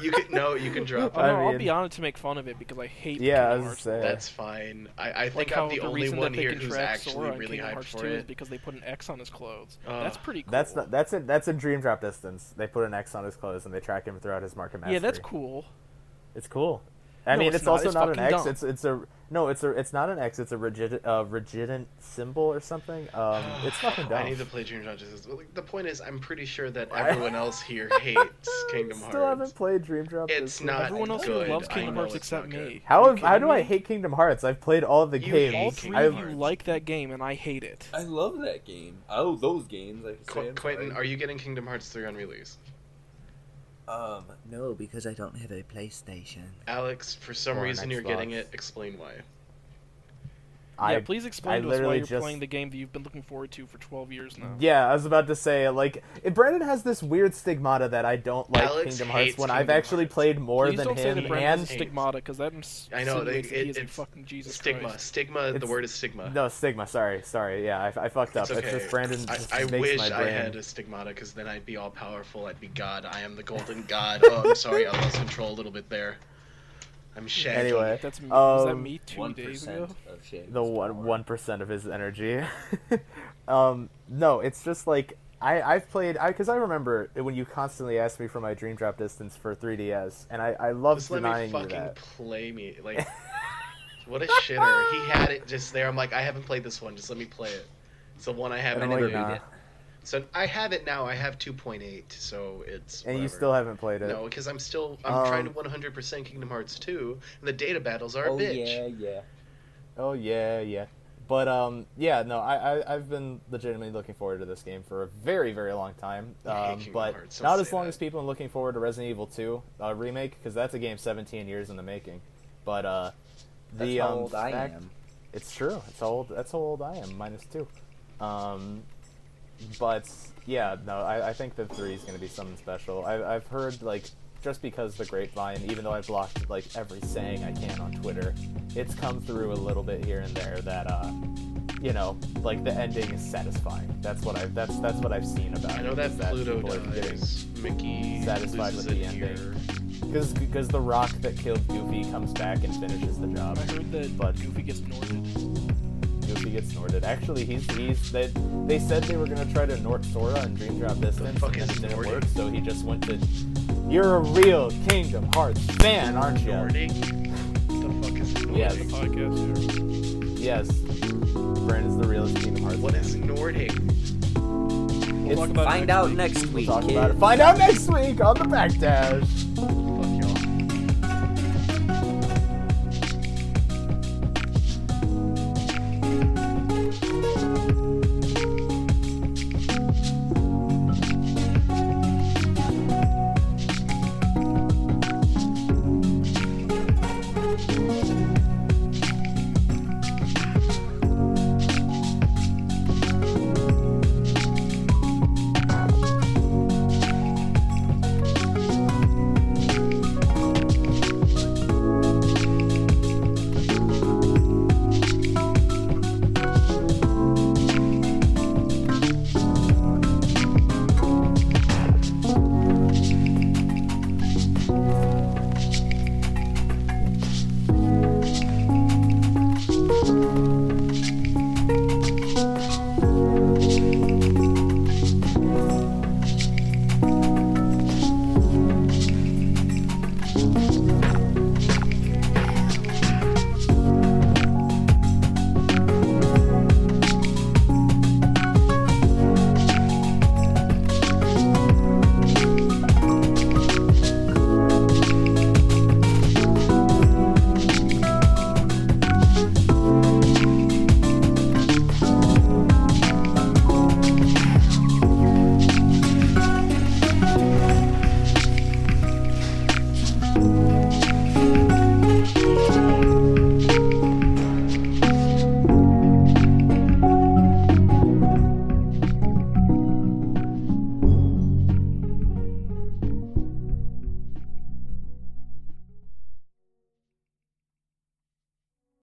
Speaker 3: you can no, you
Speaker 1: <laughs>
Speaker 3: can drop.
Speaker 1: Oh,
Speaker 2: I
Speaker 3: it.
Speaker 1: no, I'll
Speaker 2: mean-
Speaker 1: be on it to make fun of it because I hate.
Speaker 2: Yeah, I
Speaker 1: Kingdom
Speaker 2: was
Speaker 1: Hearts.
Speaker 2: saying.
Speaker 3: That's fine. I, I think
Speaker 1: like how
Speaker 3: I'm the, only
Speaker 1: reason
Speaker 3: one
Speaker 1: that they
Speaker 3: here
Speaker 1: can
Speaker 3: who's
Speaker 1: track
Speaker 3: actually
Speaker 1: Sora in
Speaker 3: really
Speaker 1: Kingdom
Speaker 3: hyped
Speaker 1: Hearts
Speaker 3: for
Speaker 1: 2 is
Speaker 3: it. Uh,
Speaker 1: because they put an X on his clothes.
Speaker 3: Ugh.
Speaker 1: that's pretty cool.
Speaker 2: That's not, that's a that's a dream drop distance. They put an X on his clothes and they track him throughout his market mastery.
Speaker 1: yeah, that's cool.
Speaker 2: It's cool. I
Speaker 1: No,
Speaker 2: mean,
Speaker 1: it's
Speaker 2: it's,
Speaker 1: not.
Speaker 2: also
Speaker 1: It's
Speaker 2: not an
Speaker 1: fucking
Speaker 2: X.
Speaker 1: dumb.
Speaker 2: It's it's a no. It's a it's not an X. It's a rigid uh, rigidant symbol or something.
Speaker 3: <sighs>
Speaker 2: Um, it's fucking dumb.
Speaker 3: I need to play Dream Drop Distance. Well, like, The point is, I'm pretty sure that everyone else here
Speaker 2: <laughs>
Speaker 3: hates Kingdom
Speaker 2: Still
Speaker 3: Hearts.
Speaker 2: haven't played Dream Drop.
Speaker 3: It's
Speaker 2: Distance.
Speaker 3: not
Speaker 1: Everyone else
Speaker 3: good.
Speaker 1: here loves
Speaker 3: I
Speaker 1: Kingdom
Speaker 3: know
Speaker 1: Hearts
Speaker 3: it's not
Speaker 1: except me.
Speaker 3: good.
Speaker 2: How
Speaker 3: Are you
Speaker 2: have, how
Speaker 3: kidding
Speaker 2: do I
Speaker 3: me?
Speaker 2: hate Kingdom Hearts? I've played all the
Speaker 3: You hate
Speaker 1: All
Speaker 2: games.
Speaker 1: three
Speaker 3: Kingdom
Speaker 1: of
Speaker 2: I've,
Speaker 1: you
Speaker 3: Hearts.
Speaker 1: like that game, and I hate it.
Speaker 4: I love that game. I love those games. I can say.
Speaker 3: Qu-
Speaker 4: I'm
Speaker 3: Quentin,
Speaker 4: sorry.
Speaker 3: are you getting Kingdom Hearts 3 on release?
Speaker 4: Um, no, because I don't have a PlayStation.
Speaker 3: Alex, for some
Speaker 2: Or an
Speaker 3: reason you're getting
Speaker 2: Xbox.
Speaker 3: it. Explain why.
Speaker 2: I-
Speaker 1: yeah, please explain
Speaker 2: I
Speaker 1: to us why
Speaker 2: literally
Speaker 1: you're
Speaker 2: just-
Speaker 1: playing the game that you've been looking forward to for 12 years now.
Speaker 2: yeah, I was about to say like it, Brandon has this weird stigmata that I don't like
Speaker 3: Alex
Speaker 2: Kingdom
Speaker 3: hates
Speaker 2: Hearts when I've
Speaker 3: Kingdom
Speaker 2: actually
Speaker 3: Hearts.
Speaker 2: played more
Speaker 1: Please
Speaker 2: than
Speaker 1: don't say
Speaker 2: him
Speaker 1: that
Speaker 2: and
Speaker 1: Brandon's a
Speaker 3: Hates.
Speaker 1: stigmata, because that ins-
Speaker 3: I know, they-
Speaker 1: insinuates that
Speaker 3: it-
Speaker 1: he is a
Speaker 3: it's
Speaker 1: fucking Jesus
Speaker 3: stigma.
Speaker 1: Christ.
Speaker 3: Stigma. the
Speaker 2: It's-
Speaker 3: word is stigma.
Speaker 2: no stigma. Sorry, sorry. Yeah, I, I fucked up.
Speaker 3: It's
Speaker 2: It's,
Speaker 3: okay.
Speaker 2: just Brandon
Speaker 3: I,
Speaker 2: just
Speaker 3: I
Speaker 2: makes
Speaker 3: wish
Speaker 2: my brain.
Speaker 3: I had a stigmata because then I'd be all powerful. I'd be God. I am
Speaker 2: <laughs>
Speaker 3: the golden God. Oh, I'm sorry. I lost control a little bit there. I'm shaggy.
Speaker 2: Anyway.
Speaker 1: That's me. was that
Speaker 2: Um,
Speaker 1: me two
Speaker 4: One
Speaker 1: days
Speaker 4: percent
Speaker 1: ago?
Speaker 4: of shit.
Speaker 2: the one one percent of his energy. <laughs> um, no, it's just like I I've played I because I remember when you constantly asked me for my dream drop distance for 3ds, and I I love
Speaker 3: Just let me
Speaker 2: denying you
Speaker 3: fucking
Speaker 2: that.
Speaker 3: play me.
Speaker 2: <laughs>
Speaker 3: Like, what a shitter. He had it just there. I'm like, I haven't played this one. Just let me play it. It's the one I
Speaker 2: And
Speaker 3: haven't
Speaker 2: I'm
Speaker 4: I
Speaker 2: like,
Speaker 4: never
Speaker 3: played.
Speaker 4: did.
Speaker 2: nah.
Speaker 3: So I have it now. I have 2.8. So it's.
Speaker 2: And you
Speaker 3: whatever.
Speaker 2: still haven't played it.
Speaker 3: No, because I'm still I'm
Speaker 2: Um,
Speaker 3: trying to 100% Kingdom Hearts 2, and the data battles are
Speaker 4: Oh
Speaker 3: a bitch.
Speaker 4: yeah, yeah.
Speaker 2: Oh yeah, yeah. But um, yeah, no, I, I I've been legitimately looking forward to this game for a very very long
Speaker 3: <laughs>
Speaker 2: time.
Speaker 3: I hate
Speaker 2: Um,
Speaker 3: Kingdom
Speaker 2: but
Speaker 3: Hearts, don't
Speaker 2: not
Speaker 3: say
Speaker 2: as long
Speaker 3: that.
Speaker 2: as people are looking forward to Resident Evil 2 uh, remake because that's a game 17 years in the making. But uh, the
Speaker 4: That's how
Speaker 2: um,
Speaker 4: old I
Speaker 2: fact-
Speaker 4: am.
Speaker 2: It's true. It's how old. That's how old I am. Minus two. Um, but yeah, no, I, I think that three is going to be something special. I, I've heard like just because the grapevine, even though I blocked like every saying I can on Twitter, it's come through a little bit here and there that uh, you know, like the ending is satisfying. That's what I. That's that's what I've seen about.
Speaker 3: I
Speaker 2: it,
Speaker 3: know
Speaker 2: is
Speaker 3: that Pluto
Speaker 2: people are getting-
Speaker 3: dies. Mickey
Speaker 2: satisfied
Speaker 3: loses
Speaker 2: with the
Speaker 3: an
Speaker 2: ending.
Speaker 3: ear.
Speaker 2: Because because the rock that killed Goofy comes back and finishes the job.
Speaker 1: I heard that
Speaker 2: But-
Speaker 1: Goofy gets Norted.
Speaker 2: Goofy gets snorted. Actually, he's he's they they said they were gonna try to nort Sora and Dream Drop Distance,
Speaker 3: fuck
Speaker 2: and
Speaker 3: is
Speaker 2: it didn't
Speaker 3: snorting?
Speaker 2: work. So he just went to. You're a real Kingdom Hearts fan, aren't you?
Speaker 3: Nordic? The fuck is Nordic?
Speaker 2: Yes.
Speaker 1: Podcast here.
Speaker 2: Yes. Brandon's the realest Kingdom Hearts.
Speaker 3: What
Speaker 2: fan.
Speaker 3: is Nordic?
Speaker 1: We'll
Speaker 2: It's-
Speaker 1: talk about it
Speaker 4: Find
Speaker 1: next
Speaker 4: out
Speaker 1: week.
Speaker 4: next
Speaker 2: We'll
Speaker 4: week,
Speaker 2: talk
Speaker 4: kid.
Speaker 2: about it. Find out next week on the Backdash.